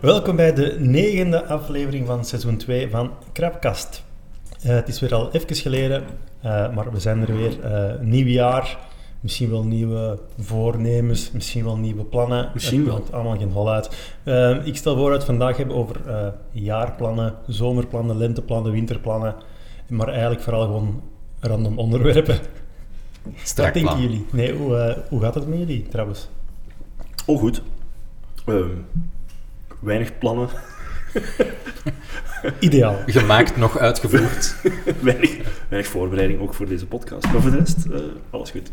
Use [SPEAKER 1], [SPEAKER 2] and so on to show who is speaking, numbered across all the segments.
[SPEAKER 1] Welkom bij de negende aflevering van seizoen 2 van Krapkast. Eh, het is weer al even geleden, eh, maar we zijn er weer. Eh, nieuw jaar, misschien wel nieuwe voornemens, misschien wel nieuwe plannen.
[SPEAKER 2] Misschien
[SPEAKER 1] Het
[SPEAKER 2] wel.
[SPEAKER 1] maakt allemaal geen hol uit. Eh, ik stel voor dat we het vandaag hebben over eh, jaarplannen, zomerplannen, lenteplannen, winterplannen. Maar eigenlijk vooral gewoon random onderwerpen. Wat
[SPEAKER 3] Strak
[SPEAKER 1] denken
[SPEAKER 3] plan.
[SPEAKER 1] jullie? Nee, hoe, eh, hoe gaat het met jullie trouwens?
[SPEAKER 2] Oh, goed. Ehm, weinig plannen.
[SPEAKER 1] Ideaal.
[SPEAKER 3] Gemaakt, nog uitgevoerd.
[SPEAKER 2] weinig, weinig voorbereiding ook voor deze podcast. Maar voor de rest, eh, alles goed.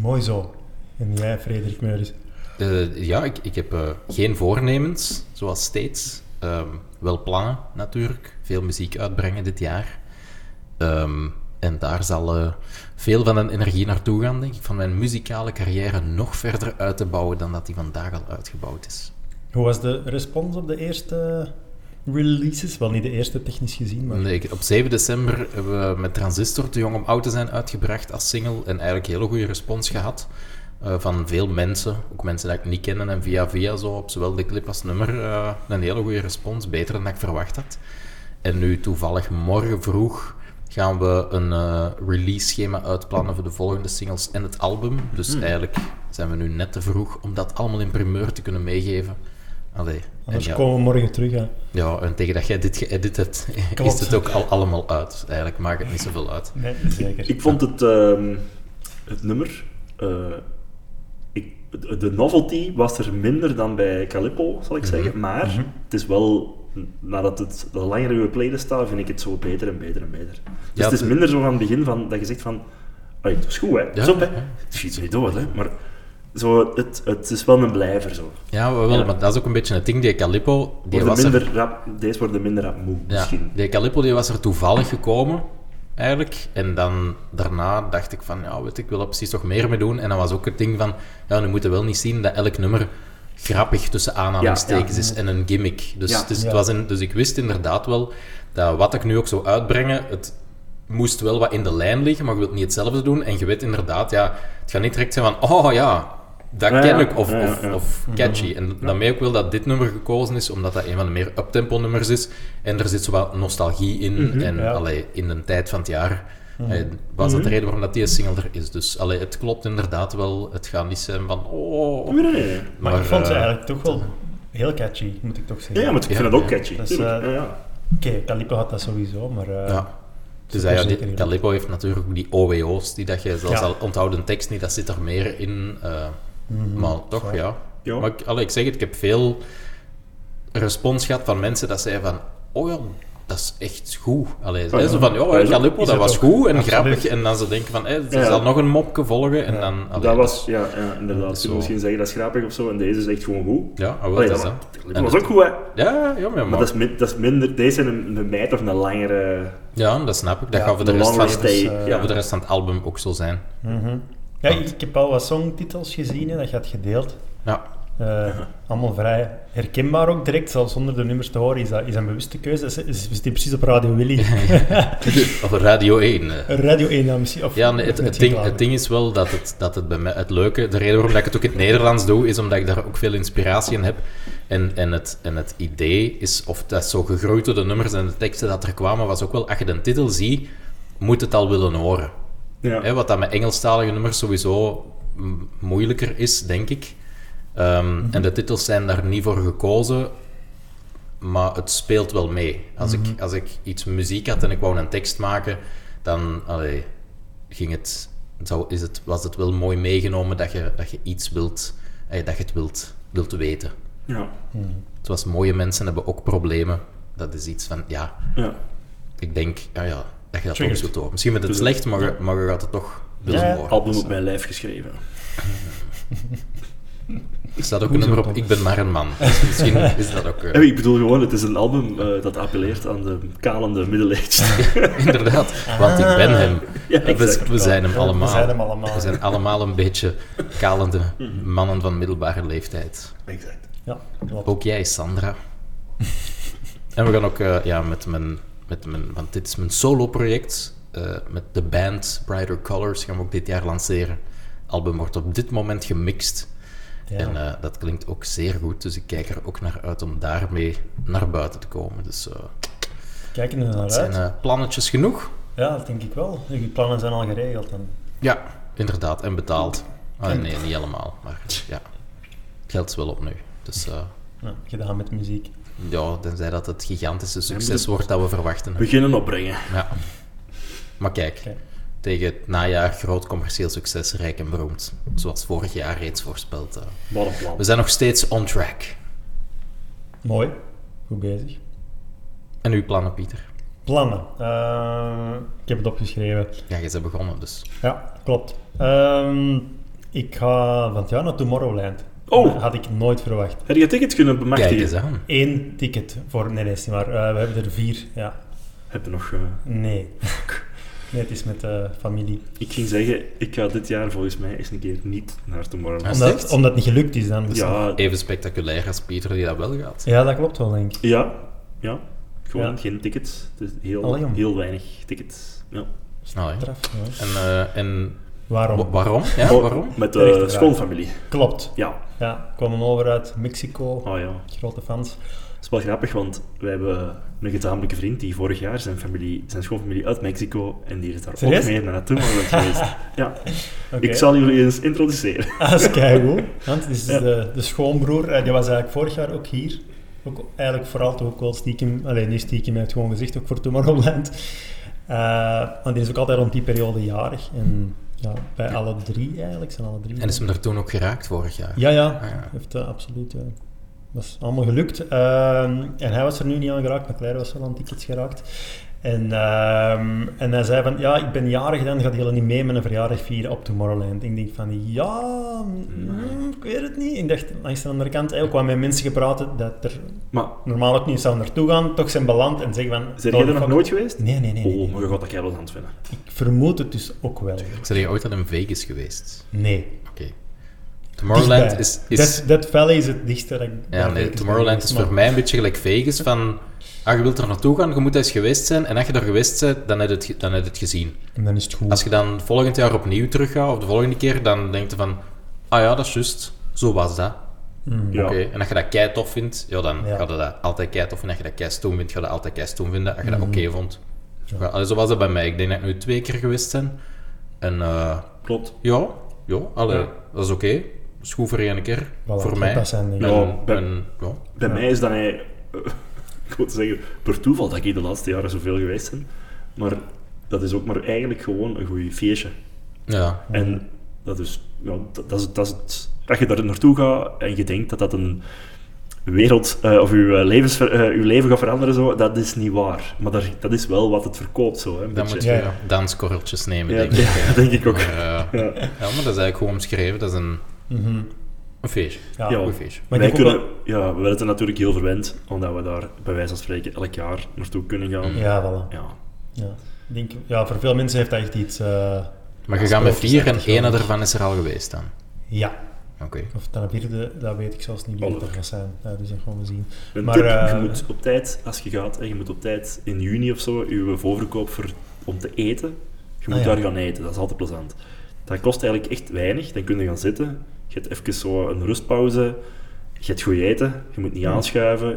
[SPEAKER 1] Mooi zo. En jij, Frederik Meuris.
[SPEAKER 3] Eh, ja, ik, ik heb eh, geen voornemens, zoals steeds. Ehm, wel plannen, natuurlijk. Veel muziek uitbrengen dit jaar. Ehm, en daar zal eh, veel van mijn energie naartoe gaan, denk ik. Van mijn muzikale carrière nog verder uit te bouwen dan dat die vandaag al uitgebouwd is.
[SPEAKER 1] Hoe was de respons op de eerste releases? Wel niet de eerste technisch gezien, maar
[SPEAKER 3] Nee, ik- op 7 december hebben we met Transistor Te Jong om Oud te zijn uitgebracht als single. En eigenlijk een hele goede respons gehad eh, van veel mensen. Ook mensen die ik niet kennen en via via zo op zowel de clip als het nummer. eh, een hele goede respons, beter dan ik verwacht had. En nu toevallig morgen vroeg gaan we een eh, release schema uitplannen voor de volgende singles en het album. Dus
[SPEAKER 1] Hmm.
[SPEAKER 3] eigenlijk zijn we nu net te vroeg om dat allemaal in primeur te kunnen meegeven. Allee.
[SPEAKER 1] anders
[SPEAKER 3] en ja.
[SPEAKER 1] komen we morgen terug. Hè.
[SPEAKER 3] Ja, en tegen dat jij dit geëdit hebt,
[SPEAKER 1] Klopt.
[SPEAKER 3] is het ook al allemaal uit. Eigenlijk maakt het niet zoveel uit.
[SPEAKER 1] Nee, zeker.
[SPEAKER 2] Ik vond het, ehm, het nummer... eh, ik, de de novelty was er minder dan bij Calippo, zal ik
[SPEAKER 3] Mhm.
[SPEAKER 2] zeggen. Maar het is wel... Nadat het al langer in je playlist staat, vind ik het zo beter en beter en beter. Dus
[SPEAKER 3] Ja,
[SPEAKER 2] het is
[SPEAKER 3] het-
[SPEAKER 2] minder zo van het begin van, dat je zegt van... Allee, het was goed, hè. Pas op, hè.
[SPEAKER 3] ja.
[SPEAKER 2] Het schiet niet dood, hè. Maar zo, het, het is wel een blijver, zo.
[SPEAKER 3] Ja, we willen,
[SPEAKER 2] Ja.
[SPEAKER 3] maar dat is ook een beetje het ding. Die Calippo, die
[SPEAKER 2] Worden
[SPEAKER 3] was er...
[SPEAKER 2] minder rap, deze worden minder rap moe,
[SPEAKER 3] Ja,
[SPEAKER 2] misschien.
[SPEAKER 3] die Calippo die was er toevallig gekomen, eigenlijk. En dan daarna dacht ik van, ja, weet ik, ik wil er precies toch meer mee doen. En dan was ook het ding van, ja, nu moeten we wel niet zien dat elk nummer grappig tussen aanhalingstekens
[SPEAKER 2] Ja,
[SPEAKER 3] is en een gimmick. Dus,
[SPEAKER 2] Ja.
[SPEAKER 3] het is-
[SPEAKER 1] Ja.
[SPEAKER 3] het was in, dus ik wist inderdaad wel dat wat ik nu ook zou uitbrengen, het moest wel wat in de lijn liggen, maar je wilt niet hetzelfde doen. En je weet inderdaad, ja, het gaat niet direct zijn van, oh ja, dat
[SPEAKER 2] Ja,
[SPEAKER 3] ken
[SPEAKER 2] ja.
[SPEAKER 3] ik, of,
[SPEAKER 2] Ja, ja,
[SPEAKER 3] of,
[SPEAKER 2] ja.
[SPEAKER 3] of catchy. En daarmee ook wel dat dit nummer gekozen is, omdat dat een van de meer uptempo nummers is. En er zit zowel nostalgie in, en
[SPEAKER 1] Mhm, Ja. Mhm.
[SPEAKER 3] allee, in een tijd van het jaar eh, was dat de reden waarom dat die single er is. Dus allee, het klopt inderdaad wel, het gaat niet zijn van oh...
[SPEAKER 2] Nee, nee, nee.
[SPEAKER 1] maar, ik vond ze
[SPEAKER 3] eh,
[SPEAKER 1] eigenlijk toch wel heel catchy, moet ik toch
[SPEAKER 2] Ja,
[SPEAKER 1] zeggen.
[SPEAKER 2] ja, maar ik
[SPEAKER 3] Ja,
[SPEAKER 2] vind het
[SPEAKER 3] ja.
[SPEAKER 2] ook catchy.
[SPEAKER 1] Dat is,
[SPEAKER 2] tuurlijk.
[SPEAKER 1] eh,
[SPEAKER 2] ja, ja.
[SPEAKER 1] Oké, Calippo had dat sowieso, maar... eh,
[SPEAKER 3] Ja. Dus
[SPEAKER 1] zeker
[SPEAKER 3] ja, die,
[SPEAKER 1] niet.
[SPEAKER 3] Calippo heeft natuurlijk ook die OWO's, die dat je zelfs
[SPEAKER 1] Ja.
[SPEAKER 3] al onthouden tekst niet, dat zit er meer in. eh, maar toch,
[SPEAKER 1] Mhm. Zwaar.
[SPEAKER 3] ja.
[SPEAKER 2] Ja.
[SPEAKER 3] Maar ik, allee, ik zeg het, ik heb veel respons gehad van mensen dat zeiden van, oh ja, dat is echt goed. Allee,
[SPEAKER 2] Ah, ja.
[SPEAKER 3] Zo van,
[SPEAKER 2] Ja,
[SPEAKER 3] oh,
[SPEAKER 2] is het-
[SPEAKER 3] Calippo,
[SPEAKER 1] is
[SPEAKER 3] dat
[SPEAKER 1] het
[SPEAKER 3] was
[SPEAKER 1] ook.
[SPEAKER 3] goed en
[SPEAKER 1] Absoluut.
[SPEAKER 3] grappig. En dan ze denken van, hé, er
[SPEAKER 2] Ja.
[SPEAKER 3] zal nog een mopje volgen. En dan,
[SPEAKER 2] dat
[SPEAKER 3] allee, dus-
[SPEAKER 2] was, ja, ja inderdaad. Je
[SPEAKER 3] Zo.
[SPEAKER 2] kunt misschien zeggen dat is grappig of zo, en deze is echt gewoon goed.
[SPEAKER 3] ja, ah, wel,
[SPEAKER 2] Allee,
[SPEAKER 3] dat is
[SPEAKER 2] dat
[SPEAKER 3] dat.
[SPEAKER 2] was-
[SPEAKER 3] En
[SPEAKER 2] Oh, dat was
[SPEAKER 3] het-
[SPEAKER 2] ook goed, hè.
[SPEAKER 3] Ja, ja, maar,
[SPEAKER 2] Maar dat is, min- dat is minder... Deze zijn een, een meid of een langere...
[SPEAKER 3] ja, dat snap ik. Dat
[SPEAKER 1] Ja,
[SPEAKER 3] gaat voor de,
[SPEAKER 2] een
[SPEAKER 3] rest van,
[SPEAKER 2] langere
[SPEAKER 3] het-
[SPEAKER 2] stay.
[SPEAKER 1] eh,
[SPEAKER 3] ja,
[SPEAKER 2] ja.
[SPEAKER 3] voor de rest van het album ook zo zijn.
[SPEAKER 1] mhm. Ja, ik, ik heb al wat songtitels gezien en dat gaat gedeeld.
[SPEAKER 3] Ja,
[SPEAKER 1] Eh, allemaal vrij herkenbaar ook direct, zelfs zonder de nummers te horen, is dat, is dat een bewuste keuze. Is, is, is die precies op Radio Willy?
[SPEAKER 3] of Radio 1. eh.
[SPEAKER 1] Radio 1 dan misschien? Of,
[SPEAKER 3] Ja, nee,
[SPEAKER 1] of
[SPEAKER 3] het, het,
[SPEAKER 1] misschien
[SPEAKER 3] ding,
[SPEAKER 1] later.
[SPEAKER 3] het ding is wel dat het, dat het bij mij het leuke, de reden waarom dat ik het ook in het Nederlands doe, is omdat ik daar ook veel inspiratie in heb. En, en, het, en het idee is, of dat is zo gegroeid door de nummers en de teksten dat er kwamen, was ook wel, als je de titel ziet, moet het al willen horen.
[SPEAKER 2] Ja.
[SPEAKER 3] Hè, wat dat met Engelstalige nummers sowieso m- moeilijker is, denk ik. Ehm,
[SPEAKER 1] Mhm.
[SPEAKER 3] En de titels zijn daar niet voor gekozen, maar het speelt wel mee. Als,
[SPEAKER 1] Mhm.
[SPEAKER 3] ik, als ik iets muziek had en ik wou een tekst maken, dan allee, ging het, zou, is het, was het wel mooi meegenomen dat je, dat je iets wilt, eh, dat je het wilt, wilt weten.
[SPEAKER 2] Ja.
[SPEAKER 3] Zoals mooie mensen hebben ook problemen. Dat is iets van, ja,
[SPEAKER 2] ja.
[SPEAKER 3] ik denk, ja, ja dat je dat toch
[SPEAKER 1] Triggerd.
[SPEAKER 3] zult horen. Misschien met het
[SPEAKER 2] Dus het-
[SPEAKER 3] slecht, maar, je- maar je gaat het toch willen
[SPEAKER 1] Ja, ja.
[SPEAKER 3] horen.
[SPEAKER 2] Album op mijn lijf geschreven.
[SPEAKER 3] Er staat ook
[SPEAKER 1] Hoe
[SPEAKER 3] een nummer
[SPEAKER 1] zo,
[SPEAKER 3] op
[SPEAKER 1] Thomas?
[SPEAKER 3] Ik ben maar een man. Dus misschien is dat ook... eh,
[SPEAKER 2] En ik bedoel gewoon, het is een album eh, dat appelleert aan de kalende middle-aged.
[SPEAKER 3] inderdaad, want ik ben hem.
[SPEAKER 2] Ja,
[SPEAKER 3] we,
[SPEAKER 2] exact.
[SPEAKER 3] we zijn hem
[SPEAKER 1] Ja,
[SPEAKER 3] allemaal.
[SPEAKER 1] We zijn hem allemaal.
[SPEAKER 3] We zijn allemaal een beetje kalende mannen van middelbare leeftijd.
[SPEAKER 2] exact.
[SPEAKER 1] Ja, klopt.
[SPEAKER 3] Ook jij, Sandra. En we gaan ook eh, ja, met, mijn, met mijn... Want dit is mijn solo-project. eh, met de band Brighter Colors gaan we ook dit jaar lanceren. album wordt op dit moment gemixt.
[SPEAKER 1] Ja.
[SPEAKER 3] En eh, dat klinkt ook zeer goed, dus ik kijk er ook naar uit om daarmee naar buiten te komen. Dus eh,
[SPEAKER 1] Kijken we er naar
[SPEAKER 3] dat zijn
[SPEAKER 1] uit?
[SPEAKER 3] eh, plannetjes genoeg.
[SPEAKER 1] Ja, dat denk ik wel. Je plannen zijn al geregeld dan.
[SPEAKER 3] Ja, inderdaad, en betaald. Ah, nee, niet helemaal, maar ja. Geld is wel op nu. Dus eh,
[SPEAKER 1] Ja, gedaan met muziek.
[SPEAKER 3] ja, tenzij dat het gigantische succes wordt dat we verwachten.
[SPEAKER 2] Beginnen opbrengen.
[SPEAKER 3] Ja. Maar kijk,
[SPEAKER 1] Oké.
[SPEAKER 3] tegen het najaar groot commercieel succes, rijk en beroemd. Zoals vorig jaar reeds voorspeld. eh.
[SPEAKER 2] Wat een plan.
[SPEAKER 3] We zijn nog steeds on track.
[SPEAKER 1] Mooi. Goed bezig.
[SPEAKER 3] En uw plannen, Pieter?
[SPEAKER 1] Plannen. Eh, ik heb het opgeschreven.
[SPEAKER 3] Ja, je bent begonnen, dus.
[SPEAKER 1] Ja, klopt. Ehm, ik ga van het jaar naar Tomorrowland.
[SPEAKER 2] Oh.
[SPEAKER 1] Dat had ik nooit verwacht.
[SPEAKER 2] Heb je tickets kunnen
[SPEAKER 3] Kijk eens
[SPEAKER 2] bemachtigen?
[SPEAKER 3] aan.
[SPEAKER 1] Eén ticket voor... Nee, nee, is niet waar. Eh, we hebben er vier. Ja.
[SPEAKER 2] Heb je nog... eh,
[SPEAKER 1] Nee. Nee, het is met eh, familie.
[SPEAKER 2] Ik ging zeggen, ik ga dit jaar volgens mij eens een keer niet naar Tomorrowland.
[SPEAKER 3] Als
[SPEAKER 1] Omdat,
[SPEAKER 3] echt?
[SPEAKER 1] omdat het niet gelukt is dan. Dus-
[SPEAKER 2] Ah, Ja,
[SPEAKER 3] Even spectaculair als Pieter die dat wel gaat.
[SPEAKER 1] ja, dat klopt wel, denk ik.
[SPEAKER 2] ja, ja. Gewoon
[SPEAKER 1] Ja.
[SPEAKER 2] geen tickets. Het is
[SPEAKER 1] Allee,
[SPEAKER 2] heel,
[SPEAKER 1] jong.
[SPEAKER 2] heel weinig tickets. Ja.
[SPEAKER 3] Allee.
[SPEAKER 1] Straf, ja.
[SPEAKER 3] Ah, En, eh, en
[SPEAKER 1] Waarom?
[SPEAKER 3] wa- waarom? Ja,
[SPEAKER 2] Oh,
[SPEAKER 3] waarom?
[SPEAKER 2] Met
[SPEAKER 1] Terechte
[SPEAKER 2] de
[SPEAKER 1] vraag.
[SPEAKER 2] schoolfamilie.
[SPEAKER 1] Klopt.
[SPEAKER 2] Ja.
[SPEAKER 1] Ja, kwamen over uit Mexico.
[SPEAKER 2] Oh ja.
[SPEAKER 1] Grote fans.
[SPEAKER 2] Het is wel grappig, want wij hebben een gezamenlijke vriend die vorig jaar zijn, familie, zijn schoonfamilie uit Mexico en die is daar
[SPEAKER 1] Serieus?
[SPEAKER 2] ook mee naar Tomorrowland geweest. Ja.
[SPEAKER 1] Oké.
[SPEAKER 2] Ik zal jullie eens introduceren.
[SPEAKER 1] Ah, Dat is keigoed. Want het is
[SPEAKER 2] Ja.
[SPEAKER 1] de, de schoonbroer, eh, die was eigenlijk vorig jaar ook hier. Ook eigenlijk vooral toch ook wel stiekem, alleen niet stiekem, hij heeft gewoon gezegd, ook voor Tomorrowland. Eh want die is ook altijd rond die periode jarig. En ja, bij alle drie eigenlijk, zijn alle drie.
[SPEAKER 3] En is hem er toen ook geraakt vorig jaar?
[SPEAKER 1] Ja, ja,
[SPEAKER 3] Ah, ja.
[SPEAKER 1] heeft eh, absoluut. ja. was allemaal gelukt. Ehm, en hij was er nu niet aan geraakt, maar Claire was wel aan tickets geraakt. En, ehm, en hij zei van, ja, ik ben jarig dan, gaat jullie niet mee met een verjaardag vieren op Tomorrowland? Ik denk van, ja, mm,
[SPEAKER 2] Nee.
[SPEAKER 1] ik weet het niet. Ik dacht, langs de andere kant, eh, ook wel met mensen gepraat dat er
[SPEAKER 2] Maar
[SPEAKER 1] normaal ook niet zou naartoe gaan, toch zijn beland en zeggen van...
[SPEAKER 2] zijn jij er
[SPEAKER 1] oh,
[SPEAKER 2] nog
[SPEAKER 1] fuck.
[SPEAKER 2] nooit geweest?
[SPEAKER 1] Nee, nee, nee. nee,
[SPEAKER 2] Oh,
[SPEAKER 1] nee.
[SPEAKER 2] maar je gaat dat keihard aan het vinden.
[SPEAKER 1] Ik vermoed het dus ook wel.
[SPEAKER 3] Zijn je ooit al in Vegas geweest?
[SPEAKER 1] Nee.
[SPEAKER 3] Oké. Tomorrowland
[SPEAKER 1] Dichtbij.
[SPEAKER 3] is... is
[SPEAKER 1] Death, Death Valley is het dichtste dat ik...
[SPEAKER 3] ja,
[SPEAKER 1] daar
[SPEAKER 3] nee,
[SPEAKER 1] ben
[SPEAKER 3] Tomorrowland
[SPEAKER 1] geweest,
[SPEAKER 3] is
[SPEAKER 1] maar-
[SPEAKER 3] voor mij een beetje gelijk Vegas. Van, ah, je wilt er naartoe gaan, je moet eens geweest zijn. En als je er geweest bent, dan heb je het, ge- dan heb je het gezien.
[SPEAKER 1] En dan is het goed.
[SPEAKER 3] Als je dan volgend jaar opnieuw teruggaat, of de volgende keer, dan denk je van... Ah ja, dat is juist. Zo was dat.
[SPEAKER 1] Hmm.
[SPEAKER 2] Ja.
[SPEAKER 3] Oké, En als je dat kei tof vindt, ja, dan
[SPEAKER 1] Ja.
[SPEAKER 3] ga je dat altijd kei tof vinden. Als je dat kei stoom vindt, ga je dat altijd kei stoom vinden. Als je dat oké vond. Ja. allee, zo was dat bij mij. Ik denk dat ik nu twee keer geweest ben. En eh,
[SPEAKER 2] Klopt.
[SPEAKER 3] ja, ja, allee,
[SPEAKER 2] Ja.
[SPEAKER 3] dat is oké. Dat is goed voor één keer. voor
[SPEAKER 1] dat
[SPEAKER 3] mij.
[SPEAKER 1] dat zijn dingen.
[SPEAKER 3] En-
[SPEAKER 2] Ja, bij-
[SPEAKER 3] en, ja.
[SPEAKER 2] Bij mij is dat hij, eh, ik wil zeggen, per toeval dat ik hier de laatste jaren zoveel geweest ben. Maar dat is ook maar eigenlijk gewoon een goed feestje.
[SPEAKER 3] Ja.
[SPEAKER 2] En dat is, ja, dat, dat is, dat is het. Als je daar naartoe gaat en je denkt dat dat een wereld eh, of je, eh, levens, eh, je leven gaat veranderen, zo, dat is niet waar. Maar daar, dat is wel wat het verkoopt. Zo, hè, een
[SPEAKER 3] Dan
[SPEAKER 2] beetje.
[SPEAKER 3] moet
[SPEAKER 1] Ja,
[SPEAKER 3] je
[SPEAKER 1] ja.
[SPEAKER 3] danskorreltjes nemen,
[SPEAKER 2] ja,
[SPEAKER 3] denk ik.
[SPEAKER 2] dat denk ik ook.
[SPEAKER 3] Maar, eh,
[SPEAKER 2] Ja.
[SPEAKER 3] ja, maar dat is eigenlijk gewoon omschreven. Dat is een,
[SPEAKER 1] Mhm.
[SPEAKER 3] een feestje.
[SPEAKER 1] Ja.
[SPEAKER 2] Ja.
[SPEAKER 3] Een goed feestje.
[SPEAKER 1] Maar
[SPEAKER 2] wij
[SPEAKER 1] ik denk ook
[SPEAKER 2] kunnen, ja, we werden er natuurlijk heel verwend, omdat we daar bij wijze van spreken elk jaar naartoe kunnen gaan.
[SPEAKER 1] wel- Ja, voilà.
[SPEAKER 2] Ja.
[SPEAKER 1] Ja. Ik Denk, ja, voor veel mensen heeft dat echt iets... eh,
[SPEAKER 3] Maar je gaat met vier en
[SPEAKER 1] sprookjesachtig,
[SPEAKER 3] één
[SPEAKER 1] ja.
[SPEAKER 3] daarvan is er al geweest dan.
[SPEAKER 1] Ja.
[SPEAKER 3] Oké.
[SPEAKER 1] Of dan een vierde, dat weet ik zelfs niet wie dat gaat zijn. Ja, dus dat gaan we zien.
[SPEAKER 2] Een
[SPEAKER 1] Maar,
[SPEAKER 2] tip,
[SPEAKER 1] eh,
[SPEAKER 2] je moet op tijd, als je gaat, en je moet op tijd in juni of zo, je voorverkoop voor, om te eten, je moet
[SPEAKER 1] Ah, ja.
[SPEAKER 2] daar gaan eten, dat is altijd plezant. Dat kost eigenlijk echt weinig, dan kun je gaan zitten, je hebt even zo een rustpauze, je hebt goed eten, je moet niet aanschuiven,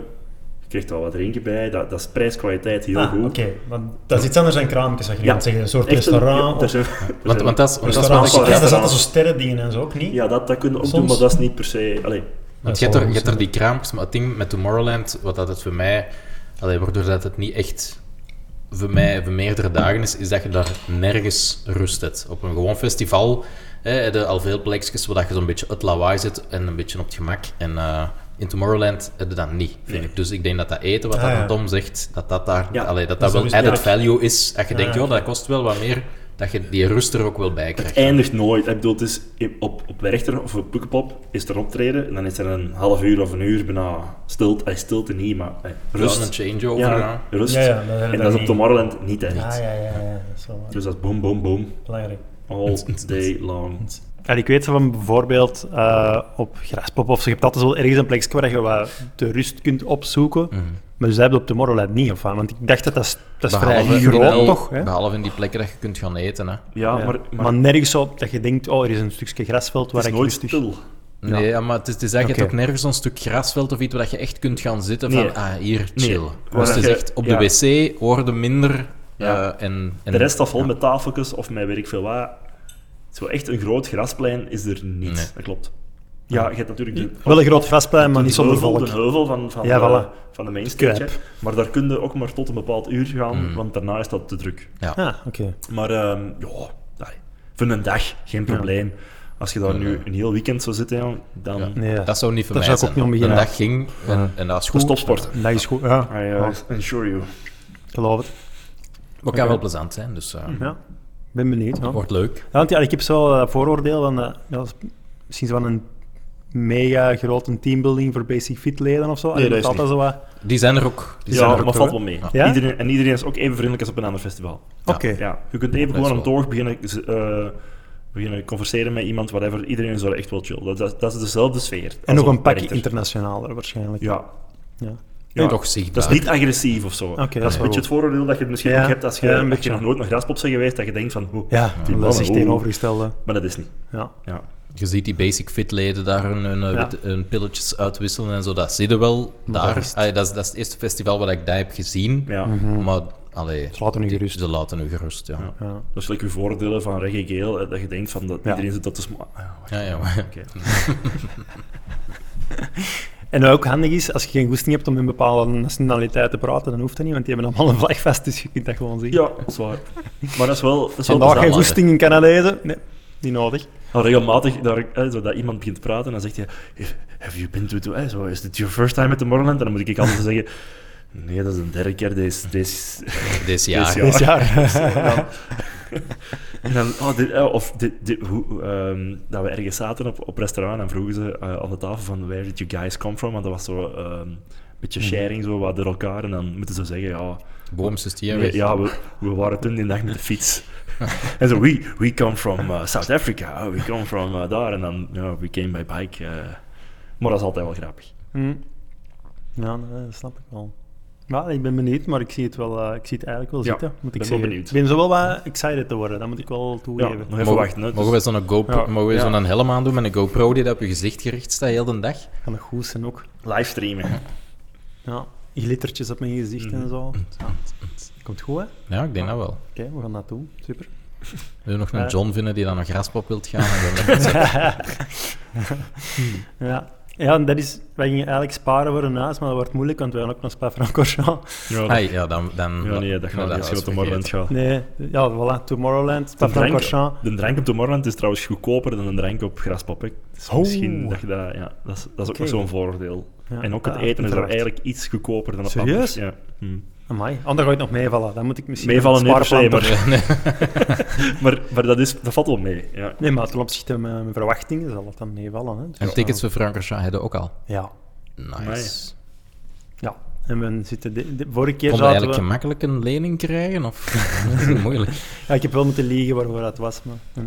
[SPEAKER 2] je krijgt wel wat drinken bij, dat, dat is prijs-kwaliteit heel
[SPEAKER 1] Ah,
[SPEAKER 2] goed.
[SPEAKER 1] oké. Want dat is iets anders dan kraampjes, zeg je
[SPEAKER 2] Ja.
[SPEAKER 1] ja. zeggen. Een soort
[SPEAKER 2] Echt een-
[SPEAKER 1] restaurant
[SPEAKER 2] ja, er
[SPEAKER 1] of
[SPEAKER 2] zijn- er
[SPEAKER 3] Want,
[SPEAKER 2] zijn-
[SPEAKER 3] want dat is, want dat is wat
[SPEAKER 1] restaurants.
[SPEAKER 3] ik...
[SPEAKER 2] wel
[SPEAKER 1] Ja, daar zaten
[SPEAKER 2] restaurants.
[SPEAKER 1] zo sterrendingen en zo ook niet.
[SPEAKER 2] ja, dat, dat kun je ook doen,
[SPEAKER 1] Soms-
[SPEAKER 2] maar dat is niet per se... Allee,
[SPEAKER 3] Want je
[SPEAKER 1] zal
[SPEAKER 3] hebt,
[SPEAKER 1] wel
[SPEAKER 3] er, je hebt er
[SPEAKER 1] zijn.
[SPEAKER 3] die kraampjes, maar het ding met Tomorrowland, wat dat het voor mij... Allee, waardoor dat het niet echt voor mij voor meerdere dagen is, is dat je daar nergens rust hebt. Op een gewoon festival hè, heb je al veel plekjes waar dat je zo'n beetje het lawaai zit en een beetje op het gemak. En eh, in Tomorrowland heb je dat niet, vind
[SPEAKER 2] Nee.
[SPEAKER 3] ik. Dus ik denk dat dat eten, wat
[SPEAKER 1] Ah,
[SPEAKER 3] dat
[SPEAKER 1] ja.
[SPEAKER 3] Tom zegt, dat dat daar...
[SPEAKER 2] Ja,
[SPEAKER 3] allee,
[SPEAKER 1] dat
[SPEAKER 3] dat dat
[SPEAKER 1] is
[SPEAKER 3] wel
[SPEAKER 1] sowieso-
[SPEAKER 3] added
[SPEAKER 2] ja.
[SPEAKER 3] value is. Dat je
[SPEAKER 1] Ah,
[SPEAKER 3] denkt,
[SPEAKER 1] ja.
[SPEAKER 3] joh, dat kost wel wat meer, dat je die rust er ook wel bij
[SPEAKER 2] Het
[SPEAKER 3] krijgt.
[SPEAKER 1] e-
[SPEAKER 2] eindigt nooit. Ik bedoel, het is op, op Werchter of op Pukkelpop is er optreden en dan is er een half uur of een uur bijna stilte. Hij stilte niet, maar eh,
[SPEAKER 3] Rust.
[SPEAKER 2] rust.
[SPEAKER 3] een changeover.
[SPEAKER 2] Ja,
[SPEAKER 3] ja.
[SPEAKER 2] rust.
[SPEAKER 1] Ja, ja, dat hebben we
[SPEAKER 2] en dat
[SPEAKER 1] daar
[SPEAKER 2] is op
[SPEAKER 1] niet.
[SPEAKER 2] Tomorrowland niet, hè.
[SPEAKER 1] Ah, ja, ja, ja. Dat is wel waar.
[SPEAKER 2] Dus dat is boom, boom, boom.
[SPEAKER 1] belangrijk.
[SPEAKER 2] All day long.
[SPEAKER 1] En ik weet zo van bijvoorbeeld eh, op Graspop of zo, je hebt altijd wel ergens een plekje waar je wat de rust kunt opzoeken. Maar dus dat hebben we op Tomorrowland niet, of wat? Want ik dacht dat dat, is- dat is vrij
[SPEAKER 3] Behalve in
[SPEAKER 1] groot,
[SPEAKER 3] die-
[SPEAKER 1] toch? Hè?
[SPEAKER 3] Behalve in die plekken dat je kunt gaan eten. Hè.
[SPEAKER 2] Ja,
[SPEAKER 1] Ja.
[SPEAKER 2] maar,
[SPEAKER 1] Maar,
[SPEAKER 2] maar,
[SPEAKER 1] nergens op dat je denkt, oh, er is een stukje grasveld
[SPEAKER 2] het
[SPEAKER 1] waar
[SPEAKER 2] is
[SPEAKER 1] ik
[SPEAKER 2] nooit
[SPEAKER 1] rustig...
[SPEAKER 2] stil.
[SPEAKER 3] Nee, ja, maar het is, het is eigenlijk
[SPEAKER 4] Oké.
[SPEAKER 3] ook nergens een stuk grasveld of iets waar je echt kunt gaan zitten
[SPEAKER 2] Nee.
[SPEAKER 3] van, ah, hier,
[SPEAKER 2] Nee.
[SPEAKER 3] chillen.
[SPEAKER 2] Waar
[SPEAKER 3] Dus het is
[SPEAKER 2] je-
[SPEAKER 3] echt op
[SPEAKER 2] ja.
[SPEAKER 3] de wc, woorden minder
[SPEAKER 2] Ja.
[SPEAKER 3] eh, en, en...
[SPEAKER 2] De rest dat vol
[SPEAKER 3] ja.
[SPEAKER 2] met tafeltjes of met weet ik veel wat. Zo echt een groot grasplein is er niet.
[SPEAKER 3] Nee.
[SPEAKER 2] Dat klopt. Ja, je hebt natuurlijk de,
[SPEAKER 1] Wel een groot grasplein, maar
[SPEAKER 2] die
[SPEAKER 1] niet zonder
[SPEAKER 2] heuvel,
[SPEAKER 1] volk.
[SPEAKER 2] de heuvel van, van,
[SPEAKER 4] Ja,
[SPEAKER 2] de,
[SPEAKER 4] voilà.
[SPEAKER 2] van de mainstage.
[SPEAKER 4] Crap.
[SPEAKER 2] hè. Maar daar kun je ook maar tot een bepaald uur gaan, want daarna is dat te druk.
[SPEAKER 4] Ah, oké.
[SPEAKER 2] Maar ehm, ja, allee, voor een dag, geen probleem. Als je daar nu een heel weekend zou zitten, ja, dan...
[SPEAKER 4] Nee, ja.
[SPEAKER 3] Dat zou niet voor
[SPEAKER 1] Daar
[SPEAKER 3] mij
[SPEAKER 1] zou ik
[SPEAKER 3] zijn.
[SPEAKER 1] ook niet om
[SPEAKER 3] Een
[SPEAKER 1] beginnen.
[SPEAKER 3] dag ging en, en dat
[SPEAKER 2] Dat
[SPEAKER 3] is goed.
[SPEAKER 2] is topsport.
[SPEAKER 1] Dat is goed, ja.
[SPEAKER 2] I
[SPEAKER 1] Ah, Ja,
[SPEAKER 2] uh, assure you.
[SPEAKER 1] ik geloof het.
[SPEAKER 3] Maar het kan wel plezant zijn, dus eh,
[SPEAKER 1] Ja. Ik ben benieuwd. Ja.
[SPEAKER 3] wordt leuk.
[SPEAKER 1] Ja, want ja, ik heb zo dat vooroordeel van, eh, ja, dat is misschien zo van een mega grote teambuilding voor Basic Fit leden of zo. Allee,
[SPEAKER 2] dat is
[SPEAKER 1] altijd zo wat...
[SPEAKER 3] Die zijn er ook. Die zijn
[SPEAKER 2] Ja,
[SPEAKER 3] er ook
[SPEAKER 2] maar
[SPEAKER 3] hoor.
[SPEAKER 2] valt wel mee.
[SPEAKER 1] Ja?
[SPEAKER 2] Iedereen, en iedereen is ook even vriendelijk als op een ander festival.
[SPEAKER 3] Ja.
[SPEAKER 1] Oké.
[SPEAKER 2] Ja, je kunt even
[SPEAKER 3] Dat is
[SPEAKER 2] gewoon aan het
[SPEAKER 3] wel-
[SPEAKER 2] oog beginnen, eh, beginnen converseren met iemand, whatever. Iedereen is er echt wel chill. Dat, dat, dat is dezelfde sfeer.
[SPEAKER 1] En nog
[SPEAKER 2] Als
[SPEAKER 1] een pakje
[SPEAKER 2] director.
[SPEAKER 1] internationaler waarschijnlijk.
[SPEAKER 2] Ja.
[SPEAKER 1] Ja.
[SPEAKER 2] Ja.
[SPEAKER 3] Toch
[SPEAKER 2] Dat
[SPEAKER 3] zichtbaar.
[SPEAKER 2] is niet agressief of zo.
[SPEAKER 1] Oké, dat is
[SPEAKER 2] Een
[SPEAKER 1] wel
[SPEAKER 2] beetje het
[SPEAKER 1] goed.
[SPEAKER 2] vooroordeel dat je misschien
[SPEAKER 1] Ja,
[SPEAKER 2] ook hebt als je,
[SPEAKER 1] ja, een
[SPEAKER 2] als je
[SPEAKER 1] beetje.
[SPEAKER 2] nog nooit naar graspop bent geweest, dat je denkt van, oh,
[SPEAKER 1] Ja, dat is
[SPEAKER 2] mannen,
[SPEAKER 1] echt
[SPEAKER 2] oeh.
[SPEAKER 1] tegenovergestelde.
[SPEAKER 2] maar dat is niet.
[SPEAKER 1] Ja.
[SPEAKER 2] Ja.
[SPEAKER 3] Je ziet die basic fit leden daar hun, hun, eh,
[SPEAKER 1] Ja.
[SPEAKER 3] wit- hun pilletjes uitwisselen en zo. Dat zie je wel
[SPEAKER 1] dat
[SPEAKER 3] daar.
[SPEAKER 1] is het.
[SPEAKER 3] Allee, Dat is, dat, is, het eerste festival wat ik daar heb gezien.
[SPEAKER 2] Ja.
[SPEAKER 1] Mhm.
[SPEAKER 3] Maar allee,
[SPEAKER 1] Hmm. Ze laten nu gerust.
[SPEAKER 3] ze laten u gerust. Ja,
[SPEAKER 1] Ja.
[SPEAKER 2] Dat is like je voordelen van reggae geel, eh, dat je denkt van, dat
[SPEAKER 1] Ja.
[SPEAKER 2] iedereen zit dat te sma... Ah, wacht,
[SPEAKER 3] ja, ja, maar-
[SPEAKER 2] oké.
[SPEAKER 1] En wat ook handig is, als je geen goesting hebt om in bepaalde nationaliteit te praten, dan hoeft dat niet, want die hebben allemaal een vlag vast, dus je kunt dat gewoon zien.
[SPEAKER 2] Ja, dat is waar. Maar dat is wel... Dat is wel
[SPEAKER 1] Vandaag geen
[SPEAKER 3] bezadigd.
[SPEAKER 1] goesting in Canadezen? Nee, niet nodig.
[SPEAKER 2] Al regelmatig, daar, hè, zo dat iemand begint te praten, dan zegt hij... "Have- Have you been to... to hè, zo, is dit your first time at Tomorrowland? En dan moet ik altijd zo zeggen... Nee, dat is de derde keer deze... deze,
[SPEAKER 3] Deze jaar.
[SPEAKER 2] jaar."
[SPEAKER 1] Dit jaar.
[SPEAKER 2] dan, en dan, oh, dit, eh, of dit, dit, hoe, ehm, dat we ergens zaten op, op restaurant en vroegen ze eh, aan de tafel van where did you guys come from? Want dat was zo ehm, een beetje sharing, zo wat door elkaar. En dan moeten ze zeggen, ja,
[SPEAKER 3] Booms is die
[SPEAKER 2] nee,
[SPEAKER 3] weg.
[SPEAKER 2] ja we, we waren toen die dag met de fiets. en zo, we, we come from eh, South Africa, we come from eh, daar. En dan, ja, we came by bike. eh. maar dat is altijd wel grappig.
[SPEAKER 1] Hm. Ja, nee, dat snap ik wel. Ja, ik ben benieuwd, maar ik zie het, wel, eh, ik zie het eigenlijk wel
[SPEAKER 2] Ja,
[SPEAKER 1] zitten. Moet ik
[SPEAKER 2] ben wel
[SPEAKER 1] zeggen.
[SPEAKER 2] benieuwd.
[SPEAKER 1] Ik ben zo wel wat excited te worden, dat moet ik wel
[SPEAKER 2] Ja,
[SPEAKER 1] toegeven.
[SPEAKER 2] nog even wachten. Hè,
[SPEAKER 3] Mogen we
[SPEAKER 2] dus-
[SPEAKER 3] zo'n GoPro,
[SPEAKER 1] Ja.
[SPEAKER 3] mogen we
[SPEAKER 2] Ja.
[SPEAKER 3] zo'n helm aandoen met een GoPro die dat op je gezicht gericht staat heel de dag?
[SPEAKER 1] Kan het goed zijn ook.
[SPEAKER 2] Dus livestreamen.
[SPEAKER 1] Ja, glittertjes op mijn gezicht
[SPEAKER 2] Mhm.
[SPEAKER 1] en zo. Ja. Komt goed, hè? Oké,
[SPEAKER 3] Ja, ik denk dat wel.
[SPEAKER 1] we gaan dat doen. Super.
[SPEAKER 3] Wil je nog een
[SPEAKER 1] Ja.
[SPEAKER 3] John vinden die dan naar graspop wilt gaan? En dan-
[SPEAKER 1] Ja. Ja, en dat is... Wij gingen eigenlijk sparen voor een huis, maar dat wordt moeilijk, want wij gaan ook naar Spa-Francorchamps.
[SPEAKER 2] Ja, dat-
[SPEAKER 3] Ai, ja, dan, dan,
[SPEAKER 2] ja, nee, dat
[SPEAKER 3] nou,
[SPEAKER 2] gaat niet als je
[SPEAKER 3] was
[SPEAKER 2] op Tomorrowland
[SPEAKER 3] vergeten.
[SPEAKER 2] gaat.
[SPEAKER 1] Nee, ja, voilà. Tomorrowland,
[SPEAKER 2] De drank,
[SPEAKER 1] Spa-Francorchamps.
[SPEAKER 2] de drank op de Morland is trouwens goedkoper dan een drank op graspop. hè. Dus
[SPEAKER 1] Oh.
[SPEAKER 2] Misschien dat je dat... Ja, dat is, dat is ook
[SPEAKER 1] Oké.
[SPEAKER 2] nog zo'n vooroordeel.
[SPEAKER 1] Ja,
[SPEAKER 2] en ook het
[SPEAKER 1] ah,
[SPEAKER 2] eten is er
[SPEAKER 1] uiteraard.
[SPEAKER 2] eigenlijk iets goedkoper dan op
[SPEAKER 1] Serieus?
[SPEAKER 2] anders. Ja. Hm.
[SPEAKER 1] Amai. Anders ga je het nog meevallen. Dan moet ik misschien...
[SPEAKER 2] Meevallen niet per se,
[SPEAKER 1] spaarplan-
[SPEAKER 2] maar, maar, maar dat, is, dat valt wel mee. Ja.
[SPEAKER 1] Nee, maar ten opzichte van mijn, mijn verwachtingen zal het dan meevallen. Hè. Dus,
[SPEAKER 3] En tickets voor Frankrijk hadden ook al.
[SPEAKER 1] Ja.
[SPEAKER 3] Nice.
[SPEAKER 1] Ja. En we zitten... De, de- vorige keer
[SPEAKER 3] Kon je
[SPEAKER 1] zaten
[SPEAKER 3] eigenlijk
[SPEAKER 1] we...
[SPEAKER 3] gemakkelijk een lening krijgen? Of? dat is moeilijk.
[SPEAKER 1] Ja, ik heb wel moeten liegen waarvoor dat was, maar...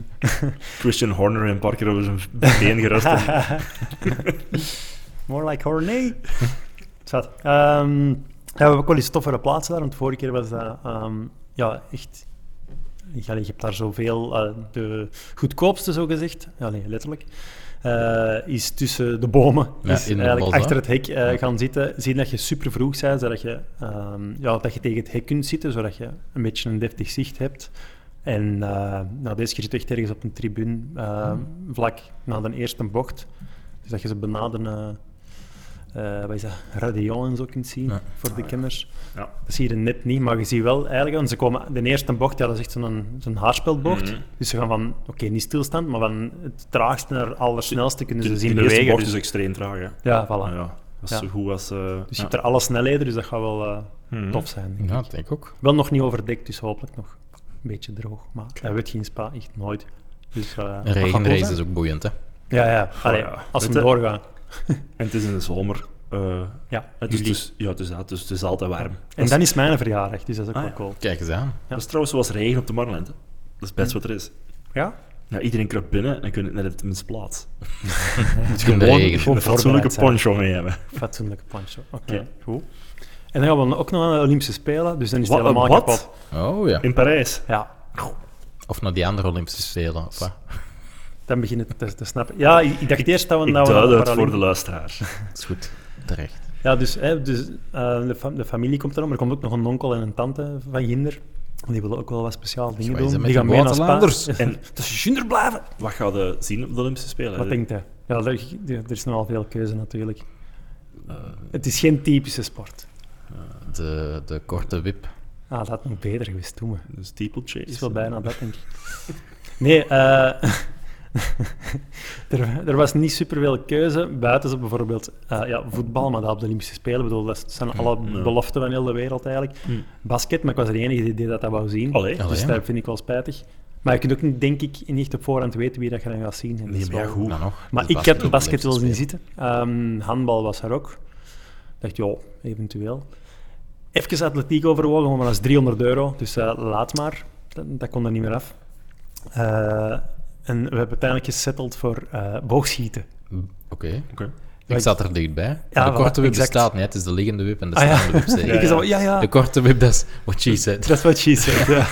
[SPEAKER 2] Christian Horner en Parker over zijn been gerust. en-
[SPEAKER 1] More like horny. Zat. Ehm, ja, we hebben ook wel eens toffere plaatsen daar, want vorige keer was dat ehm, ja, echt... Ja, je hebt daar zoveel... eh, de goedkoopste, zo gezegd. Ja, nee, letterlijk. eh, is tussen de bomen.
[SPEAKER 3] Ja,
[SPEAKER 1] is
[SPEAKER 3] in de
[SPEAKER 1] eigenlijk
[SPEAKER 3] bos, hè?
[SPEAKER 1] achter het hek eh, gaan zitten. Zien dat je super vroeg bent, zodat je, ehm, ja, dat je tegen het hek kunt zitten, zodat je een beetje een deftig zicht hebt. En eh, nou, deze keer zit je echt ergens op een tribune, eh,
[SPEAKER 3] Hmm.
[SPEAKER 1] vlak na de eerste bocht. Dus dat je ze benaderen, eh, eh, wat is dat, radion en zo kunt zien
[SPEAKER 3] Ja.
[SPEAKER 1] voor de kenners.
[SPEAKER 2] Ja.
[SPEAKER 1] Dat zie je net niet, maar je ziet wel eigenlijk, want ze komen, de eerste bocht, ja, dat is echt zo'n, zo'n haarspelbocht.
[SPEAKER 2] Mhm.
[SPEAKER 1] Dus ze gaan van, oké, niet stilstand, maar van het traagste naar het allersnelste kunnen
[SPEAKER 2] De,
[SPEAKER 1] ze
[SPEAKER 2] de
[SPEAKER 1] zien
[SPEAKER 2] eerste
[SPEAKER 1] bewegen.
[SPEAKER 2] bocht
[SPEAKER 1] dus-
[SPEAKER 2] is extreem traag. Hè.
[SPEAKER 1] ja, voilà.
[SPEAKER 2] Ah, ja. Dat is
[SPEAKER 1] Ja.
[SPEAKER 2] zo goed als... eh,
[SPEAKER 1] Dus je
[SPEAKER 2] ja.
[SPEAKER 1] hebt er alle snelheden, dus dat gaat wel eh,
[SPEAKER 2] Mhm.
[SPEAKER 1] tof zijn.
[SPEAKER 3] Ja, dat denk ik ook.
[SPEAKER 1] Wel nog niet overdekt, dus hopelijk nog een beetje droog. Maar dat weet geen spa, echt nooit. Dus, eh,
[SPEAKER 3] Een
[SPEAKER 1] dat gaat cool
[SPEAKER 3] regenrace
[SPEAKER 1] zijn.
[SPEAKER 3] is ook boeiend, hè?
[SPEAKER 1] Ja, ja. Allee,
[SPEAKER 2] Oh, ja.
[SPEAKER 1] Als we
[SPEAKER 2] Weet je-
[SPEAKER 1] doorgaan.
[SPEAKER 2] En het is in de zomer. eh,
[SPEAKER 1] Ja,
[SPEAKER 2] het is
[SPEAKER 1] juli.
[SPEAKER 2] dus, ja, het is, dat, dus het is altijd warm.
[SPEAKER 1] En dan is mijn verjaardag, dus dat is ook
[SPEAKER 2] Ah,
[SPEAKER 1] wel
[SPEAKER 2] ja.
[SPEAKER 1] cool.
[SPEAKER 3] Kijk eens aan.
[SPEAKER 2] Dat is trouwens zoals regen op de Marland. Dat is best wat er is.
[SPEAKER 1] Ja?
[SPEAKER 2] Ja, iedereen kruipt binnen en dan kun je net op tenminste plaats.
[SPEAKER 3] Het is de regen.
[SPEAKER 1] Gewoon
[SPEAKER 2] Een fatsoenlijke
[SPEAKER 1] voorbereid zijn.
[SPEAKER 2] poncho mee hebben.
[SPEAKER 1] Fatsoenlijke poncho. Oké,
[SPEAKER 2] Ja.
[SPEAKER 1] goed. En dan gaan we ook nog naar de Olympische Spelen, dus dan is het
[SPEAKER 2] Wa-
[SPEAKER 1] helemaal
[SPEAKER 2] wat?
[SPEAKER 1] kapot.
[SPEAKER 3] Oh ja.
[SPEAKER 2] In Parijs.
[SPEAKER 1] Ja.
[SPEAKER 3] Of naar die andere Olympische Spelen. Of wat?
[SPEAKER 1] Dan begin je het te, te snappen. Ja, ik, ik dacht eerst dat we...
[SPEAKER 2] Ik
[SPEAKER 1] dat we
[SPEAKER 2] duid
[SPEAKER 1] dat
[SPEAKER 2] het voor
[SPEAKER 1] parallel-
[SPEAKER 2] de luisteraar.
[SPEAKER 3] Dat is goed. Terecht.
[SPEAKER 1] Ja, dus, hè, dus eh, de, fa- de familie komt erom. Er komt ook nog een onkel en een tante van Ginder. Die willen ook wel wat speciaal dingen
[SPEAKER 3] is
[SPEAKER 1] doen.
[SPEAKER 3] dat met
[SPEAKER 1] die
[SPEAKER 3] die Waterlanders?
[SPEAKER 1] En tussen Ginder blijven.
[SPEAKER 2] Wat ga je zien op de Olympische Spelen?
[SPEAKER 1] Wat denkt hij? Ja, er, er is nogal veel keuze natuurlijk.
[SPEAKER 2] Eh,
[SPEAKER 1] Het is geen typische sport.
[SPEAKER 3] De, de korte wip.
[SPEAKER 1] Ah, dat had nog beter geweest toen. maar.
[SPEAKER 2] Een steeplechase.
[SPEAKER 1] Het is wel bijna dat, denk ik. Nee, eh, er, er was niet superveel keuze. Buiten zo bijvoorbeeld eh, ja, voetbal, maar dat op de Olympische Spelen. Ik bedoel, dat zijn alle
[SPEAKER 2] Ja.
[SPEAKER 1] beloften van heel de wereld eigenlijk.
[SPEAKER 2] Hm.
[SPEAKER 1] Basket, maar ik was de enige die deed dat dat wou zien.
[SPEAKER 2] Allee.
[SPEAKER 3] Allee.
[SPEAKER 1] Dus dat vind ik wel spijtig. Maar je kunt ook niet, denk ik, niet op voorhand weten wie dat je dan gaat zien. En dat
[SPEAKER 2] Nee,
[SPEAKER 1] is
[SPEAKER 2] maar ja,
[SPEAKER 1] wel-
[SPEAKER 2] goed.
[SPEAKER 3] Dan nog.
[SPEAKER 1] Maar
[SPEAKER 3] Dus
[SPEAKER 1] ik heb basket
[SPEAKER 3] Olympische
[SPEAKER 1] wel zien
[SPEAKER 3] Spelen.
[SPEAKER 1] zitten. Ehm, handbal was er ook. Ik dacht, joh, eventueel. Even atletiek overwogen, maar dat is 300 euro. Dus eh, laat maar. Dat, dat kon er niet meer af. Eh, en we hebben uiteindelijk gesetteld voor eh, boogschieten.
[SPEAKER 3] Oké.
[SPEAKER 2] Oké.
[SPEAKER 3] Ik zat er dichtbij.
[SPEAKER 1] Ja,
[SPEAKER 3] de
[SPEAKER 1] voilà,
[SPEAKER 3] korte wip
[SPEAKER 1] exact.
[SPEAKER 3] bestaat niet. Het is de liggende wip en de
[SPEAKER 1] Ah, ja.
[SPEAKER 3] staande wip. zeker.
[SPEAKER 1] ik zo, ja, ja.
[SPEAKER 3] De korte wip, dat is what she said.
[SPEAKER 1] Dat is wat she said. ja.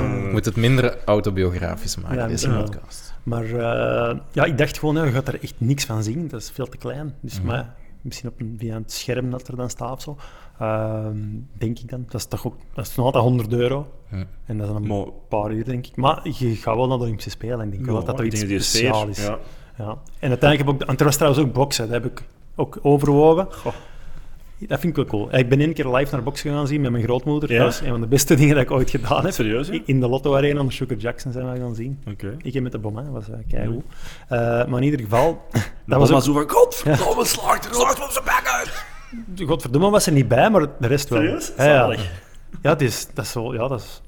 [SPEAKER 1] Mm.
[SPEAKER 3] Ah, ik moet het minder autobiografisch maken,
[SPEAKER 1] Ja,
[SPEAKER 3] deze
[SPEAKER 1] misschien wel.
[SPEAKER 3] podcast.
[SPEAKER 1] maar eh, ja, ik dacht gewoon, ja, je gaat er echt niks van zien. Dat is veel te klein. Dus
[SPEAKER 3] Mhm.
[SPEAKER 1] maar, misschien op een, via het scherm dat er dan staat of zo. Ehm, denk ik dan. Dat is toch ook, dat is nog altijd 100 euro.
[SPEAKER 3] Hm.
[SPEAKER 1] En dat is dan een
[SPEAKER 2] Maar-
[SPEAKER 1] paar uur, denk ik. Maar je gaat wel naar de Olympische Spelen. Ik denk wel dat dat toch
[SPEAKER 2] ik
[SPEAKER 1] iets
[SPEAKER 2] denk dat die
[SPEAKER 1] speciaals
[SPEAKER 2] sfeer-
[SPEAKER 1] is.
[SPEAKER 2] ja.
[SPEAKER 1] Ja. En uiteindelijk heb ik... de- En er was trouwens ook boksen. Dat heb ik ook overwogen.
[SPEAKER 2] Goh.
[SPEAKER 1] Dat vind ik wel cool. Ik ben één keer live naar boksen gaan zien met mijn grootmoeder.
[SPEAKER 2] Ja?
[SPEAKER 1] Dat is een van de beste dingen dat ik ooit gedaan heb.
[SPEAKER 2] Serieus, hè?
[SPEAKER 1] In de Lotto Arena onder Sugar Jackson zijn we gaan zien.
[SPEAKER 2] Oké.
[SPEAKER 1] Ik heb met de bommen, dat was uh, keigoed. Eh, maar in ieder geval... dat was
[SPEAKER 2] was maar
[SPEAKER 1] ook,
[SPEAKER 2] zo van, godverdomme, slaagt er slaagt op zijn bek uit.
[SPEAKER 1] Godverdomme was er niet bij, maar de rest wel.
[SPEAKER 2] Serieus?
[SPEAKER 1] Ja, ja.
[SPEAKER 2] Zalig.
[SPEAKER 1] Ja, het is, dat, is wel, ja dat, is,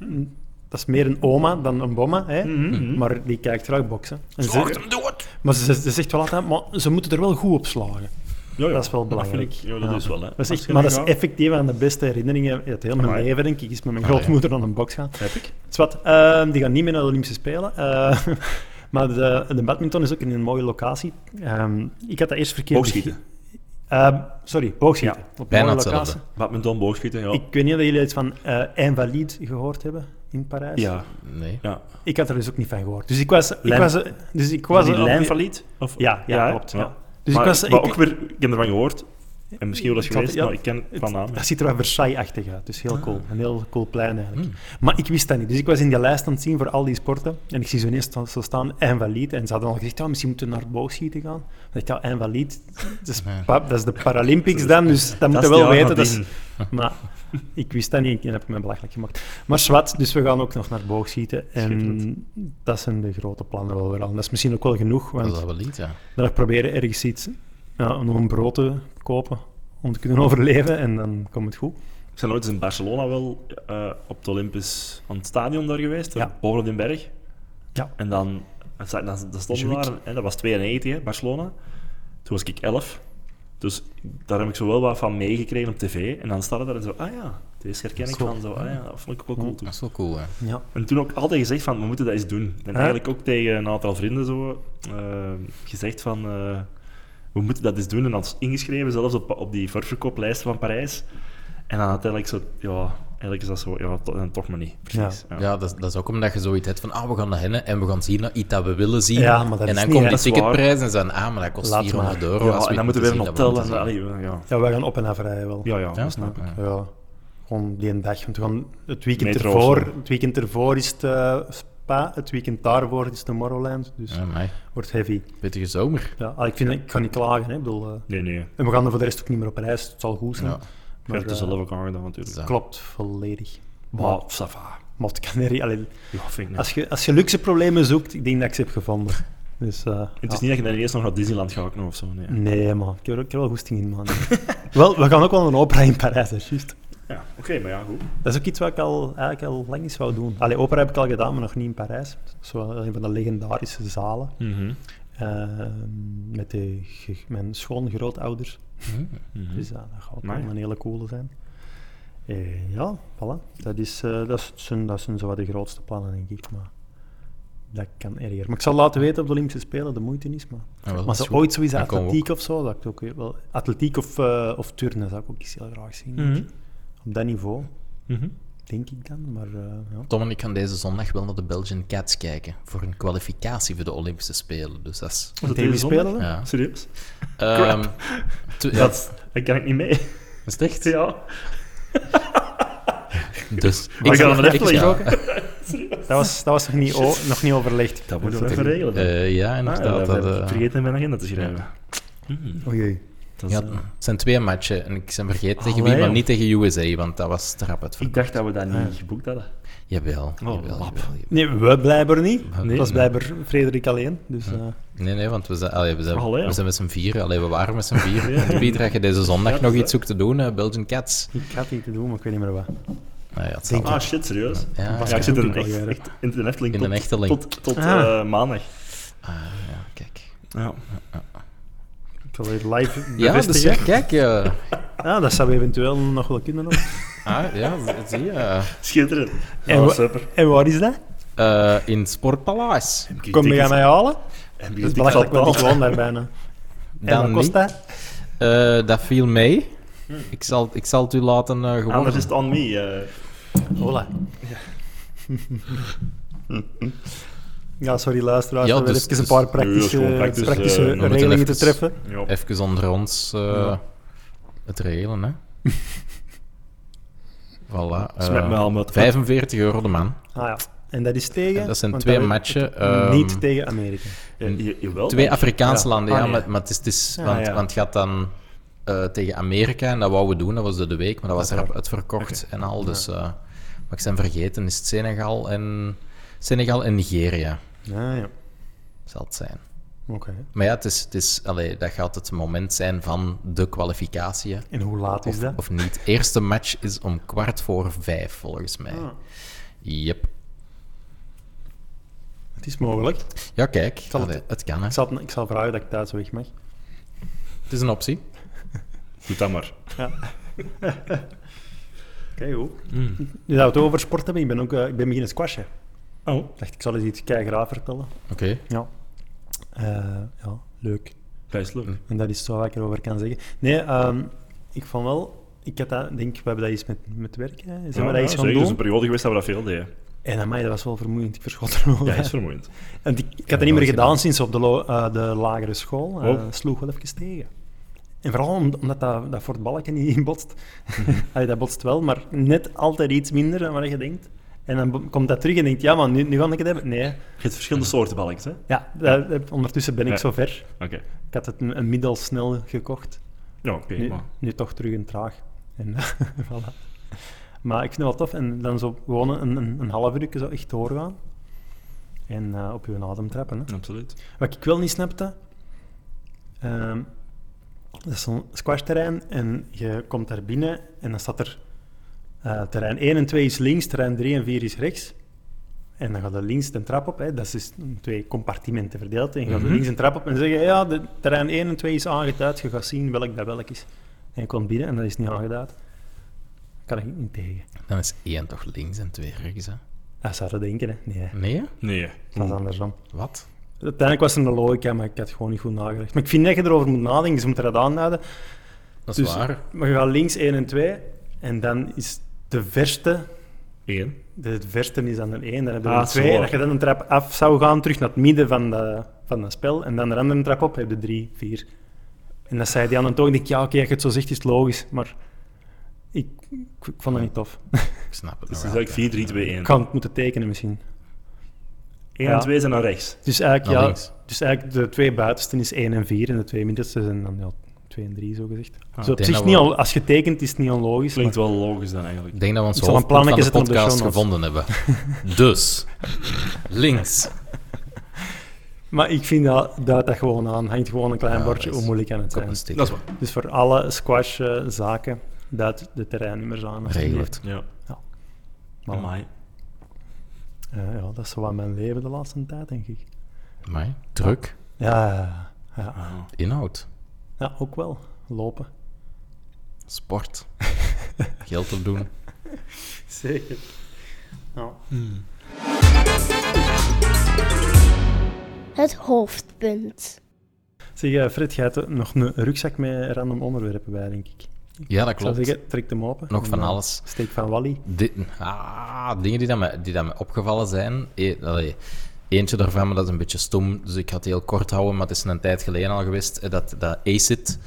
[SPEAKER 1] dat is meer een oma dan een bomma, hè?
[SPEAKER 2] Mhm.
[SPEAKER 1] maar die kijkt graag boksen. En ze,
[SPEAKER 2] hem dood.
[SPEAKER 1] maar ze, ze zegt wel altijd, maar ze moeten er wel goed op slagen.
[SPEAKER 2] Ja, ja.
[SPEAKER 1] Dat is wel belangrijk.
[SPEAKER 2] vind ik- ja, dat is wel, hè.
[SPEAKER 1] Dat is
[SPEAKER 2] Als
[SPEAKER 1] echt-
[SPEAKER 2] je
[SPEAKER 1] maar
[SPEAKER 2] dan
[SPEAKER 1] dat is
[SPEAKER 2] gaat-
[SPEAKER 1] effectief aan de beste herinneringen uit heel mijn
[SPEAKER 2] Amai.
[SPEAKER 1] leven, denk ik. Is met mijn
[SPEAKER 3] Ah, ja.
[SPEAKER 1] grootmoeder aan een box gaan.
[SPEAKER 2] Heb ik.
[SPEAKER 1] Dus wat, ehm, die gaan niet meer naar de Olympische Spelen. eh, maar de, de badminton is ook in een mooie locatie. Ehm, ik had dat eerst verkeerd...
[SPEAKER 2] Boogschieten.
[SPEAKER 1] begrepen. Ehm, sorry, boogschieten.
[SPEAKER 2] Ja.
[SPEAKER 1] Op een
[SPEAKER 3] Bijna
[SPEAKER 1] mooie
[SPEAKER 3] hetzelfde.
[SPEAKER 1] locatie.
[SPEAKER 2] Badminton, boogschieten, ja.
[SPEAKER 1] Ik weet niet of jullie iets van eh Invalide gehoord hebben in Parijs.
[SPEAKER 2] Ja.
[SPEAKER 3] Nee.
[SPEAKER 2] Ja.
[SPEAKER 1] Ik had er dus ook niet van gehoord. Dus ik was... Ik
[SPEAKER 2] Lijn-
[SPEAKER 1] was eh, dus ik was...
[SPEAKER 2] die
[SPEAKER 1] eh,
[SPEAKER 2] lijn
[SPEAKER 1] op-
[SPEAKER 2] verliet? Of...
[SPEAKER 1] Ja, ja, klopt. Ja.
[SPEAKER 2] Dus
[SPEAKER 1] Dus
[SPEAKER 2] maar,
[SPEAKER 1] ik was...
[SPEAKER 2] maar
[SPEAKER 1] ik-
[SPEAKER 2] ook weer, ik heb ervan gehoord. En misschien wel eens
[SPEAKER 1] Ik had-
[SPEAKER 2] geweest,
[SPEAKER 1] ja,
[SPEAKER 2] maar ik ken het
[SPEAKER 1] het-
[SPEAKER 2] van naam.
[SPEAKER 1] Dat ziet er wel Versailles-achtig uit. Dus heel cool. Een heel cool plein
[SPEAKER 3] Hm,
[SPEAKER 1] eigenlijk.
[SPEAKER 3] Hmm.
[SPEAKER 1] Maar ik wist dat niet. Dus ik was in die lijst aan het zien voor al die sporten. En ik zie zo ineens zo staan, invalide. En ze hadden al gezegd, ja, misschien moeten we naar boogschieten gaan. Ik dacht, ja, invalide. Dat is, pa- dat is de Paralympics dan, dus dat moeten we wel
[SPEAKER 2] die
[SPEAKER 1] weten. Dat is-
[SPEAKER 2] Armadine.
[SPEAKER 1] maar ik wist dat niet en heb ik me belachelijk gemaakt. Maar zwart, dus we gaan ook nog naar boogschieten. En dat zijn de grote plannen wel weer al. En dat is misschien ook wel genoeg,
[SPEAKER 3] Dat is
[SPEAKER 1] want
[SPEAKER 3] dat wel iets, ja.
[SPEAKER 1] dan nog proberen ergens iets, ja, nog een brood te kopen om te kunnen overleven en dan komt het goed.
[SPEAKER 2] Ik ben ooit eens in Barcelona wel eh, op het Olympisch aan het stadion daar geweest,
[SPEAKER 1] Ja.
[SPEAKER 2] boven op den berg.
[SPEAKER 1] Ja.
[SPEAKER 2] En dan, dan, sta- dan, dan stonden we
[SPEAKER 1] Juik.
[SPEAKER 2] daar, en dat was 92, hè, Barcelona. Toen was ik 11. Dus daar heb ik zo wel wat van meegekregen op tv. En dan staat het daar en zo, ah ja, deze herken ik
[SPEAKER 1] Zo. Hm.
[SPEAKER 2] van zo, ah ja, dat vond ik ook wel cool toen.
[SPEAKER 3] Dat is wel cool, hè.
[SPEAKER 1] Ja.
[SPEAKER 2] En toen ook altijd gezegd van, we moeten dat eens doen.
[SPEAKER 1] Ja.
[SPEAKER 2] En eigenlijk ook tegen een aantal vrienden zo eh, gezegd van, eh, we moeten dat eens doen. En dat is ingeschreven, zelfs op, op die verkooplijsten van Parijs. En dan uiteindelijk zo, ja, eigenlijk is dat zo, ja, to- dan toch maar niet. Precies. Ja.
[SPEAKER 3] Ja, dat, is- dat is ook omdat je zoiets hebt van, ah, we gaan naar hen en we gaan zien dat iets dat we willen zien.
[SPEAKER 1] Ja, maar dat
[SPEAKER 3] en
[SPEAKER 1] is
[SPEAKER 3] dan
[SPEAKER 1] niet,
[SPEAKER 3] komt
[SPEAKER 1] hè. Dat
[SPEAKER 3] die
[SPEAKER 2] is waar.
[SPEAKER 3] ticketprijs en zijn, ah, maar dat kost
[SPEAKER 1] Laat maar.
[SPEAKER 3] 400 euro.
[SPEAKER 2] Ja,
[SPEAKER 3] als
[SPEAKER 2] en dan
[SPEAKER 3] iets
[SPEAKER 2] moeten we weer een
[SPEAKER 3] moeten
[SPEAKER 2] hotel.
[SPEAKER 3] zien
[SPEAKER 2] En,
[SPEAKER 3] dat we moeten zien.
[SPEAKER 2] allee, ja,
[SPEAKER 1] ja, wij gaan op en af rijden wel.
[SPEAKER 2] ja, ja,
[SPEAKER 3] Ja,
[SPEAKER 2] dat snap ik.
[SPEAKER 3] ja.
[SPEAKER 1] Ja, gewoon die een dag. Want we gaan het weekend
[SPEAKER 2] Metro
[SPEAKER 1] ervoor,
[SPEAKER 2] of zo.
[SPEAKER 1] het weekend ervoor is het eh, Spa, het weekend daarvoor is Tomorrowland, dus
[SPEAKER 3] Ja, mij.
[SPEAKER 1] wordt heavy.
[SPEAKER 3] Pittige zomer.
[SPEAKER 1] Ja, ah, ik, vind, ik kan niet klagen, hè. Ik bedoel, eh,
[SPEAKER 2] Nee, nee.
[SPEAKER 1] en we gaan er voor de rest ook niet meer op reis, het zal goed zijn.
[SPEAKER 3] Ja.
[SPEAKER 2] Je hebt
[SPEAKER 1] eh,
[SPEAKER 2] het zelf ook aangedaan natuurlijk.
[SPEAKER 3] Zo.
[SPEAKER 1] klopt, volledig.
[SPEAKER 2] Maar, ça va.
[SPEAKER 1] Maar het kan er- allee,
[SPEAKER 2] Ja, vind ik niet.
[SPEAKER 1] als, je, als je luxe problemen zoekt, ik denk dat ik ze heb gevonden. Dus, eh,
[SPEAKER 2] Het
[SPEAKER 1] ja. Mm.
[SPEAKER 2] is niet dat je dan eerst nog naar Disneyland gaat nog of zo, nee.
[SPEAKER 1] Nee, man. Ik heb, er- ik heb er wel goesting in, man. wel, we gaan ook wel een opera in Parijs, hè, juist.
[SPEAKER 2] Ja, oké, maar ja, goed.
[SPEAKER 1] Dat is ook iets wat ik al, eigenlijk al lang eens wou doen. Allee, opera heb ik al gedaan, maar nog niet in Parijs. Zo een van de legendarische zalen.
[SPEAKER 2] Mhm.
[SPEAKER 1] Ehm, met de, ge- mijn schoongrootouders.
[SPEAKER 3] Hm.
[SPEAKER 2] Mhm.
[SPEAKER 1] Dus ja, dat gaat wel
[SPEAKER 2] Amai.
[SPEAKER 1] een hele coole zijn. Eh, ja, voilà. Dat, is, eh, dat, is- dat zijn, dat zijn zo wat de grootste plannen, denk ik. Maar dat kan erger. Maar ik zal laten weten op de Olympische Spelen, de moeite is. Maar,
[SPEAKER 3] Ah, wel, dat
[SPEAKER 1] maar
[SPEAKER 3] is
[SPEAKER 1] zo
[SPEAKER 3] goed.
[SPEAKER 1] ooit zoiets
[SPEAKER 3] Dan komen we
[SPEAKER 1] atletiek of zo, dat ik ook wel... Atletiek of, eh, of turnen zou ik ook eens heel graag zien.
[SPEAKER 2] Mhm.
[SPEAKER 1] Op dat niveau.
[SPEAKER 2] Mhm.
[SPEAKER 1] denk ik dan. Maar eh, ja.
[SPEAKER 3] Tom en ik gaan deze zondag wel naar de Belgian Cats kijken voor een kwalificatie voor de Olympische Spelen. Dus dat is...
[SPEAKER 2] Is dat
[SPEAKER 1] Tegen wie
[SPEAKER 2] deze zondag?
[SPEAKER 1] spelen we?
[SPEAKER 3] Ja.
[SPEAKER 2] Serieus?
[SPEAKER 3] Ehm, tw- ja,
[SPEAKER 2] Dat, daar kan ik niet mee.
[SPEAKER 3] is het echt?
[SPEAKER 2] Ja.
[SPEAKER 3] Dus
[SPEAKER 2] Maar ik ga hem
[SPEAKER 3] ik-
[SPEAKER 2] even
[SPEAKER 3] ja.
[SPEAKER 2] leggen.
[SPEAKER 1] Dat, was, dat was nog niet, o- nog niet overlegd.
[SPEAKER 2] Dat
[SPEAKER 3] moeten
[SPEAKER 2] moeten
[SPEAKER 3] we
[SPEAKER 2] we even regelen. dan.
[SPEAKER 3] Eh, ja,
[SPEAKER 2] Ah,
[SPEAKER 3] inderdaad.
[SPEAKER 2] dat
[SPEAKER 3] dat,
[SPEAKER 2] heb ik
[SPEAKER 3] eh,
[SPEAKER 2] vergeten in mijn agenda te schrijven. Hmm,
[SPEAKER 1] Oei, oei.
[SPEAKER 2] dat is,
[SPEAKER 3] ja,
[SPEAKER 2] eh,
[SPEAKER 3] het zijn twee matchen en ik ben vergeten tegen
[SPEAKER 2] Allee,
[SPEAKER 3] wie, maar
[SPEAKER 2] joh.
[SPEAKER 3] niet tegen USA, want dat was strap uit.
[SPEAKER 2] ik dacht dat we dat niet geboekt hadden.
[SPEAKER 3] Jawel, jawel,
[SPEAKER 2] lap.
[SPEAKER 3] jawel, jawel.
[SPEAKER 1] Nee, we blijkbaar niet.
[SPEAKER 3] Nee,
[SPEAKER 1] dat was
[SPEAKER 3] nee.
[SPEAKER 1] blijkbaar Frederik alleen. Dus, eh,
[SPEAKER 3] Nee, nee, want we zijn, allee, we zijn,
[SPEAKER 2] Allee, joh.
[SPEAKER 3] we zijn met z'n vier. Allee, we waren met z'n vier.
[SPEAKER 2] Ja.
[SPEAKER 3] En Pieter, had je deze zondag
[SPEAKER 2] Ja,
[SPEAKER 3] nog
[SPEAKER 2] dat
[SPEAKER 3] iets zoekt te doen, eh, Belgian Cats?
[SPEAKER 1] ik had iets te doen, maar ik weet niet meer wat.
[SPEAKER 3] Nou ja, het zal wel.
[SPEAKER 2] Ah, shit, serieus?
[SPEAKER 3] Ja,
[SPEAKER 2] Ja,
[SPEAKER 3] ja.
[SPEAKER 2] ik zit in,
[SPEAKER 1] ook al
[SPEAKER 2] echt-
[SPEAKER 1] jaren.
[SPEAKER 2] echt in de Efteling
[SPEAKER 3] In
[SPEAKER 2] tot,
[SPEAKER 3] de Efteling.
[SPEAKER 2] tot, tot
[SPEAKER 1] Ah.
[SPEAKER 2] eh, maandag.
[SPEAKER 3] Ah, ja, kijk.
[SPEAKER 2] Ja.
[SPEAKER 1] Ik zal hier live
[SPEAKER 3] Ja, dus
[SPEAKER 1] bevestigen.
[SPEAKER 3] ja, kijk. eh,
[SPEAKER 1] Ah, dat zou eventueel nog wel kunnen. Hoor.
[SPEAKER 3] ah, ja, z- zie je. eh,
[SPEAKER 2] Schitterend.
[SPEAKER 1] En
[SPEAKER 2] Ja,
[SPEAKER 1] wa-
[SPEAKER 2] super.
[SPEAKER 1] En waar is dat?
[SPEAKER 3] eh, in het Sportpaleis.
[SPEAKER 1] Kom je aan mij halen?
[SPEAKER 2] En
[SPEAKER 1] Dat is belachelijk, want ik woon daar bijna. En
[SPEAKER 3] Dan
[SPEAKER 1] wat kost
[SPEAKER 3] niet.
[SPEAKER 1] dat?
[SPEAKER 3] Eh, dat viel mee. Ik zal, ik zal het u laten eh, gewoon...
[SPEAKER 2] Anders is het on me. eh.
[SPEAKER 1] Hola. Ja, sorry luisteraars,
[SPEAKER 3] Ja,
[SPEAKER 1] we hebben
[SPEAKER 3] dus-
[SPEAKER 1] even een
[SPEAKER 3] dus-
[SPEAKER 1] paar
[SPEAKER 2] Nee, dat is
[SPEAKER 1] praktische,
[SPEAKER 2] gewoon praktisch,
[SPEAKER 1] praktische
[SPEAKER 2] eh, we
[SPEAKER 3] moeten
[SPEAKER 1] regelingen te
[SPEAKER 3] even-
[SPEAKER 1] treffen.
[SPEAKER 2] ja.
[SPEAKER 3] Even onder ons eh,
[SPEAKER 1] Ja.
[SPEAKER 3] het regelen, hè. voilà. eh,
[SPEAKER 2] Smet me al met
[SPEAKER 3] 45 euro de man.
[SPEAKER 1] Ah ja, en dat is tegen...
[SPEAKER 3] En dat zijn
[SPEAKER 1] want
[SPEAKER 3] twee
[SPEAKER 1] wil-
[SPEAKER 3] matchen.
[SPEAKER 1] Niet
[SPEAKER 3] ehm,
[SPEAKER 1] tegen Amerika.
[SPEAKER 2] Eh, je- jawel,
[SPEAKER 3] Twee
[SPEAKER 2] denk ik.
[SPEAKER 3] Afrikaanse
[SPEAKER 2] Ja.
[SPEAKER 3] landen, ja,
[SPEAKER 2] Ah, nee.
[SPEAKER 3] maar, maar het is... Het is
[SPEAKER 1] Ah,
[SPEAKER 3] want,
[SPEAKER 2] ja.
[SPEAKER 3] want het gaat dan eh, tegen Amerika, en dat wouden we doen, dat was door de week, maar dat was
[SPEAKER 1] Dat is
[SPEAKER 3] rap uitverkocht en al. Dus eh, wat ik zijn vergeten is het Senegal en, Senegal en Nigeria,
[SPEAKER 1] Ah ja,
[SPEAKER 3] zal het zijn.
[SPEAKER 1] oké.
[SPEAKER 3] Maar ja, het is, het is, allee, dat gaat het moment zijn van de kwalificatie. hè.
[SPEAKER 1] En hoe laat is
[SPEAKER 3] Of,
[SPEAKER 1] dat?
[SPEAKER 3] of niet. Eerste match is om kwart voor vijf, volgens mij.
[SPEAKER 1] Ah,
[SPEAKER 3] Yep.
[SPEAKER 1] het is mogelijk.
[SPEAKER 3] Ja, kijk.
[SPEAKER 1] zal het-
[SPEAKER 3] allee, het... kan, hè.
[SPEAKER 1] Ik zal, ik zal vragen dat ik thuis weg mag.
[SPEAKER 3] Het is een optie.
[SPEAKER 2] Doe dat maar.
[SPEAKER 1] Oké, goed.
[SPEAKER 2] Mm.
[SPEAKER 1] Je zou het over sport hebben. Ik ben, ook, eh, ik ben beginnen squashen.
[SPEAKER 2] Oh.
[SPEAKER 1] Ik dacht, ik zal eens iets keigraaf vertellen.
[SPEAKER 3] Oké.
[SPEAKER 1] Ja. Eh, ja, leuk.
[SPEAKER 2] Dat is leuk.
[SPEAKER 1] En dat is zo wat ik erover kan zeggen. Nee, ehm, ik vond wel... Ik had dat, denk, we hebben dat eens met, met werk, hè. Zijn
[SPEAKER 2] Ja,
[SPEAKER 1] we dat
[SPEAKER 2] ja,
[SPEAKER 1] eens gaan
[SPEAKER 2] zeker. Er is een
[SPEAKER 1] doen?
[SPEAKER 2] periode geweest dat we dat veel deden.
[SPEAKER 1] En amai, dat was wel vermoeiend. Ik verschot er wel
[SPEAKER 2] Ja,
[SPEAKER 1] van.
[SPEAKER 2] is vermoeiend.
[SPEAKER 1] En die- ik had
[SPEAKER 3] heb
[SPEAKER 1] dat niet meer
[SPEAKER 3] nooit
[SPEAKER 1] gedaan
[SPEAKER 3] gedaan.
[SPEAKER 1] sinds op de, lo- eh, de lagere school. Eh
[SPEAKER 2] Oh.
[SPEAKER 1] Sloeg wel even tegen. En vooral om- omdat dat, dat voor het balken niet inbotst.
[SPEAKER 2] Mhm.
[SPEAKER 1] Allee, dat botst wel, maar net altijd iets minder dan wat je denkt. En dan bo- komt dat terug en denkt, ja man, nu, nu ga ik het hebben. Nee,
[SPEAKER 2] Je hebt verschillende soorten balkjes, hè? Oké.
[SPEAKER 1] ja, dat- dat- ondertussen ben ik
[SPEAKER 2] Ja.
[SPEAKER 1] zover. Ik had het een, een middel snel gekocht.
[SPEAKER 2] Ja, oké.
[SPEAKER 1] Nu,
[SPEAKER 2] maar-
[SPEAKER 1] nu toch terug een traag. En, voilà. Maar ik vind het wel tof. En dan zo gewoon een, een, een half uur zo echt doorgaan. En eh, op je adem trappen. Hè.
[SPEAKER 2] Absoluut.
[SPEAKER 1] Wat ik wel niet snapte, ehm, dat is zo'n squashterrein en je komt daar binnen en dan staat er eh, terrein 1 en 2 is links, terrein 3 en 4 is rechts. En dan gaat er links de trap op, hè. dat is dus in twee compartimenten verdeeld. En je gaat
[SPEAKER 3] Mhm.
[SPEAKER 1] links een trap op en zeggen, ja, de, terrein 1 en 2 is aangeduid, je gaat zien welk dat welk is. En je komt binnen en dat is niet aangeduid. Kan ik niet tegen.
[SPEAKER 3] Dan is één toch links en twee rechts, hè.
[SPEAKER 1] Dat zou je denken, hè. Nee,
[SPEAKER 3] Nee?
[SPEAKER 2] Nee.
[SPEAKER 1] dat is andersom.
[SPEAKER 3] Wat?
[SPEAKER 1] Uiteindelijk was er een logica, maar ik had gewoon niet goed nagedacht. Maar ik vind dat je erover moet nadenken, dus je moet er dat aanhouden.
[SPEAKER 3] Dat is
[SPEAKER 1] Dus-
[SPEAKER 3] waar.
[SPEAKER 1] Maar je gaat links 1 en 2 en dan is de verste,
[SPEAKER 2] Eén.
[SPEAKER 1] de verste is dan de 1, dan heb je
[SPEAKER 2] Ah,
[SPEAKER 1] de 2.
[SPEAKER 2] zo.
[SPEAKER 1] En als je dan een trap af zou gaan, terug naar het midden van de, van het spel en dan de andere trap op, heb je 3, 4. En dat zei die aan het ook, ik denk, ja oké, als je het zo zegt is het logisch, maar ik, ik, ik vond dat niet tof.
[SPEAKER 3] Ik snap het
[SPEAKER 2] Dus
[SPEAKER 3] nog
[SPEAKER 2] het is
[SPEAKER 3] wel.
[SPEAKER 2] eigenlijk 4, 3, 2, 1.
[SPEAKER 1] Ik had het moeten tekenen misschien.
[SPEAKER 2] 1
[SPEAKER 1] Ja.
[SPEAKER 2] en 2 zijn naar rechts.
[SPEAKER 1] Dus eigenlijk,
[SPEAKER 3] Naar
[SPEAKER 1] ja,
[SPEAKER 3] links.
[SPEAKER 1] dus eigenlijk de twee buitensten is 1 en 4 en de twee middenste zijn dan ja, 2 en 3 zo gezegd. dus op
[SPEAKER 3] Ah, denk
[SPEAKER 1] zich
[SPEAKER 3] dat
[SPEAKER 1] niet
[SPEAKER 3] we-
[SPEAKER 1] on- als je tekent is het niet onlogisch.
[SPEAKER 2] Klinkt
[SPEAKER 1] Maar,
[SPEAKER 2] wel logisch dan eigenlijk.
[SPEAKER 3] Ik denk dat we ons
[SPEAKER 1] Ik zal een
[SPEAKER 3] hoofdpunt van
[SPEAKER 1] plannetje
[SPEAKER 3] de
[SPEAKER 1] zetten op de
[SPEAKER 3] podcast
[SPEAKER 1] show notes.
[SPEAKER 3] gevonden hebben. Dus, links.
[SPEAKER 1] maar ik vind dat, dat dat gewoon aan. Hangt gewoon een klein
[SPEAKER 3] Ja,
[SPEAKER 1] bordje
[SPEAKER 3] dat
[SPEAKER 1] hoe
[SPEAKER 3] is-
[SPEAKER 1] moeilijk kan het zijn.
[SPEAKER 3] Koppenstick.
[SPEAKER 2] Dat is waar.
[SPEAKER 1] Dus voor alle squash-zaken, duid de terreinnummers aan.
[SPEAKER 3] Regel het.
[SPEAKER 2] Ja.
[SPEAKER 1] Maar,
[SPEAKER 2] Amai.
[SPEAKER 1] ja, dat is zo wat mijn leven de laatste tijd, denk ik.
[SPEAKER 3] Amai. Druk.
[SPEAKER 1] Ja, ja,
[SPEAKER 2] Ah.
[SPEAKER 3] Inhoud.
[SPEAKER 1] ja ook wel. Lopen.
[SPEAKER 3] Sport. Geld opdoen.
[SPEAKER 1] Zeker. Ja.
[SPEAKER 5] Het hoofdpunt.
[SPEAKER 1] Zeg, eh, Fred, jij hebt nog een rugzak met random onderwerpen bij, denk ik.
[SPEAKER 3] Ja, dat
[SPEAKER 1] Ik zou
[SPEAKER 3] klopt.
[SPEAKER 1] zeggen, trek hem open.
[SPEAKER 3] Nog
[SPEAKER 1] En,
[SPEAKER 3] van
[SPEAKER 1] eh,
[SPEAKER 3] alles.
[SPEAKER 1] Steek van Wally.
[SPEAKER 3] Di- ah, dingen die, dat me, die dat me opgevallen zijn. E- allee, eentje daarvan, maar dat is een beetje stom, dus ik ga het heel kort houden. Maar het is een tijd geleden al geweest eh, dat, dat ACID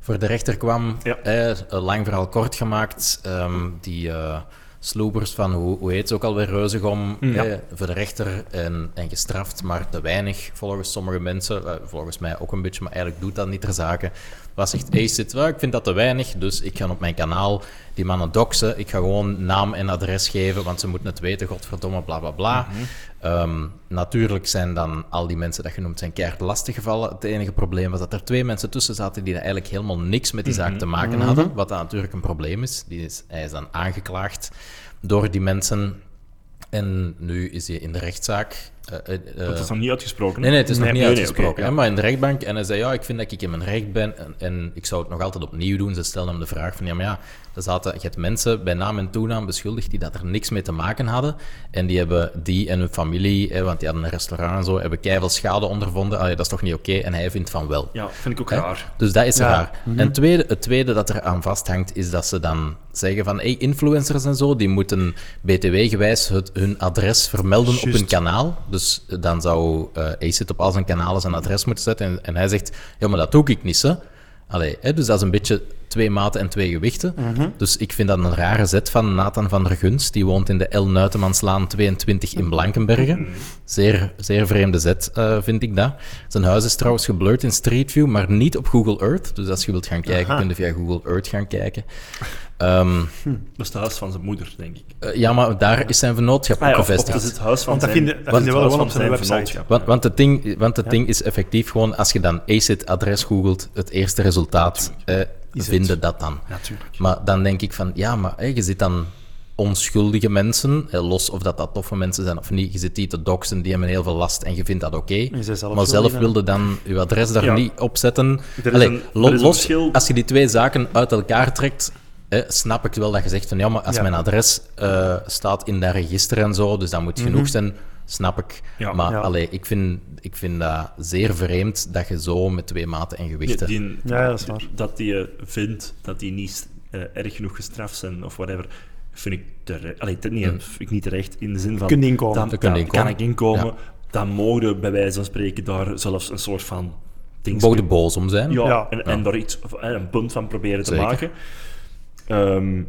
[SPEAKER 3] voor de rechter kwam.
[SPEAKER 2] Ja.
[SPEAKER 3] Eh, eh, lang verhaal kort gemaakt. Ehm, die eh sloepers van, hoe, hoe heet ze ook alweer, Reuzegom,
[SPEAKER 2] Ja.
[SPEAKER 3] eh, voor de rechter en, en gestraft, maar te weinig volgens sommige mensen. Eh, volgens mij ook een beetje, maar eigenlijk doet dat niet ter zake. Was echt ACID, wel, ik vind dat te weinig, dus ik ga op mijn kanaal die mannen doxen. Ik ga gewoon naam en adres geven, want ze moeten het weten, godverdomme, bla bla bla.
[SPEAKER 2] Mhm.
[SPEAKER 3] Ehm, natuurlijk zijn dan al die mensen dat genoemd zijn keihard lastiggevallen. Het enige probleem was dat er twee mensen tussen zaten die daar eigenlijk helemaal niks met die
[SPEAKER 2] Mhm.
[SPEAKER 3] zaak te maken hadden. Wat dan natuurlijk een probleem is. Die is hij is dan aangeklaagd door die mensen. En nu is hij in de rechtszaak. eh, eh, eh,
[SPEAKER 2] Dat is nog niet uitgesproken.
[SPEAKER 3] Nee, nee, het is
[SPEAKER 2] Nee,
[SPEAKER 3] nog niet
[SPEAKER 2] nee, nee,
[SPEAKER 3] uitgesproken.
[SPEAKER 2] oké, ja.
[SPEAKER 3] hè, Maar in de rechtbank, en hij zei, ja, ik vind dat ik in mijn recht ben en, en ik zou het nog altijd opnieuw doen. Ze stelden hem de vraag van, ja, maar ja, er zaten, je hebt mensen bij naam en toenaam beschuldigd die dat er niks mee te maken hadden. En die hebben, die en hun familie, hè, want die hadden een restaurant en zo, hebben keiveel schade ondervonden. Allee, dat is toch niet oké? En hij vindt van wel.
[SPEAKER 2] Ja, vind ik ook
[SPEAKER 3] Hè?
[SPEAKER 2] raar.
[SPEAKER 3] Dus dat is
[SPEAKER 1] Ja.
[SPEAKER 3] raar. En tweede, het tweede dat er aan vasthangt, is dat ze dan zeggen van hey, influencers en zo, die moeten btw-gewijs het- hun adres vermelden op hun kanaal. Dus eh, dan zou eh Acid op al zijn kanalen zijn adres moeten zetten. En, en hij zegt, ja, maar dat doe ik niet, hè. Allee, hè, dus dat is een beetje twee maten en twee gewichten.
[SPEAKER 1] Mhm.
[SPEAKER 3] Dus ik vind dat een rare zet van Nathan van der Guns. Die woont in de L. Nuitemanslaan 22 in
[SPEAKER 1] Mhm.
[SPEAKER 3] Blankenbergen. Zeer, zeer vreemde zet, eh, vind ik dat. Zijn huis is trouwens geblurred in Street View, maar niet op Google Earth. Dus als je wilt gaan kijken, kun je via Google Earth gaan kijken. Ehm,
[SPEAKER 2] Dat is het huis van zijn moeder, denk ik. Ah
[SPEAKER 3] eh, ja, maar daar is zijn vennootschap
[SPEAKER 1] Ah ja,
[SPEAKER 3] ook
[SPEAKER 1] of-
[SPEAKER 2] Dat
[SPEAKER 3] gevestigd.
[SPEAKER 2] is het huis van
[SPEAKER 1] Want dat
[SPEAKER 2] zijn...
[SPEAKER 1] vinden- dat
[SPEAKER 2] het
[SPEAKER 1] vinden we
[SPEAKER 2] huis
[SPEAKER 1] wel op
[SPEAKER 2] van
[SPEAKER 1] zijn
[SPEAKER 2] vernoot,
[SPEAKER 1] website,
[SPEAKER 2] ja.
[SPEAKER 3] Want, want het, ding, want het ding is effectief gewoon, als je dan ACID-adres googelt, het eerste resultaat eh, vinden dat dan.
[SPEAKER 2] Natuurlijk.
[SPEAKER 3] Maar dan denk ik van, ja, maar hè, je zit dan onschuldige mensen, hè, los of dat dat toffe mensen zijn of niet, je zit die te doxen, die hebben heel veel last en je vindt dat oké.
[SPEAKER 1] En zij zelf
[SPEAKER 3] Maar zelf
[SPEAKER 1] schuldig, hè?
[SPEAKER 3] wilde dan je adres daar
[SPEAKER 2] Ja.
[SPEAKER 3] niet op zetten.
[SPEAKER 2] Er is
[SPEAKER 3] Allee,
[SPEAKER 2] een-
[SPEAKER 3] lo-
[SPEAKER 2] er is een
[SPEAKER 3] los,
[SPEAKER 2] verschil.
[SPEAKER 3] als je die twee zaken uit elkaar trekt, hè, snap ik wel dat je zegt van, ja, maar als
[SPEAKER 1] Ja.
[SPEAKER 3] mijn adres eh, staat in dat register en zo, dus dat moet genoeg zijn, snap ik.
[SPEAKER 2] Ja.
[SPEAKER 3] maar
[SPEAKER 1] Mhm. Ja.
[SPEAKER 3] allee, ik vind, ik vind dat zeer vreemd dat je zo met twee maten en gewichten...
[SPEAKER 2] Die- die-
[SPEAKER 1] Ja, dat is waar.
[SPEAKER 2] Dat die eh, vindt dat die niet eh, erg genoeg gestraft zijn of whatever, vind ik terecht. Allee, te- niet,
[SPEAKER 3] Hmm.
[SPEAKER 2] vind ik niet terecht in de zin van...
[SPEAKER 1] Kun je inkomen.
[SPEAKER 2] Dan,
[SPEAKER 3] Daar kun je
[SPEAKER 2] dan kan
[SPEAKER 3] inkomen.
[SPEAKER 2] ik inkomen. Dan mogen we bij wijze van spreken daar zelfs een soort van... ding
[SPEAKER 3] Mogen er boos om zijn?
[SPEAKER 2] Ja,
[SPEAKER 1] Ja.
[SPEAKER 2] En, en daar iets, of, eh, een punt van proberen
[SPEAKER 3] Zeker.
[SPEAKER 2] te maken. Ehm,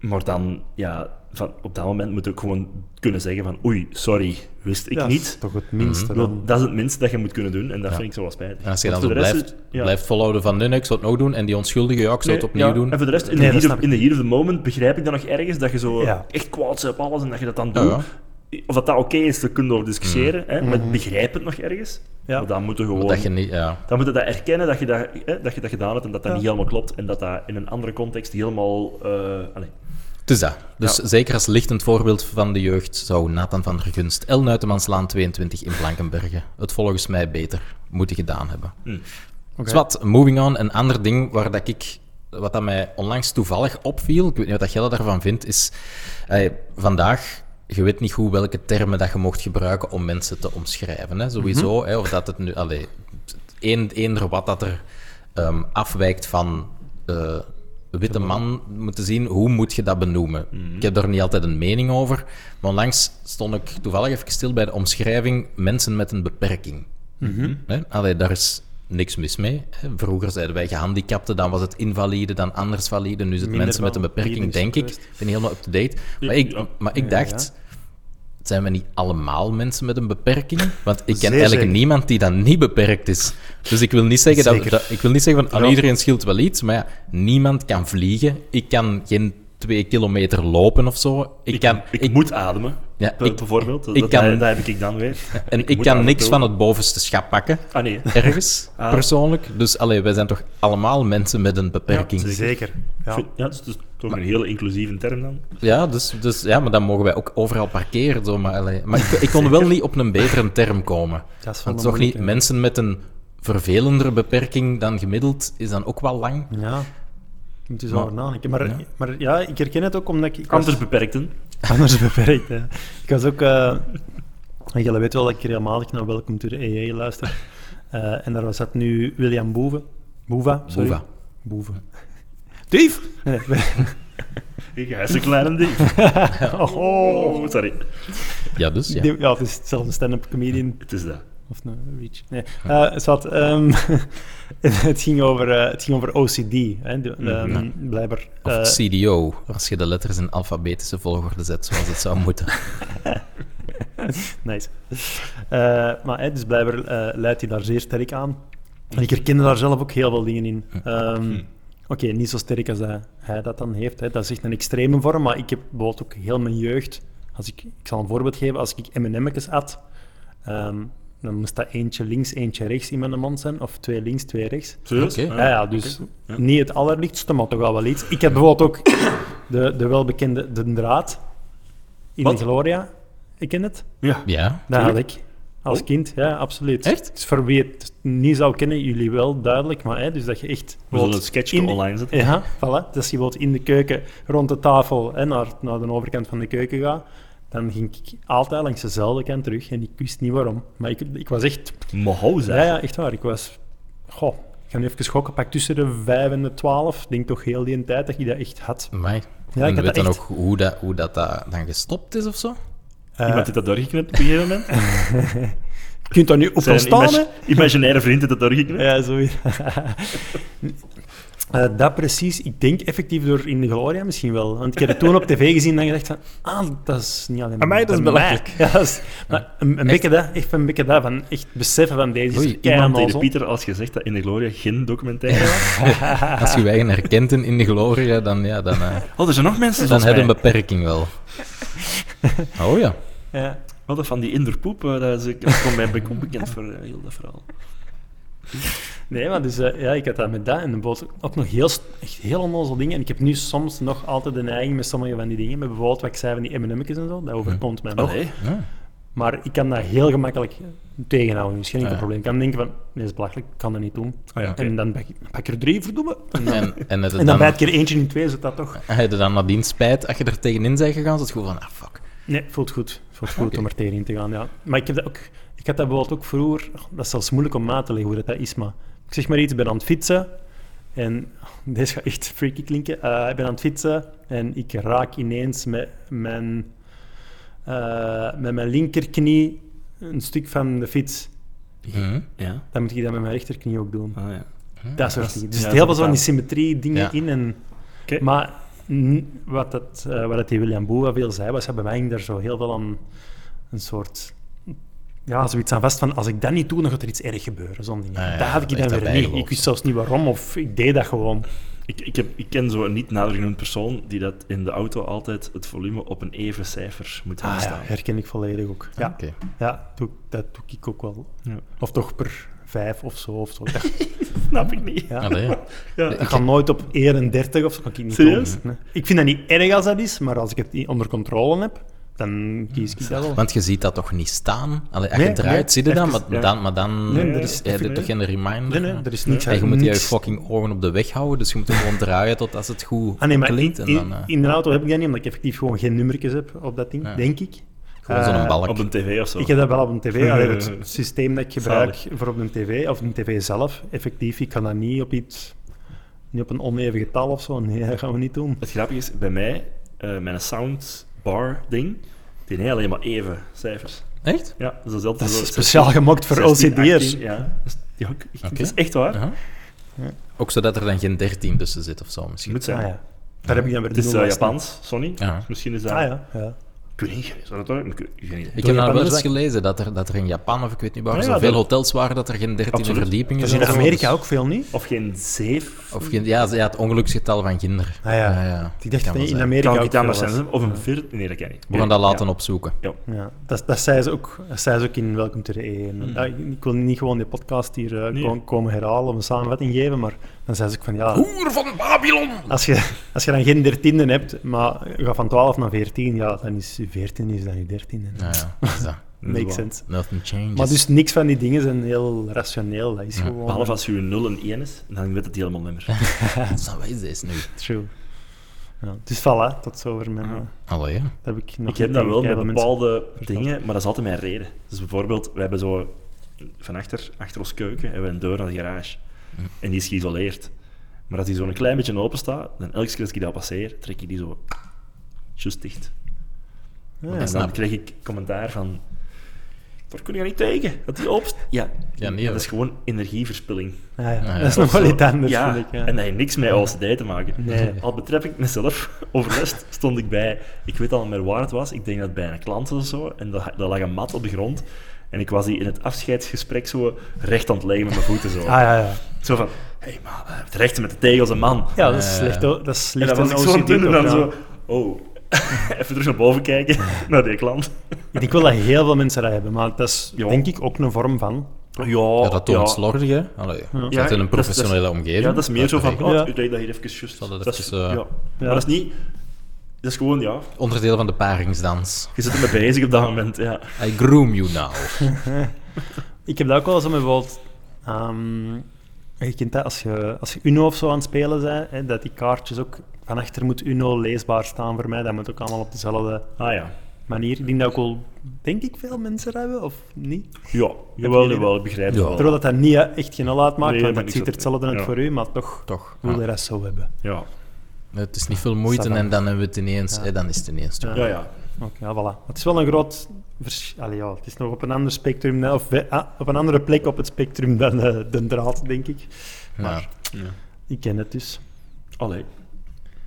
[SPEAKER 2] maar dan, ja, van, op dat moment moet je ook gewoon kunnen zeggen van oei, sorry, wist ik
[SPEAKER 1] Ja, Dat is
[SPEAKER 2] niet.
[SPEAKER 1] toch het minste
[SPEAKER 2] Ik bedoel,
[SPEAKER 1] dan.
[SPEAKER 2] Dat is het minste dat je moet kunnen doen en dat vind ik zo wel spijtig.
[SPEAKER 3] En als je dan
[SPEAKER 2] Want
[SPEAKER 3] zo
[SPEAKER 2] voor de rest
[SPEAKER 3] blijft,
[SPEAKER 2] is- ja.
[SPEAKER 3] blijft volhouden van nee, nee, ik zou het nog doen. En die onschuldige, ja, ik zou het
[SPEAKER 2] Nee,
[SPEAKER 3] opnieuw
[SPEAKER 2] ja.
[SPEAKER 3] doen.
[SPEAKER 2] En voor de rest, in,
[SPEAKER 1] Nee, dat
[SPEAKER 2] de, here
[SPEAKER 1] snap
[SPEAKER 2] of,
[SPEAKER 1] ik.
[SPEAKER 2] in de here of the moment begrijp ik dan nog ergens dat je zo
[SPEAKER 1] Ja.
[SPEAKER 2] echt kwaad bent op alles en dat je dat dan
[SPEAKER 3] Ja,
[SPEAKER 2] doet.
[SPEAKER 3] ja.
[SPEAKER 2] Of dat dat oké is, daar kunnen we over discussiëren. Hè, maar ik begrijp het nog ergens.
[SPEAKER 1] Mhm. Ja.
[SPEAKER 2] Maar dan moet je gewoon...
[SPEAKER 3] Dat je niet, ja.
[SPEAKER 2] Dan moet je dat erkennen dat je dat, hè, dat, je dat gedaan hebt en dat dat
[SPEAKER 1] Ja.
[SPEAKER 2] niet helemaal klopt. En dat dat in een andere context helemaal. eh allee,
[SPEAKER 3] Dus dat. Dus
[SPEAKER 2] Ja.
[SPEAKER 3] zeker als lichtend voorbeeld van de jeugd zou Nathan van der Gunst, El Nuitemanslaan 22 in Blankenbergen, het volgens mij beter moeten gedaan hebben.
[SPEAKER 2] Hm.
[SPEAKER 1] Oké.
[SPEAKER 3] Zwat, moving on. Een ander ding waar dat ik, wat dat mij onlangs toevallig opviel, ik weet niet wat jij daarvan vindt, is eh, vandaag. Je weet niet goed welke termen dat je mocht gebruiken om mensen te omschrijven. Hè? Sowieso, hè, of dat het nu... Allee, een- eender wat dat er ehm, afwijkt van eh, witte man moeten zien, hoe moet je dat benoemen? Ik heb daar niet altijd een mening over, maar onlangs stond ik toevallig even stil bij de omschrijving mensen met een beperking. Hè? Allee, daar is niks mis mee. hè. Vroeger zeiden wij gehandicapten, dan was het invalide, dan anders valide, nu is het
[SPEAKER 1] Minder
[SPEAKER 3] mensen met een
[SPEAKER 1] van
[SPEAKER 3] beperking,
[SPEAKER 1] iedereen
[SPEAKER 3] denk ik. Ik
[SPEAKER 1] geweest.
[SPEAKER 3] ben helemaal up-to-date. Maar ik,
[SPEAKER 2] ja.
[SPEAKER 3] maar ik
[SPEAKER 1] Ja, ja.
[SPEAKER 3] dacht... Zijn we niet allemaal mensen met een beperking? Want ik ken
[SPEAKER 1] Zeer
[SPEAKER 3] eigenlijk
[SPEAKER 1] zeker.
[SPEAKER 3] niemand die dan niet beperkt is. Dus ik wil niet zeggen, dat,
[SPEAKER 1] Zeker.
[SPEAKER 3] dat- ik wil niet zeggen van aan iedereen scheelt wel iets, maar ja, niemand kan vliegen. Ik kan geen twee kilometer lopen of zo. Ik, kan,
[SPEAKER 2] ik, moet ademen,
[SPEAKER 3] Ja,
[SPEAKER 2] b-
[SPEAKER 3] ik-
[SPEAKER 2] bijvoorbeeld. Dat,
[SPEAKER 3] ik
[SPEAKER 2] dat,
[SPEAKER 3] kan-
[SPEAKER 2] dat heb ik dan weer.
[SPEAKER 3] en ik,
[SPEAKER 2] moet
[SPEAKER 3] kan
[SPEAKER 2] ademen
[SPEAKER 3] niks
[SPEAKER 2] doen.
[SPEAKER 3] van het bovenste schap pakken,
[SPEAKER 2] Ah nee,
[SPEAKER 3] ergens,
[SPEAKER 2] Ah.
[SPEAKER 3] persoonlijk. Dus allee, wij zijn toch allemaal mensen met een beperking. Ja,
[SPEAKER 1] Zeker. Ja.
[SPEAKER 2] Vind- ja, dat is dus toch een hele inclusieve term dan.
[SPEAKER 3] dus, dus, ja maar dan mogen wij ook overal parkeren. Zo, maar allee. maar ik, ik kon wel niet op een betere term komen.
[SPEAKER 1] Dat is wel
[SPEAKER 3] Want
[SPEAKER 1] een
[SPEAKER 3] toch niet,
[SPEAKER 1] moeilijke.
[SPEAKER 3] mensen met een vervelendere beperking dan gemiddeld is dan ook wel lang.
[SPEAKER 1] Ja. Je Moet je zo
[SPEAKER 3] Maar-
[SPEAKER 1] over nadenken. Maar
[SPEAKER 3] Ja.
[SPEAKER 1] ja. maar ja, ik herken het ook omdat ik... ik was-
[SPEAKER 2] Anders beperkten.
[SPEAKER 1] anders beperkt. Hè. Ik was ook. eh en jullie weten wel dat ik regelmatig naar Welcome to the EA luister. Eh, en daar zat nu William Boeven. Boeva. Sorry.
[SPEAKER 3] Boeva.
[SPEAKER 1] Boeven.
[SPEAKER 3] Dief!
[SPEAKER 1] Nee, we-
[SPEAKER 2] Ik is een kleine dief.
[SPEAKER 1] oh,
[SPEAKER 2] Oh, sorry.
[SPEAKER 3] Ja, dus ja.
[SPEAKER 1] Die- ja, het is zelfs een stand-up comedian.
[SPEAKER 2] Het is dat.
[SPEAKER 1] Of een reach. Nee. Eh, zwart, ehm, het, ging over, eh, het ging over OCD. Hè, de, ehm, Blijkbaar.
[SPEAKER 3] Of
[SPEAKER 1] eh,
[SPEAKER 3] CDO, als je de letters in alfabetische volgorde zet zoals het zou moeten.
[SPEAKER 1] nice. Eh, maar hè, dus blijkbaar eh, leidt hij daar zeer sterk aan. En ik herkende daar zelf ook heel veel dingen in. Ehm, Oké, niet zo sterk als hij, hij dat dan heeft. Hè. Dat is echt een extreme vorm, maar ik heb bijvoorbeeld ook heel mijn jeugd... Als ik, ik zal een voorbeeld geven. Als ik M&M'tjes at, ehm, dan moest dat eentje links, eentje rechts in mijn mond zijn. Of twee links, twee rechts.
[SPEAKER 2] Serieus? Ah.
[SPEAKER 3] Oké.
[SPEAKER 1] Ja, ja dus
[SPEAKER 2] Ja.
[SPEAKER 1] niet het allerlichtste, maar toch al wel iets. Ik heb bijvoorbeeld ook de, de welbekende De Draad in
[SPEAKER 2] Wat?
[SPEAKER 1] de Gloria. Ik ken het.
[SPEAKER 2] Ja.
[SPEAKER 3] Ja.
[SPEAKER 1] Dat had
[SPEAKER 2] Tuurlijk.
[SPEAKER 1] ik. Als
[SPEAKER 2] Oh.
[SPEAKER 1] kind, ja, absoluut.
[SPEAKER 3] Echt?
[SPEAKER 1] Dus voor wie het niet zou kennen, jullie wel duidelijk, maar hè, dus dat je echt...
[SPEAKER 2] We zullen
[SPEAKER 1] wilt
[SPEAKER 2] het sketchje
[SPEAKER 1] in-
[SPEAKER 2] online zetten.
[SPEAKER 1] Ja, voilà. Dus je wilt in de keuken, rond de tafel, hè, naar, naar de overkant van de keuken gaan. Dan ging ik altijd langs dezelfde kant terug en ik wist niet waarom. Maar ik, ik was echt
[SPEAKER 2] Mohauza.
[SPEAKER 1] ja, ja, echt waar. Ik was... Goh, ik ga nu even schokken. Pak tussen de 5 en de 12. Ik denk toch heel die tijd dat ik dat echt had.
[SPEAKER 3] Amai.
[SPEAKER 1] Ja, ik
[SPEAKER 3] en
[SPEAKER 1] had
[SPEAKER 3] weet
[SPEAKER 1] dat
[SPEAKER 3] dan
[SPEAKER 1] echt.
[SPEAKER 3] ook hoe dat, hoe dat, dat dan gestopt is of zo?
[SPEAKER 1] Eh,
[SPEAKER 2] Iemand heeft dat doorgeknipt op een gegeven moment.
[SPEAKER 1] je kunt daar nu op gaan
[SPEAKER 2] Zijn
[SPEAKER 1] staan, hè.
[SPEAKER 2] imag- imaginaire vriend heeft dat doorgeknipt.
[SPEAKER 1] Ja, zoiets. Eh, dat precies, ik denk effectief door In de Gloria misschien wel. Want ik heb het toen op tv gezien en gedacht van, ah, dat is niet alleen
[SPEAKER 3] Amai, dat is
[SPEAKER 1] bij mij.
[SPEAKER 3] belachelijk.
[SPEAKER 1] Ja, dat is- maar een, een
[SPEAKER 3] Echt?
[SPEAKER 1] beetje dat, echt een beetje dat, van echt beseffen van deze
[SPEAKER 3] Oei,
[SPEAKER 1] is
[SPEAKER 2] Iemand
[SPEAKER 3] iemand
[SPEAKER 1] keihard
[SPEAKER 2] tegen
[SPEAKER 1] onzin.
[SPEAKER 2] Pieter als je zegt dat In de Gloria geen documentaire was.
[SPEAKER 3] Als je je eigen herkent in, in de gloria, dan, ja, dan, eh,
[SPEAKER 2] Oh, er zijn nog mensen
[SPEAKER 3] dan
[SPEAKER 2] zoals
[SPEAKER 3] heb je een
[SPEAKER 2] mij.
[SPEAKER 3] beperking wel. Oh ja.
[SPEAKER 1] Ja.
[SPEAKER 2] Wat dat van die Inderpoep, eh, dat, is, dat komt mij be- onbekend voor eh, heel dat verhaal.
[SPEAKER 1] Nee, maar dus, eh, ja, ik had dat met dat en dan bijvoorbeeld ook nog heel, st- echt heel onnozel dingen. En ik heb nu soms nog altijd de neiging met sommige van die dingen. Met bijvoorbeeld wat ik zei van die M&M'tjes en zo, dat overkomt mij nog.
[SPEAKER 2] Allee.
[SPEAKER 3] ja.
[SPEAKER 1] Maar ik kan dat heel gemakkelijk tegenhouden, misschien geen
[SPEAKER 3] Ja.
[SPEAKER 1] probleem. Ik kan denken van, nee, dat is belachelijk, ik kan dat niet doen.
[SPEAKER 2] Ah ja, oké.
[SPEAKER 1] En dan pak ik, pak ik er drie, verdomme. En dan,
[SPEAKER 3] En, en, heb je
[SPEAKER 1] en dan
[SPEAKER 3] dan,
[SPEAKER 1] bij het keer eentje in twee zit dat toch.
[SPEAKER 3] heb je dan nadien spijt als je er tegenin bent gegaan? Is het gewoon van, ah fuck.
[SPEAKER 1] Nee, voelt goed. Voelt goed
[SPEAKER 3] Oké.
[SPEAKER 1] om er tegenin te gaan, ja. Maar ik heb dat ook... Ik had dat bijvoorbeeld ook vroeger... oh, Dat is zelfs moeilijk om na te leggen hoe dat, dat is, maar... Ik zeg maar iets, ik ben aan het fietsen. En... oh, Deze gaat echt freaky klinken. Eh, ik ben aan het fietsen en ik raak ineens met mijn... eh, met mijn linkerknie een stuk van de fiets.
[SPEAKER 3] Mhm.
[SPEAKER 2] Ja.
[SPEAKER 1] Dan moet ik dat met mijn rechterknie ook doen.
[SPEAKER 2] Ah, ja.
[SPEAKER 1] Dat soort dingen. Dus
[SPEAKER 2] ja,
[SPEAKER 1] het
[SPEAKER 2] dat
[SPEAKER 1] heel veel van die
[SPEAKER 2] betaalt.
[SPEAKER 1] symmetrie dingen
[SPEAKER 3] Ja.
[SPEAKER 1] in. En,
[SPEAKER 2] Oké.
[SPEAKER 1] Maar n- wat, dat, eh, wat dat die William Boe wel veel zei, was dat bij mij ging daar zo heel veel aan een soort... Ja, zoiets aan vast van, als ik dat niet doe, dan gaat er iets erg gebeuren. Zo'n ding.
[SPEAKER 3] Ah, ja,
[SPEAKER 1] dat had ik
[SPEAKER 3] dat
[SPEAKER 1] dan
[SPEAKER 3] is
[SPEAKER 1] weer
[SPEAKER 3] dat
[SPEAKER 1] niet.
[SPEAKER 3] bijgeloof.
[SPEAKER 1] Ik wist zelfs niet waarom, of ik deed dat gewoon.
[SPEAKER 2] Ik, ik, heb, ik ken zo'n niet nader genoemd persoon die dat in de auto altijd het volume op een even cijfer moet hebben
[SPEAKER 1] Ah, ja,
[SPEAKER 2] staan.
[SPEAKER 1] herken ik volledig ook. Ja,
[SPEAKER 3] Oké.
[SPEAKER 1] ja doe, dat doe ik ook wel.
[SPEAKER 2] Ja.
[SPEAKER 1] Of toch per vijf of zo. Of zo. Ja,
[SPEAKER 2] Snap ik niet.
[SPEAKER 1] ja.
[SPEAKER 3] Allee, ja.
[SPEAKER 2] Ja.
[SPEAKER 1] Ik ga nooit op 31 of zo. Kan ik niet
[SPEAKER 2] Serieus?
[SPEAKER 1] doen. Nee. Ik vind dat niet erg als dat is, maar als ik het niet onder controle heb, dan kies ik dat wel.
[SPEAKER 3] Want je ziet dat toch niet staan? Allee, als
[SPEAKER 1] Nee,
[SPEAKER 3] je draait,
[SPEAKER 1] nee,
[SPEAKER 3] zie je dat,
[SPEAKER 1] even-
[SPEAKER 3] maar
[SPEAKER 2] ja.
[SPEAKER 3] dan, maar dan
[SPEAKER 1] Nee, er is
[SPEAKER 3] heb je
[SPEAKER 1] even-
[SPEAKER 3] toch geen reminder?
[SPEAKER 1] Nee, nee, er is niks.
[SPEAKER 3] En je moet je
[SPEAKER 1] niks-
[SPEAKER 3] fucking ogen op de weg houden, dus je moet hem gewoon draaien totdat het goed
[SPEAKER 1] Ah nee, maar in,
[SPEAKER 3] klinkt. En dan
[SPEAKER 1] in,
[SPEAKER 3] eh,
[SPEAKER 1] in de auto heb ik dat niet, omdat ik effectief gewoon geen nummertjes heb op dat ding,
[SPEAKER 3] Ja.
[SPEAKER 1] denk ik.
[SPEAKER 3] gewoon zo'n
[SPEAKER 1] eh,
[SPEAKER 3] balk.
[SPEAKER 2] Op een tv of zo.
[SPEAKER 1] Ik heb dat wel op een tv. Allee, het
[SPEAKER 2] Eh,
[SPEAKER 1] systeem dat ik gebruik
[SPEAKER 2] zalig.
[SPEAKER 1] voor op een tv, of een tv zelf, effectief, ik kan dat niet op iets... Niet op een oneven getal of zo. Nee, dat gaan we niet doen.
[SPEAKER 2] Het grappige is, bij mij, eh, mijn soundbar ding, die heeft alleen maar even cijfers.
[SPEAKER 3] Echt?
[SPEAKER 2] Ja, dus dat is altijd
[SPEAKER 1] Dat
[SPEAKER 2] zo
[SPEAKER 1] is speciaal gemaakt voor
[SPEAKER 2] 16,
[SPEAKER 1] OCD'ers.
[SPEAKER 2] 18, Ja, dat is, ja, ook- dat is
[SPEAKER 3] Oké.
[SPEAKER 2] echt waar.
[SPEAKER 3] Ja. Ook zodat er dan geen 13 tussen zit of zo
[SPEAKER 2] Het
[SPEAKER 3] misschien.
[SPEAKER 2] moet zijn.
[SPEAKER 1] Ah, ja. Daar heb ik dan weer
[SPEAKER 2] Het is
[SPEAKER 1] nul
[SPEAKER 2] eh,
[SPEAKER 1] last van.
[SPEAKER 2] Japans, sorry.
[SPEAKER 3] Ja.
[SPEAKER 2] Dus Misschien is dat...
[SPEAKER 1] Ah ja, ja.
[SPEAKER 2] Ik weet niet, zou dat ook? Ik weet- ik weet niet.
[SPEAKER 3] Ik heb nou wel
[SPEAKER 1] Japanners
[SPEAKER 3] eens
[SPEAKER 1] weg.
[SPEAKER 3] gelezen dat er, dat er in Japan of ik weet niet waar
[SPEAKER 1] Ah,
[SPEAKER 2] Ja, ja,
[SPEAKER 3] zoveel
[SPEAKER 2] dat-
[SPEAKER 3] hotels waren dat er geen 13
[SPEAKER 2] Absoluut.
[SPEAKER 3] verdiepingen
[SPEAKER 1] Dat is in
[SPEAKER 3] zijn of zo,
[SPEAKER 1] Amerika
[SPEAKER 3] dus-
[SPEAKER 1] ook veel, niet?
[SPEAKER 2] Of geen zeef.
[SPEAKER 3] Of geen, ja, ze- ja, het ongeluksgetal van kinderen.
[SPEAKER 1] Ah ja. Ik dacht dat
[SPEAKER 3] kan wel
[SPEAKER 1] in
[SPEAKER 3] zijn.
[SPEAKER 1] Amerika
[SPEAKER 2] Kan
[SPEAKER 1] ook
[SPEAKER 2] ook iets anders
[SPEAKER 1] veel was.
[SPEAKER 2] zijn. Of een viert. Nee, dat kan niet.
[SPEAKER 3] We gaan dat laten
[SPEAKER 2] Ja.
[SPEAKER 3] opzoeken.
[SPEAKER 1] Ja, dat, dat zei ze ook, dat zei ze ook in Welcome to the E. En, ja, ik, ik wil niet gewoon die podcast hier eh,
[SPEAKER 2] Hmm. Nee.
[SPEAKER 1] ko- komen herhalen of een samenvatting geven, maar dan zei ze ook van ja,
[SPEAKER 3] Hoer van Babylon!
[SPEAKER 1] als je, als je dan geen dertiende hebt, maar je gaat van 12 naar 14, ja, dan is je 14 is dan je 13. En,
[SPEAKER 3] Nou ja, dat is dat.
[SPEAKER 2] Hm,
[SPEAKER 1] makes sense.
[SPEAKER 3] Nothing changes.
[SPEAKER 1] Maar dus niks van die dingen zijn heel rationeel, dat is gewoon...
[SPEAKER 2] Behalve als je 0 en 1 is, dan weet het helemaal niet meer.
[SPEAKER 3] Zo, wat is deze nu?
[SPEAKER 1] True. Ja, dus voilà, tot zover mijn... eh,
[SPEAKER 3] Allee, ja.
[SPEAKER 1] dat heb ik nog
[SPEAKER 2] Ik heb dat wel met
[SPEAKER 1] tegen mensen-
[SPEAKER 2] bepaalde dingen, maar dat is altijd mijn reden. Dus bijvoorbeeld, we hebben zo
[SPEAKER 3] Hm.
[SPEAKER 2] van achter, achter ons keuken, hebben we een deur naar de garage. En die is geïsoleerd. Maar als die zo'n klein beetje open staat, dan elke keer als ik dat passeer, trek ik die zo just dicht.
[SPEAKER 1] Ja,
[SPEAKER 2] en
[SPEAKER 3] snap
[SPEAKER 2] dan
[SPEAKER 3] ik.
[SPEAKER 2] krijg ik commentaar van... Daar kun je niet tegen, dat die open... Ja,
[SPEAKER 3] Ja, nee,
[SPEAKER 2] dat
[SPEAKER 3] hoor.
[SPEAKER 2] is gewoon energieverspilling.
[SPEAKER 1] Ah, ja.
[SPEAKER 3] Nou ja,
[SPEAKER 1] dat is nog wel
[SPEAKER 2] Zo.
[SPEAKER 1] iets anders,
[SPEAKER 2] ja,
[SPEAKER 1] vind ik. Ja.
[SPEAKER 2] En dat heeft niks met OCD te maken.
[SPEAKER 1] Nee.
[SPEAKER 2] Al betref ik mezelf, overlast stond ik bij, ik weet al niet meer waar het was, ik denk dat het bij een klant was of zo, en daar daar lag een mat op de grond. En ik was die in het afscheidsgesprek zo recht aan het leggen met mijn voeten. Zo,
[SPEAKER 1] Ah, ja, ja.
[SPEAKER 2] zo van, hé hey, man, het rechten met de tegels, een man.
[SPEAKER 1] ja, dat is
[SPEAKER 3] Eh,
[SPEAKER 1] slecht. hoor. Dat is
[SPEAKER 2] en
[SPEAKER 1] slecht.
[SPEAKER 2] dan was
[SPEAKER 1] een
[SPEAKER 2] ik zo aan het
[SPEAKER 1] OCD
[SPEAKER 2] doen en dan
[SPEAKER 1] toch, ja.
[SPEAKER 2] zo, oh, even terug naar boven kijken, naar die klant.
[SPEAKER 1] Ik denk wel dat heel veel mensen dat hebben, maar dat is
[SPEAKER 2] Ja.
[SPEAKER 1] denk ik ook een vorm van.
[SPEAKER 2] Ja,
[SPEAKER 3] Ja, dat toont slordig, hè? Allee, je
[SPEAKER 2] Ja,
[SPEAKER 3] zit in een
[SPEAKER 2] dat is-
[SPEAKER 3] professionele
[SPEAKER 2] dat is-
[SPEAKER 3] omgeving.
[SPEAKER 2] Ja, dat is meer zo van,
[SPEAKER 3] Uitgerekend.
[SPEAKER 2] oh,
[SPEAKER 1] Ja.
[SPEAKER 2] ik leg dat hier even just.
[SPEAKER 3] Zal dat
[SPEAKER 2] Dat is,
[SPEAKER 3] even, eh,
[SPEAKER 2] ja. Maar dat is niet... Dat is gewoon, ja,
[SPEAKER 3] Onderdeel van de paringsdans.
[SPEAKER 2] je zit ermee bezig op dat moment, ja.
[SPEAKER 3] I groom you now.
[SPEAKER 1] Ik heb dat ook wel zo met bijvoorbeeld... ehm, je kent dat als je, als je Uno of zo aan het spelen bent, hè, dat die kaartjes ook... Van achter moet Uno leesbaar staan voor mij, dat moet ook allemaal op dezelfde
[SPEAKER 2] Ah ja.
[SPEAKER 1] manier. Ik denk dat ook wel, denk ik, veel mensen dat hebben, of niet?
[SPEAKER 2] Ja, jawel,
[SPEAKER 1] jullie
[SPEAKER 2] jawel, ik begrijp het
[SPEAKER 3] Ja.
[SPEAKER 2] wel.
[SPEAKER 1] Terwijl dat dat niet eh, echt geen hol uitmaakt,
[SPEAKER 2] Nee,
[SPEAKER 1] want
[SPEAKER 2] maar
[SPEAKER 1] het
[SPEAKER 2] ik
[SPEAKER 1] ziet er
[SPEAKER 2] zat-
[SPEAKER 1] hetzelfde uit
[SPEAKER 2] ja.
[SPEAKER 1] voor u, maar toch
[SPEAKER 3] Toch?
[SPEAKER 1] wil je
[SPEAKER 3] Ja.
[SPEAKER 1] dat zo hebben.
[SPEAKER 2] Ja.
[SPEAKER 3] Het is niet veel moeite
[SPEAKER 1] Savan.
[SPEAKER 3] en dan hebben we het ineens. hè, dan is het ineens toch.
[SPEAKER 2] ja, ja.
[SPEAKER 1] Oké, ja, voilà. Het is wel een groot verschil. ja, het is nog op een ander spectrum, hè, of we- ah, op een andere plek op het spectrum dan eh, de draad, denk ik.
[SPEAKER 3] Maar
[SPEAKER 1] Ik ken het dus.
[SPEAKER 2] Allee.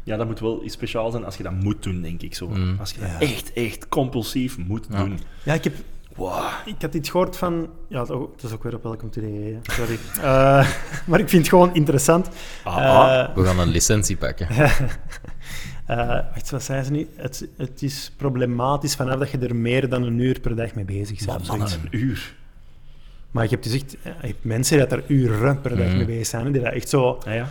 [SPEAKER 2] Ja, dat moet wel iets speciaals zijn als je dat moet doen, denk ik zo.
[SPEAKER 3] Mm.
[SPEAKER 2] Als je dat echt, echt compulsief moet
[SPEAKER 3] Ja. Oh,
[SPEAKER 2] doen.
[SPEAKER 1] Ja, ik heb...
[SPEAKER 2] Wow.
[SPEAKER 1] Ik had iets gehoord van... Ja, het oh, het is ook weer op Welcome to the AA, hè. sorry. Eh, maar ik vind het gewoon interessant.
[SPEAKER 2] Ah,
[SPEAKER 1] Eh,
[SPEAKER 3] we gaan een licentie pakken.
[SPEAKER 1] ah. eh, wacht, wat zei ze nu? Het, het is problematisch vanaf dat je er meer dan een uur per dag mee bezig bent. of
[SPEAKER 2] man,
[SPEAKER 1] zoiets.
[SPEAKER 2] een uur.
[SPEAKER 1] Maar je hebt dus echt eh, je hebt mensen dat er uren per dag
[SPEAKER 3] Mhm.
[SPEAKER 1] mee bezig zijn. hè, Die dat echt zo...
[SPEAKER 2] Ah, ja.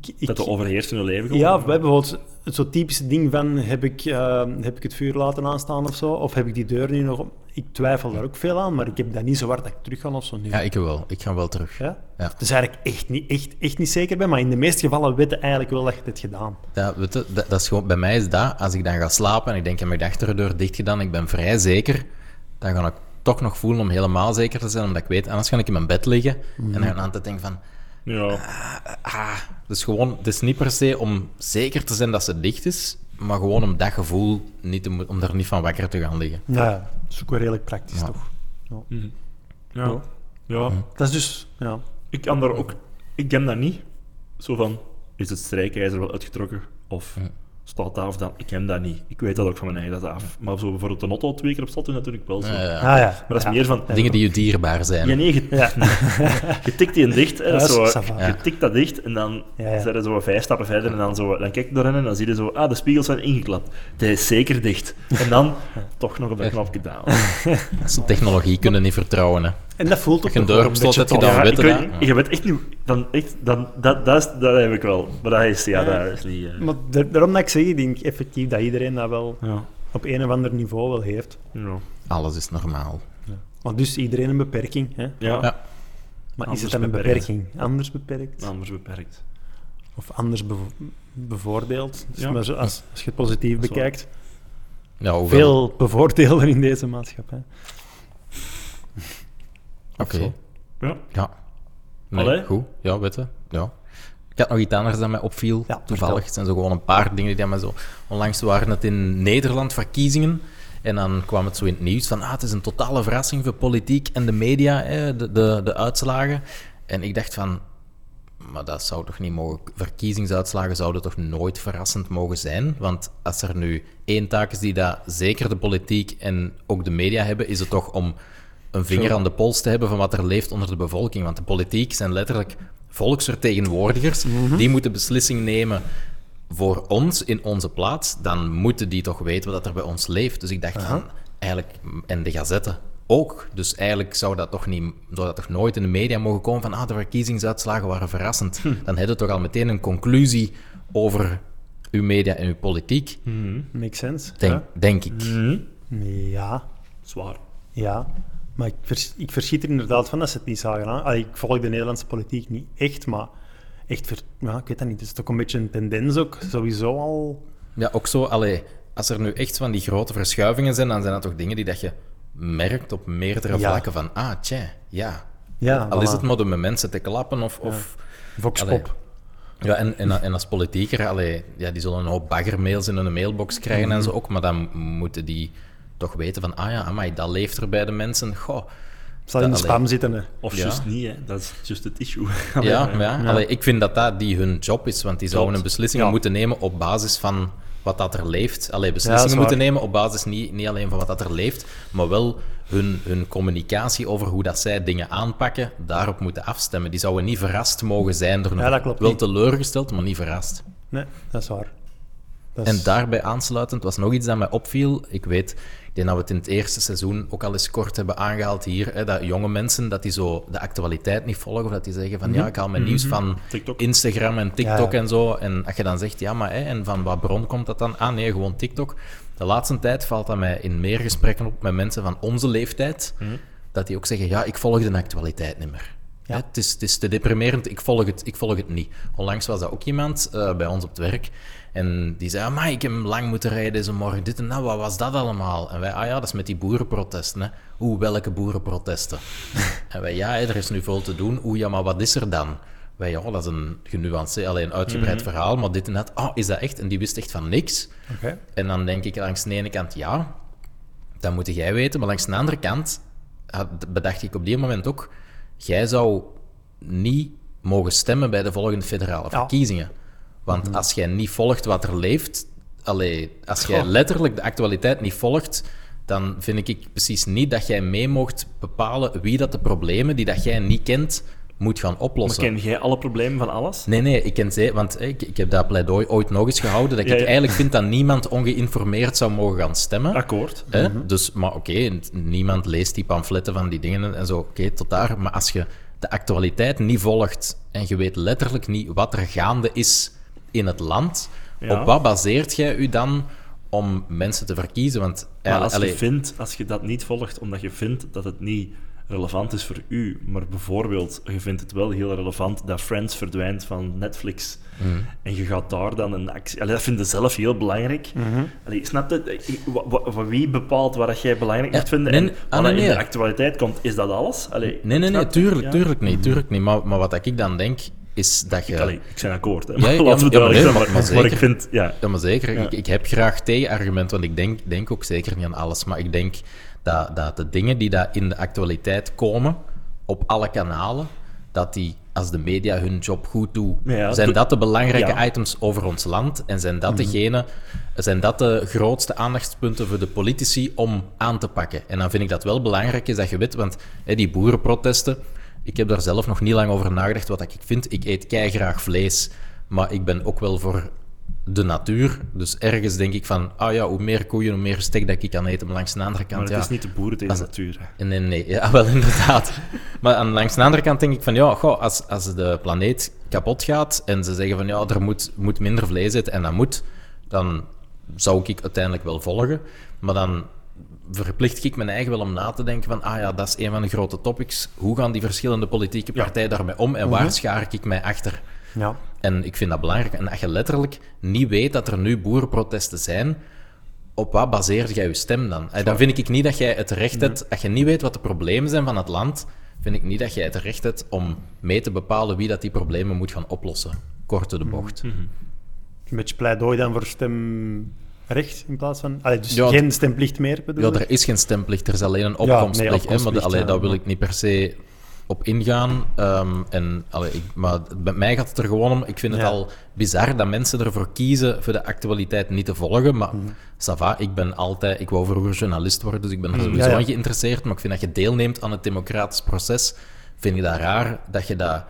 [SPEAKER 1] Ik, ik,
[SPEAKER 2] Dat de overheerst in hun leven gewoon.
[SPEAKER 1] ja, of we hebben bijvoorbeeld het zo typische ding van... Heb ik, eh, heb ik het vuur laten aanstaan of zo? Of heb ik die deur nu nog... op- Ik twijfel daar ook veel aan, maar ik heb dat niet zo hard dat ik terug ga of zo nu.
[SPEAKER 3] Ja, ik wel. Ik ga wel terug.
[SPEAKER 1] Ja?
[SPEAKER 3] Ja.
[SPEAKER 1] Dus eigenlijk echt niet, echt, echt niet zeker ben, maar in de meeste gevallen weten eigenlijk wel dat je dit gedaan.
[SPEAKER 3] Dat, weet je, dat, dat is gewoon, bij mij is dat, als ik dan ga slapen en ik denk, heb ik de achterdeur dicht gedaan, ik ben vrij zeker, dan ga ik toch nog voelen om helemaal zeker te zijn, omdat ik weet, anders ga ik in mijn bed liggen en dan ga ik aan het denken van,
[SPEAKER 2] Ja.
[SPEAKER 3] ah, dus gewoon, het is niet per se om zeker te zijn dat ze dicht is, maar gewoon om dat gevoel, niet te, mo- om daar niet van wakker te gaan liggen.
[SPEAKER 1] Ja, dat is ook wel redelijk praktisch,
[SPEAKER 3] Ja.
[SPEAKER 1] toch?
[SPEAKER 2] Ja. ja.
[SPEAKER 1] Dat is dus, ja.
[SPEAKER 2] Ik kan daar ook... Ik ken dat niet. Zo van, is het strijkijzer wel uitgetrokken? Of staat dat of dan? Ik ken dat niet. Ik weet dat ook van mijn eigen dat dat af. Maar zo bijvoorbeeld de auto twee keer op slot doen, natuurlijk wel zo.
[SPEAKER 3] Ja, ja.
[SPEAKER 1] Ah ja.
[SPEAKER 2] Maar dat is meer van...
[SPEAKER 3] Eh, Dingen die je dierbaar zijn.
[SPEAKER 2] Ja, nee, je,
[SPEAKER 1] Ja.
[SPEAKER 2] je tikt die in dicht. Hè, dat is
[SPEAKER 1] Ja,
[SPEAKER 2] zo,
[SPEAKER 1] ça va.
[SPEAKER 2] Je tikt dat dicht en dan
[SPEAKER 1] Ja, ja.
[SPEAKER 2] zijn er zo vijf stappen verder. En dan, zo, dan kijk je erin en dan zie je zo, ah, de spiegels zijn ingeklapt. Die is zeker dicht. En dan toch nog op dat knopje down.
[SPEAKER 3] Ze technologie kunnen niet vertrouwen. Hè.
[SPEAKER 1] En dat voelt ook
[SPEAKER 3] je een
[SPEAKER 1] nog
[SPEAKER 3] deur
[SPEAKER 1] wel
[SPEAKER 3] op
[SPEAKER 1] een
[SPEAKER 3] slot
[SPEAKER 1] beetje
[SPEAKER 3] hebt
[SPEAKER 1] toch.
[SPEAKER 2] Ja,
[SPEAKER 3] gedaan.
[SPEAKER 2] ik weet,
[SPEAKER 3] weten dat.
[SPEAKER 2] niet, je weet echt niet... Dan, echt, dan, dat, dat, is, dat heb ik wel. Maar dat is... Ja, dat is niet... eh,
[SPEAKER 1] Maar da- daarom dat ik zeg, ik denk effectief dat iedereen dat wel
[SPEAKER 2] ja.
[SPEAKER 1] op een of ander niveau wel heeft.
[SPEAKER 2] Ja.
[SPEAKER 3] Alles is normaal.
[SPEAKER 1] Want dus iedereen een beperking, hè?
[SPEAKER 2] Ja,
[SPEAKER 3] Ja.
[SPEAKER 1] Maar
[SPEAKER 2] Anders
[SPEAKER 1] is het dan een
[SPEAKER 2] beperkt.
[SPEAKER 1] beperking? Anders beperkt?
[SPEAKER 2] anders beperkt.
[SPEAKER 1] Of anders bevo- bevoordeeld? Dus
[SPEAKER 2] Ja.
[SPEAKER 1] maar zo- als, als je het positief
[SPEAKER 2] Dat is waar.
[SPEAKER 1] bekijkt,
[SPEAKER 3] Ja, hoewel-
[SPEAKER 1] veel bevoordeelden in deze maatschappij.
[SPEAKER 3] Oké.
[SPEAKER 2] zo. Ja.
[SPEAKER 3] Ja. Nee,
[SPEAKER 2] Allee?
[SPEAKER 3] goed. Ja, weet je. Ja. Ik had nog iets anders dat mij opviel,
[SPEAKER 1] Ja,
[SPEAKER 3] toevallig.
[SPEAKER 1] vertel.
[SPEAKER 3] Het zijn zo gewoon een paar dingen die aan mij zo... Onlangs waren het in Nederland verkiezingen. En dan kwam het zo in het nieuws van... Ah, het is een totale verrassing voor politiek en de media, hè, de, de, de uitslagen. En ik dacht van... Maar dat zou toch niet mogen... Verkiezingsuitslagen zouden toch nooit verrassend mogen zijn? Want als er nu één taak is die dat zeker de politiek en ook de media hebben, is het toch om een vinger aan de pols te hebben van wat er leeft onder de bevolking. Want de politiek zijn letterlijk volksvertegenwoordigers. Die moeten beslissingen nemen voor ons in onze plaats. Dan moeten die toch weten wat er bij ons leeft. Dus ik dacht van, eigenlijk... En de gazetten ook. Dus eigenlijk zou dat toch, niet, zou dat toch nooit in de media mogen komen van ah, de verkiezingsuitslagen waren verrassend.
[SPEAKER 1] Hm.
[SPEAKER 3] Dan hebben we toch al meteen een conclusie over uw media en uw politiek,
[SPEAKER 1] Hm. Makes sense.
[SPEAKER 3] denk, denk ik.
[SPEAKER 1] Hm. Ja,
[SPEAKER 2] Zwaar.
[SPEAKER 1] ja. Maar ik, vers- ik verschiet er inderdaad van dat ze het niet zagen. aan. Allee, ik volg de Nederlandse politiek niet echt, maar echt, ver- ja, ik weet dat niet. Het is toch een beetje een tendens ook, sowieso al.
[SPEAKER 3] Ja, ook zo, allee, als er nu echt van die grote verschuivingen zijn, dan zijn dat toch dingen die dat je merkt op meerdere
[SPEAKER 1] Ja.
[SPEAKER 3] vlakken van, ah, tja, ja.
[SPEAKER 1] Ja,
[SPEAKER 3] Al is
[SPEAKER 1] voilà.
[SPEAKER 3] het maar om met mensen te klappen of... of
[SPEAKER 1] Vox
[SPEAKER 3] Allee.
[SPEAKER 1] Pop.
[SPEAKER 3] Ja, en, en, en als politieker, allee, ja, die zullen een hoop baggermails in hun mailbox krijgen
[SPEAKER 1] Mhm.
[SPEAKER 3] en zo ook, maar dan moeten die toch weten van, ah ja, amai, dat leeft er bij de mensen. Goh.
[SPEAKER 1] Het zal in de
[SPEAKER 3] Allee.
[SPEAKER 1] spam zitten. Hè.
[SPEAKER 2] Of
[SPEAKER 3] Ja.
[SPEAKER 2] juist niet, hè. dat is juist het issue.
[SPEAKER 3] Ja,
[SPEAKER 2] Allee,
[SPEAKER 3] maar ja,
[SPEAKER 1] ja.
[SPEAKER 3] Allee, ik vind dat dat die hun job is, want die zouden
[SPEAKER 2] Klopt.
[SPEAKER 3] een beslissingen
[SPEAKER 1] Ja.
[SPEAKER 3] moeten nemen op basis van wat dat er leeft. Allee,
[SPEAKER 1] Ja,
[SPEAKER 3] beslissingen
[SPEAKER 1] dat is
[SPEAKER 3] moeten
[SPEAKER 1] waar.
[SPEAKER 3] nemen op basis niet, niet alleen van wat dat er leeft, maar wel hun, hun communicatie over hoe dat zij dingen aanpakken, daarop moeten afstemmen. Die zouden niet verrast mogen zijn door
[SPEAKER 1] Ja, dat klopt
[SPEAKER 3] Wel
[SPEAKER 1] niet.
[SPEAKER 3] teleurgesteld, maar niet verrast.
[SPEAKER 1] Nee, dat is waar. Dat
[SPEAKER 3] En
[SPEAKER 1] is-
[SPEAKER 3] daarbij aansluitend was nog iets dat mij opviel. Ik weet, ik denk dat we het in het eerste seizoen ook al eens kort hebben aangehaald hier, hè, dat jonge mensen, dat die zo de actualiteit niet volgen, of dat die zeggen van,
[SPEAKER 1] Mhm.
[SPEAKER 3] ja, ik haal mijn nieuws van
[SPEAKER 2] TikTok.
[SPEAKER 3] Instagram en TikTok
[SPEAKER 1] Ja.
[SPEAKER 3] en zo. En als je dan zegt, ja, maar hè, en van wat bron komt dat dan? Ah, nee, gewoon TikTok. De laatste tijd valt dat mij in meer gesprekken op met mensen van onze leeftijd, dat die ook zeggen, ja, ik volg de actualiteit niet meer. Hè, het, is, het is te deprimerend, ik volg het, ik volg het niet. Onlangs was dat ook iemand eh, bij ons op het werk en die zei, maar ik heb lang moeten rijden deze morgen, dit en dat, wat was dat allemaal? En wij, ah ja, dat is met die boerenprotesten. Hè. Oeh, welke boerenprotesten? en wij, ja, hè, er is nu veel te doen. Oeh, ja, maar wat is er dan? Wij, ja, dat is een genuanceerd, alleen
[SPEAKER 1] Mhm.
[SPEAKER 3] uitgebreid verhaal, maar dit en dat. Ah, is dat echt? En die wist echt van niks.
[SPEAKER 1] Oké.
[SPEAKER 3] En dan denk ik langs de ene kant, ja, dat moet jij weten. Maar langs de andere kant had- bedacht ik op die moment ook, jij zou niet mogen stemmen bij de volgende federale
[SPEAKER 1] Ja. Mhm.
[SPEAKER 3] verkiezingen. Want als jij niet volgt wat er leeft, allee, als jij
[SPEAKER 1] Goh.
[SPEAKER 3] letterlijk de actualiteit niet volgt, dan vind ik precies niet dat jij mee mocht bepalen wie dat de problemen die dat jij niet kent, moet gaan
[SPEAKER 2] Maar
[SPEAKER 3] oplossen.
[SPEAKER 2] ken jij alle problemen van alles?
[SPEAKER 3] Nee, nee, ik ken ze, want eh, ik, ik heb dat pleidooi ooit nog eens gehouden, dat
[SPEAKER 2] Ja,
[SPEAKER 3] ik
[SPEAKER 2] ja. Ah,
[SPEAKER 3] eigenlijk vind dat niemand ongeïnformeerd zou mogen gaan stemmen.
[SPEAKER 2] Akkoord.
[SPEAKER 3] Hè? Dus, maar oké, n- niemand leest die pamfletten van die dingen en zo. Oké, tot daar. Maar als je de actualiteit niet volgt en je weet letterlijk niet wat er gaande is in het land,
[SPEAKER 2] Ja.
[SPEAKER 3] op wat baseert jij u dan om mensen te verkiezen? Want eh,
[SPEAKER 2] Maar als
[SPEAKER 3] eigenlijk-
[SPEAKER 2] je, vindt, als je dat niet volgt omdat je vindt dat het niet relevant is voor u, maar bijvoorbeeld je vindt het wel heel relevant dat Friends verdwijnt van Netflix
[SPEAKER 3] Mhm.
[SPEAKER 2] en je gaat daar dan een actie... Allee, dat vind je zelf heel belangrijk. Allee, snap je? Ik- wa- wa- wa- Wie bepaalt wat dat jij belangrijk
[SPEAKER 3] Ja,
[SPEAKER 2] moet vinden
[SPEAKER 3] nee,
[SPEAKER 2] en
[SPEAKER 3] nee,
[SPEAKER 2] wat dat
[SPEAKER 3] ah, nee,
[SPEAKER 2] in de
[SPEAKER 3] nee.
[SPEAKER 2] actualiteit komt? Is dat alles? Allee,
[SPEAKER 3] Nee, nee, nee,
[SPEAKER 2] snap je?
[SPEAKER 3] tuurlijk,
[SPEAKER 2] Ja.
[SPEAKER 3] tuurlijk niet. Tuurlijk niet. Maar, maar wat ik dan denk, is dat je...
[SPEAKER 2] Allee, ik ben akkoord, hè.
[SPEAKER 3] ja, ja,
[SPEAKER 2] laten we
[SPEAKER 3] ja, maar
[SPEAKER 2] duidelijk
[SPEAKER 3] nee,
[SPEAKER 2] zijn,
[SPEAKER 3] maar-
[SPEAKER 2] maar,
[SPEAKER 3] maar
[SPEAKER 2] maar, ik
[SPEAKER 3] zeker.
[SPEAKER 2] vind... Ja,
[SPEAKER 3] Ja, maar zeker.
[SPEAKER 2] Ja.
[SPEAKER 3] Ik, ik heb graag tegenargumenten, want ik denk, denk ook zeker niet aan alles. Maar ik denk dat, dat de dingen die daar in de actualiteit komen, op alle kanalen, dat die, als de media hun job goed doen,
[SPEAKER 2] Ja,
[SPEAKER 3] zijn
[SPEAKER 2] doe-
[SPEAKER 3] dat de belangrijke
[SPEAKER 2] Ja. Mhm.
[SPEAKER 3] items over ons land. En zijn dat, degene, zijn dat de grootste aandachtspunten voor de politici om aan te pakken. En dan vind ik dat wel belangrijk is dat je weet, want hè, die boerenprotesten, ik heb daar zelf nog niet lang over nagedacht wat ik vind. Ik eet graag vlees, maar ik ben ook wel voor de natuur. Dus ergens denk ik van, ah ja, hoe meer koeien, hoe meer stek dat ik kan eten. Maar langs de andere kant,
[SPEAKER 2] maar het
[SPEAKER 3] ja...
[SPEAKER 2] is niet de boeren tegen de natuur, hè.
[SPEAKER 3] Nee, nee, nee. Ja, wel inderdaad. Maar aan, langs de andere kant denk ik van, ja, goh, als, als de planeet kapot gaat en ze zeggen van, ja, er moet, moet minder vlees zitten en dat moet, dan zou ik uiteindelijk wel volgen. Maar dan verplicht ik mijn eigen wel om na te denken van, ah ja, dat is een van de grote topics. Hoe gaan die verschillende politieke partijen daarmee om en waar schaar ik mij achter?
[SPEAKER 1] Ja.
[SPEAKER 3] En ik vind dat belangrijk. En als je letterlijk niet weet dat er nu boerenprotesten zijn, op wat baseert jij je stem dan? Eh, Dan vind ik niet dat jij het recht hebt, als je niet weet wat de problemen zijn van het land, vind ik niet dat jij het recht hebt om mee te bepalen wie dat die problemen moet gaan oplossen. Kort door de bocht.
[SPEAKER 1] Een beetje pleidooi dan voor stemrecht in plaats van... Allee, dus
[SPEAKER 3] Ja,
[SPEAKER 1] geen stemplicht meer bedoel
[SPEAKER 3] Ja,
[SPEAKER 1] ik?
[SPEAKER 3] er is geen stemplicht, er is alleen een opkomstplicht. hè, maar
[SPEAKER 1] opkomstplicht,
[SPEAKER 3] de- allee,
[SPEAKER 1] ja.
[SPEAKER 3] daar wil ik niet per se op ingaan. Ehm, en, allee, ik, maar bij mij gaat het er gewoon om. Ik vind het
[SPEAKER 1] Ja.
[SPEAKER 3] al bizar dat mensen ervoor kiezen voor de actualiteit niet te volgen. Maar
[SPEAKER 1] Mhm.
[SPEAKER 3] Sava, ik ben altijd. Ik wou vroeger journalist worden, dus ik ben er sowieso
[SPEAKER 1] Mhm. Ja, ja.
[SPEAKER 3] aan geïnteresseerd. Maar ik vind dat je deelneemt aan het democratisch proces. Vind ik dat raar dat je dat,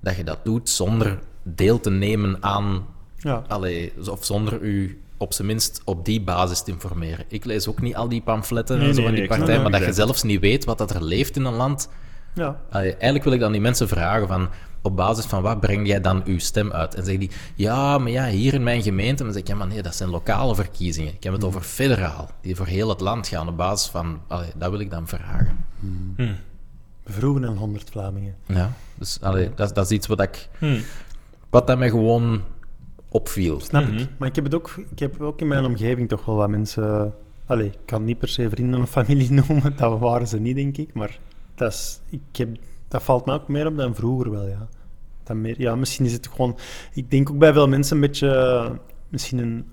[SPEAKER 3] dat, je dat doet zonder deel te nemen aan
[SPEAKER 1] Ja.
[SPEAKER 3] Allee, of zonder u op zijn minst op die basis te informeren. Ik lees ook niet al die pamfletten
[SPEAKER 2] Nee,
[SPEAKER 3] en zo
[SPEAKER 2] nee,
[SPEAKER 3] van
[SPEAKER 2] nee,
[SPEAKER 3] die
[SPEAKER 2] ik snap
[SPEAKER 3] partij,
[SPEAKER 2] dat.
[SPEAKER 3] maar dat je zelfs niet weet wat dat er leeft in een land.
[SPEAKER 1] ja.
[SPEAKER 3] Allee, eigenlijk wil ik dan die mensen vragen van, op basis van wat breng jij dan uw stem uit? En zeggen die, ja, maar ja, hier in mijn gemeente. Maar dan zeg ik, ja, maar nee, dat zijn lokale verkiezingen. Ik heb
[SPEAKER 1] Hmm.
[SPEAKER 3] het over federaal, die voor heel het land gaan. Op basis van, allee, dat wil ik dan vragen.
[SPEAKER 1] Vroegen en honderd Vlamingen.
[SPEAKER 3] Ja, dus allee,
[SPEAKER 1] Hmm.
[SPEAKER 3] dat, dat is iets wat ik, wat dat mij gewoon opviel.
[SPEAKER 1] Snap ik. Mhm. Maar ik heb, het ook, ik heb ook in mijn omgeving toch wel wat mensen... Allee, ik kan niet per se vrienden of familie noemen. Dat waren ze niet, denk ik. Maar dat, is, ik heb, dat valt me ook meer op dan vroeger wel, ja. dan meer. Ja, misschien is het gewoon. Ik denk ook bij veel mensen een beetje. eh, Misschien een.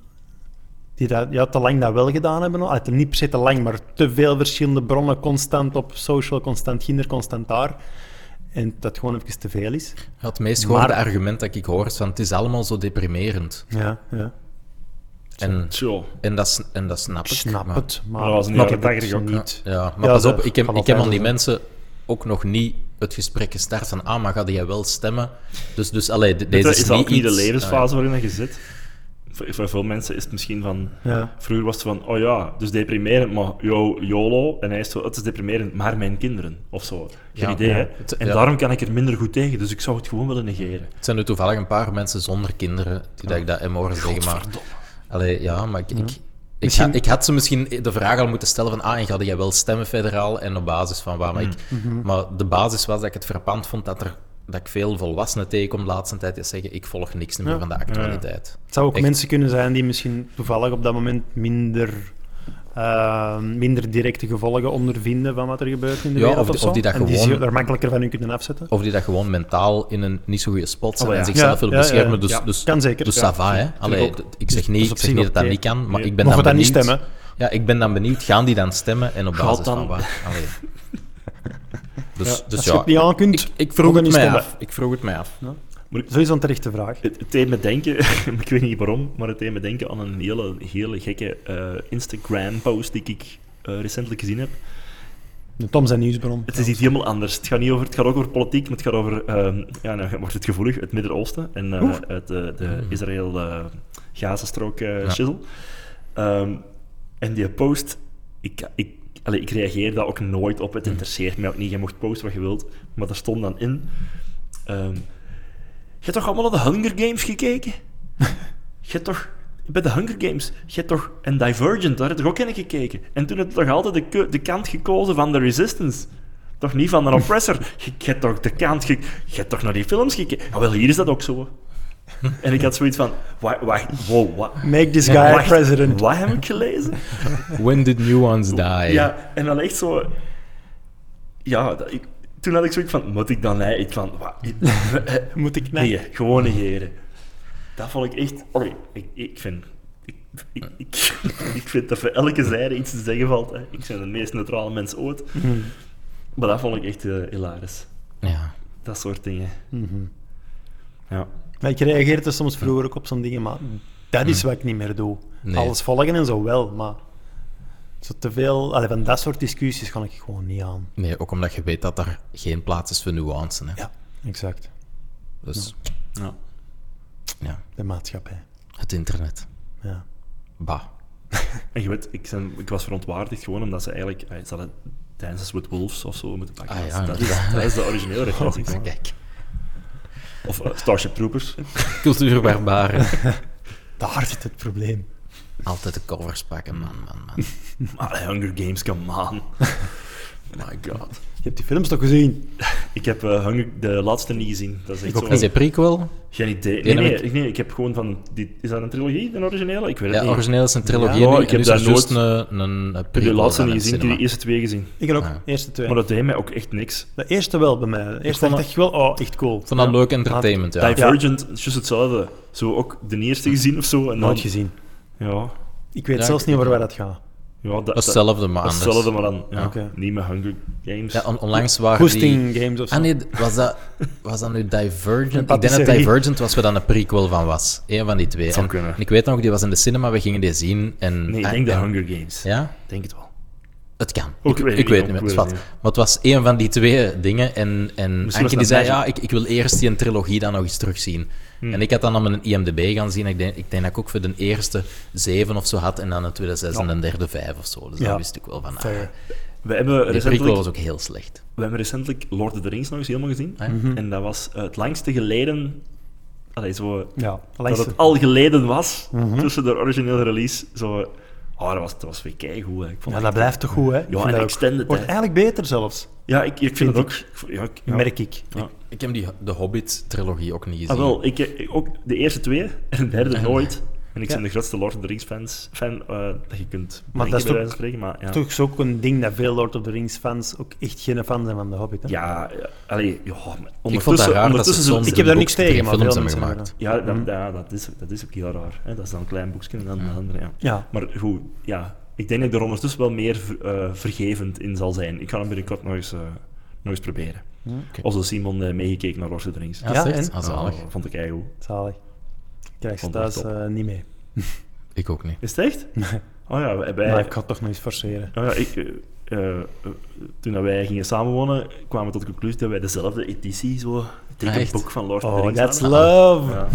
[SPEAKER 1] Die dat ja, te lang dat wel gedaan hebben. al. Allee, niet per se te lang, maar te veel verschillende bronnen. Constant op social, constant hinder, constant daar. En dat gewoon even te veel is.
[SPEAKER 3] Ja, het meest gehoorde
[SPEAKER 1] Maar-
[SPEAKER 3] argument dat ik hoor is van het is allemaal zo deprimerend.
[SPEAKER 1] Ja, ja.
[SPEAKER 3] En,
[SPEAKER 2] Tjo.
[SPEAKER 3] en, dat, s- en dat snap ik.
[SPEAKER 1] Ik snap
[SPEAKER 3] maar-
[SPEAKER 1] het, maar,
[SPEAKER 2] Maar dat was in de
[SPEAKER 1] ik
[SPEAKER 2] jaren
[SPEAKER 1] heb het
[SPEAKER 2] 80 ook, hè?
[SPEAKER 1] niet.
[SPEAKER 3] Ja, maar
[SPEAKER 1] Ja,
[SPEAKER 3] pas
[SPEAKER 1] dat
[SPEAKER 3] op, ik heb,
[SPEAKER 1] kan
[SPEAKER 3] ik heb aan
[SPEAKER 1] altijd
[SPEAKER 3] die
[SPEAKER 1] zo.
[SPEAKER 3] mensen ook nog niet het gesprek gestart van, ah, maar ga jij wel stemmen? Dus, dus allee, de-
[SPEAKER 2] Dit
[SPEAKER 3] deze
[SPEAKER 2] is,
[SPEAKER 3] is
[SPEAKER 2] dat
[SPEAKER 3] niet
[SPEAKER 2] ook niet de
[SPEAKER 3] iets- Ah,
[SPEAKER 2] levensfase waarin je zit. Voor, voor veel mensen is het misschien van...
[SPEAKER 1] Ja.
[SPEAKER 2] Vroeger was het van, oh ja, dus deprimerend, maar yo, YOLO. En hij is zo, het is deprimerend, maar mijn kinderen, of zo. Geen
[SPEAKER 3] Ja,
[SPEAKER 2] idee,
[SPEAKER 3] ja.
[SPEAKER 2] hè.
[SPEAKER 3] Het-
[SPEAKER 2] en
[SPEAKER 3] ja.
[SPEAKER 2] daarom kan ik er minder goed tegen, dus ik zou het gewoon willen negeren.
[SPEAKER 3] Het zijn nu toevallig een paar mensen zonder kinderen die dat ik dat hem horen zeggen, maar... Allee, ja, maar ik... ik ik,
[SPEAKER 1] Misschien-
[SPEAKER 3] had, ik had ze misschien de vraag al moeten stellen van, ah, en ga jij wel stemmen federaal? En op basis van waar, maar,
[SPEAKER 1] Mm.
[SPEAKER 3] ik,
[SPEAKER 1] Mhm.
[SPEAKER 3] maar de basis was dat ik het verpand vond dat, er, dat ik veel volwassenen tegenkom de laatste tijd die zeggen, ik volg niks meer
[SPEAKER 1] Ja.
[SPEAKER 3] van de actualiteit.
[SPEAKER 1] Het zou ook
[SPEAKER 3] Echt.
[SPEAKER 1] mensen kunnen zijn die misschien toevallig op dat moment minder, eh, minder directe gevolgen ondervinden van wat er gebeurt in de
[SPEAKER 3] Ja,
[SPEAKER 1] wereld.
[SPEAKER 3] of die-
[SPEAKER 1] zo.
[SPEAKER 3] of die dat
[SPEAKER 1] en die
[SPEAKER 3] gewoon- Oh,
[SPEAKER 1] zich er makkelijker van hun kunnen afzetten.
[SPEAKER 3] Of die dat gewoon mentaal in een niet zo goede spot zijn
[SPEAKER 2] Oh, ja.
[SPEAKER 3] en zichzelf
[SPEAKER 1] Ah, Ja,
[SPEAKER 3] willen
[SPEAKER 1] ja, ja,
[SPEAKER 3] beschermen.
[SPEAKER 1] ja.
[SPEAKER 3] Dus,
[SPEAKER 1] Ja.
[SPEAKER 3] dus,
[SPEAKER 1] Kan zeker,
[SPEAKER 3] Dus
[SPEAKER 1] ja.
[SPEAKER 3] ça va, hè. Allee,
[SPEAKER 1] ook.
[SPEAKER 3] d- ik zeg
[SPEAKER 1] Dus
[SPEAKER 3] niet,
[SPEAKER 1] op
[SPEAKER 3] ik zeg
[SPEAKER 1] zich
[SPEAKER 3] niet dat dat
[SPEAKER 1] oké.
[SPEAKER 3] niet kan, maar
[SPEAKER 2] Nee.
[SPEAKER 3] ik ben
[SPEAKER 1] Mogen
[SPEAKER 3] dan
[SPEAKER 1] we dan niet
[SPEAKER 3] benieuwd.
[SPEAKER 1] stemmen?
[SPEAKER 3] Ja, ik ben dan benieuwd, gaan die dan stemmen en op
[SPEAKER 2] Gaat
[SPEAKER 3] basis van
[SPEAKER 2] dan-
[SPEAKER 3] waar? Allee. Dus ja, dus
[SPEAKER 1] Als je
[SPEAKER 3] ja
[SPEAKER 1] het niet aan kunt,
[SPEAKER 3] ik, ik
[SPEAKER 1] mogen
[SPEAKER 3] vroeg het
[SPEAKER 1] niet
[SPEAKER 3] mij
[SPEAKER 1] stemmen.
[SPEAKER 3] af. Ik vroeg het mij af.
[SPEAKER 1] Sowieso een terechte vraag.
[SPEAKER 2] Het, het deed me denken, ik weet niet waarom, maar het deed me denken aan een hele, hele gekke eh, Instagram-post die ik eh, recentelijk gezien heb.
[SPEAKER 1] Tom zijn nieuwsbron.
[SPEAKER 2] Het is iets helemaal anders. Het gaat, niet over, het gaat ook over politiek, maar het gaat over, ehm, ja, nou wordt het gevoelig, het Midden-Oosten en eh,
[SPEAKER 1] Oeh.
[SPEAKER 2] het, eh, de Israël-Gazastrook eh
[SPEAKER 3] Ja.
[SPEAKER 2] shizzle. Ehm, en die post, ik, ik, allee, ik reageer daar ook nooit op, het interesseert mij ook niet, je mocht posten wat je wilt, maar daar stond dan in... ehm, je hebt toch allemaal naar de Hunger Games gekeken? je hebt toch... Bij de Hunger Games, je hebt toch... En Divergent, daar heb je toch ook in gekeken? En toen heb je toch altijd de, keu- de kant gekozen van de Resistance? Toch niet van de Oppressor? Je, je hebt toch de kant... ge- je hebt toch naar die films gekeken? Ah, wel, hier is dat ook zo. En ik had zoiets van... Wacht, wacht, wow, wat...
[SPEAKER 1] Make this guy
[SPEAKER 2] wacht,
[SPEAKER 1] president.
[SPEAKER 2] Wat heb ik gelezen?
[SPEAKER 3] When did nuance die?
[SPEAKER 2] Ja, en dan echt zo... Ja, dat- ik, toen had ik zoiets van... Moet ik dan nee? Ik van... Wat,
[SPEAKER 1] Moet ik
[SPEAKER 2] Nee, gewoon negeren. Dat vond ik echt... Allee, ik, ik vind... Ik, ik, ik, ik vind dat voor elke zijde iets te zeggen valt. Hè. Ik ben de meest neutrale mens ooit. Maar dat vond ik echt eh, hilarisch.
[SPEAKER 3] Ja.
[SPEAKER 2] Dat soort dingen. Ja.
[SPEAKER 1] Maar ik reageerde soms vroeger ook op zo'n dingen, maar dat is wat ik niet meer doe.
[SPEAKER 3] Hm. Nee.
[SPEAKER 1] Alles volgen en zo wel, maar zo te veel, allee, van dat soort discussies kan ik gewoon niet aan.
[SPEAKER 3] Nee, ook omdat je weet dat er geen plaats is voor nuance. Hè.
[SPEAKER 1] Ja, exact.
[SPEAKER 3] Dus
[SPEAKER 2] ja.
[SPEAKER 3] ja,
[SPEAKER 1] De maatschappij.
[SPEAKER 3] het internet.
[SPEAKER 1] Ja.
[SPEAKER 3] Bah.
[SPEAKER 2] En je weet, ik, ben, ik was verontwaardigd gewoon omdat ze eigenlijk... eh, Ze hadden Dances with Wolves of zo moeten pakken.
[SPEAKER 3] Ah, ja,
[SPEAKER 2] dat, is, dat is de originele
[SPEAKER 1] Oh,
[SPEAKER 2] referentie.
[SPEAKER 3] Dus Kijk,
[SPEAKER 2] Of eh, Starship Troopers.
[SPEAKER 3] cultuurbarbaren.
[SPEAKER 1] Daar zit het probleem.
[SPEAKER 3] Altijd de covers pakken, man, man, man.
[SPEAKER 2] Maar Hunger Games, come on. My god.
[SPEAKER 1] Je hebt die films toch gezien?
[SPEAKER 2] Ik heb eh, Hunger, de laatste niet gezien. Dat is echt zo...
[SPEAKER 3] Is dit prequel?
[SPEAKER 2] Geen idee.
[SPEAKER 3] Die
[SPEAKER 2] Nee, nee,
[SPEAKER 3] heb ik-
[SPEAKER 2] ik... nee, ik heb gewoon van... Die, is dat een trilogie, een originele? Ik weet het
[SPEAKER 3] Ja,
[SPEAKER 2] niet.
[SPEAKER 3] origineel is een trilogie.
[SPEAKER 2] Ja,
[SPEAKER 3] nu-
[SPEAKER 2] ik heb
[SPEAKER 3] en nu
[SPEAKER 2] daar
[SPEAKER 3] is er juist
[SPEAKER 2] nooit-
[SPEAKER 3] een, een, een
[SPEAKER 2] Ik heb
[SPEAKER 3] prequel
[SPEAKER 2] de laatste
[SPEAKER 3] van
[SPEAKER 2] niet
[SPEAKER 3] in
[SPEAKER 2] gezien, ik heb
[SPEAKER 3] cinema.
[SPEAKER 2] de eerste twee gezien.
[SPEAKER 1] Ik ook.
[SPEAKER 3] Ja.
[SPEAKER 1] Eerste twee.
[SPEAKER 2] Maar dat deed mij ook echt niks.
[SPEAKER 1] De eerste wel bij mij. De eerste
[SPEAKER 3] vond
[SPEAKER 1] dacht ik wel, oh, echt cool.
[SPEAKER 3] Ik vond dat
[SPEAKER 1] Ja.
[SPEAKER 3] leuk entertainment, ja.
[SPEAKER 2] Divergent, is juist hetzelfde. Zo ook de eerste gezien of zo. En dan,
[SPEAKER 1] Nooit gezien.
[SPEAKER 2] Ja,
[SPEAKER 1] Ik weet
[SPEAKER 3] Ja,
[SPEAKER 1] zelfs
[SPEAKER 3] ik-
[SPEAKER 1] niet waar wij dat gaat.
[SPEAKER 2] ja dat, dat,
[SPEAKER 3] Dat is hetzelfde, maar
[SPEAKER 2] dat is
[SPEAKER 3] anders.
[SPEAKER 2] hetzelfde, maar dan ja,
[SPEAKER 1] Oké.
[SPEAKER 2] niet met Hunger Games.
[SPEAKER 3] Ja, on- onlangs waren die...
[SPEAKER 1] Goesting games of zo.
[SPEAKER 3] Ah nee, was dat, was dat nu Divergent? Ik denk dat
[SPEAKER 1] patisserie.
[SPEAKER 3] Divergent was waar dan een prequel van was. Eén van die twee.
[SPEAKER 2] zou
[SPEAKER 3] En,
[SPEAKER 2] kunnen.
[SPEAKER 3] en ik weet nog, die was in de cinema, we gingen die zien. En,
[SPEAKER 2] Nee, ik
[SPEAKER 3] en-
[SPEAKER 2] denk de
[SPEAKER 3] en-
[SPEAKER 2] Hunger Games.
[SPEAKER 3] Ah, Ja?
[SPEAKER 2] Ik denk het wel.
[SPEAKER 3] Het kan.
[SPEAKER 2] Ook weet
[SPEAKER 3] ik weet,
[SPEAKER 2] ik
[SPEAKER 3] ik
[SPEAKER 2] niet,
[SPEAKER 3] weet
[SPEAKER 2] ook
[SPEAKER 3] niet meer.
[SPEAKER 2] weet
[SPEAKER 3] Het vat.
[SPEAKER 2] ik niet.
[SPEAKER 3] Maar het was één van die twee dingen. En, en
[SPEAKER 2] was
[SPEAKER 3] Anke
[SPEAKER 2] dat
[SPEAKER 3] die zei,
[SPEAKER 2] Magic.
[SPEAKER 3] ja, ik, ik wil eerst die trilogie dan nog eens terugzien.
[SPEAKER 2] Hmm.
[SPEAKER 3] En ik had dan op een IMDB gaan zien. Ik denk, ik denk dat ik ook voor de eerste zeven of zo had. En dan de tweede zes en de derde vijf of zo. Dus
[SPEAKER 1] Ja.
[SPEAKER 3] daar wist ik wel van. Ah,
[SPEAKER 1] Fair.
[SPEAKER 2] We hebben,
[SPEAKER 3] die prequel was
[SPEAKER 2] recentelijk,
[SPEAKER 3] ook heel slecht.
[SPEAKER 2] we hebben recentelijk Lord of the Rings nog eens helemaal gezien.
[SPEAKER 3] Ah, ja.
[SPEAKER 1] Mhm.
[SPEAKER 2] En dat was eh, het langste geleden... Allee, zo...
[SPEAKER 1] Ja,
[SPEAKER 2] dat
[SPEAKER 1] langste. Mhm.
[SPEAKER 2] het al geleden was tussen de originele release. Zo, oh, dat was, dat was weer keigoed. hè. Ik vond
[SPEAKER 1] Ja,
[SPEAKER 2] dat-
[SPEAKER 1] dat blijft toch goed, hè? Ik vind
[SPEAKER 2] en
[SPEAKER 1] dat ook-
[SPEAKER 2] extended,
[SPEAKER 1] Wordt
[SPEAKER 2] hè.
[SPEAKER 1] eigenlijk beter zelfs,
[SPEAKER 2] ja, ik, ik vind
[SPEAKER 1] vind
[SPEAKER 2] het ook. ik- Ja, ik, ja.
[SPEAKER 1] merk ik.
[SPEAKER 2] Ja.
[SPEAKER 3] Ik heb die, de Hobbit-trilogie ook niet gezien.
[SPEAKER 2] eh, Ah, wel, ik, ik- ook de eerste twee en de derde nooit. En ik
[SPEAKER 1] Ja.
[SPEAKER 2] ben de grootste Lord of the Rings fans, fan eh, dat je kunt
[SPEAKER 1] Maar
[SPEAKER 2] maar
[SPEAKER 1] dat
[SPEAKER 2] dat
[SPEAKER 1] is
[SPEAKER 2] bij
[SPEAKER 1] toch-
[SPEAKER 2] wijze van spreken. Maar ja,
[SPEAKER 1] Toch is ook een ding dat veel Lord of the Rings fans ook echt geen fan zijn van de Hobbit. Hè?
[SPEAKER 2] ja, ja, allee, ja, maar
[SPEAKER 3] Ik vond dat
[SPEAKER 2] ondertussen,
[SPEAKER 3] raar dat ze
[SPEAKER 2] ondertussen zo-
[SPEAKER 3] soms
[SPEAKER 1] ik heb daar
[SPEAKER 3] in
[SPEAKER 1] niks
[SPEAKER 3] boek
[SPEAKER 1] tegen,
[SPEAKER 3] drie
[SPEAKER 1] maar
[SPEAKER 3] films
[SPEAKER 1] veel
[SPEAKER 3] hebben
[SPEAKER 1] mensen
[SPEAKER 3] gemaakt.
[SPEAKER 2] ja, dat, ja, dat, is, dat is ook heel raar. Hè? Dat is dan een klein boekje en dan
[SPEAKER 3] Mm.
[SPEAKER 2] een andere. Ja.
[SPEAKER 1] Ja,
[SPEAKER 2] Maar goed, ja. Ik denk dat ik er ondertussen wel meer eh, vergevend in zal zijn. Ik ga hem binnenkort nog eens, eh, nog eens proberen.
[SPEAKER 1] Hm.
[SPEAKER 3] Oké.
[SPEAKER 2] Of zo Simon eh, meegekeken naar Lord of the Rings.
[SPEAKER 3] Ja,
[SPEAKER 1] Ja,
[SPEAKER 3] zegt.
[SPEAKER 1] en?
[SPEAKER 3] Ah, zalig.
[SPEAKER 2] Ah, vond ik eigenlijk goed.
[SPEAKER 1] zalig. Ik krijg ze
[SPEAKER 2] Vond ik
[SPEAKER 1] thuis
[SPEAKER 2] top.
[SPEAKER 1] eh, niet mee.
[SPEAKER 3] Ik ook niet.
[SPEAKER 2] Is het echt? Oh ja, wij, wij-
[SPEAKER 1] Maar ik ga het toch nog eens forceren.
[SPEAKER 2] oh ja, ik, eh, eh, eh, toen dat wij gingen samenwonen, kwamen we tot de conclusie dat wij dezelfde editie, zo,
[SPEAKER 3] Ah,
[SPEAKER 2] het
[SPEAKER 3] echt?
[SPEAKER 2] boek van Lord of the
[SPEAKER 1] Oh,
[SPEAKER 2] Rings
[SPEAKER 1] that's
[SPEAKER 2] hadden.
[SPEAKER 1] love!
[SPEAKER 2] Ja.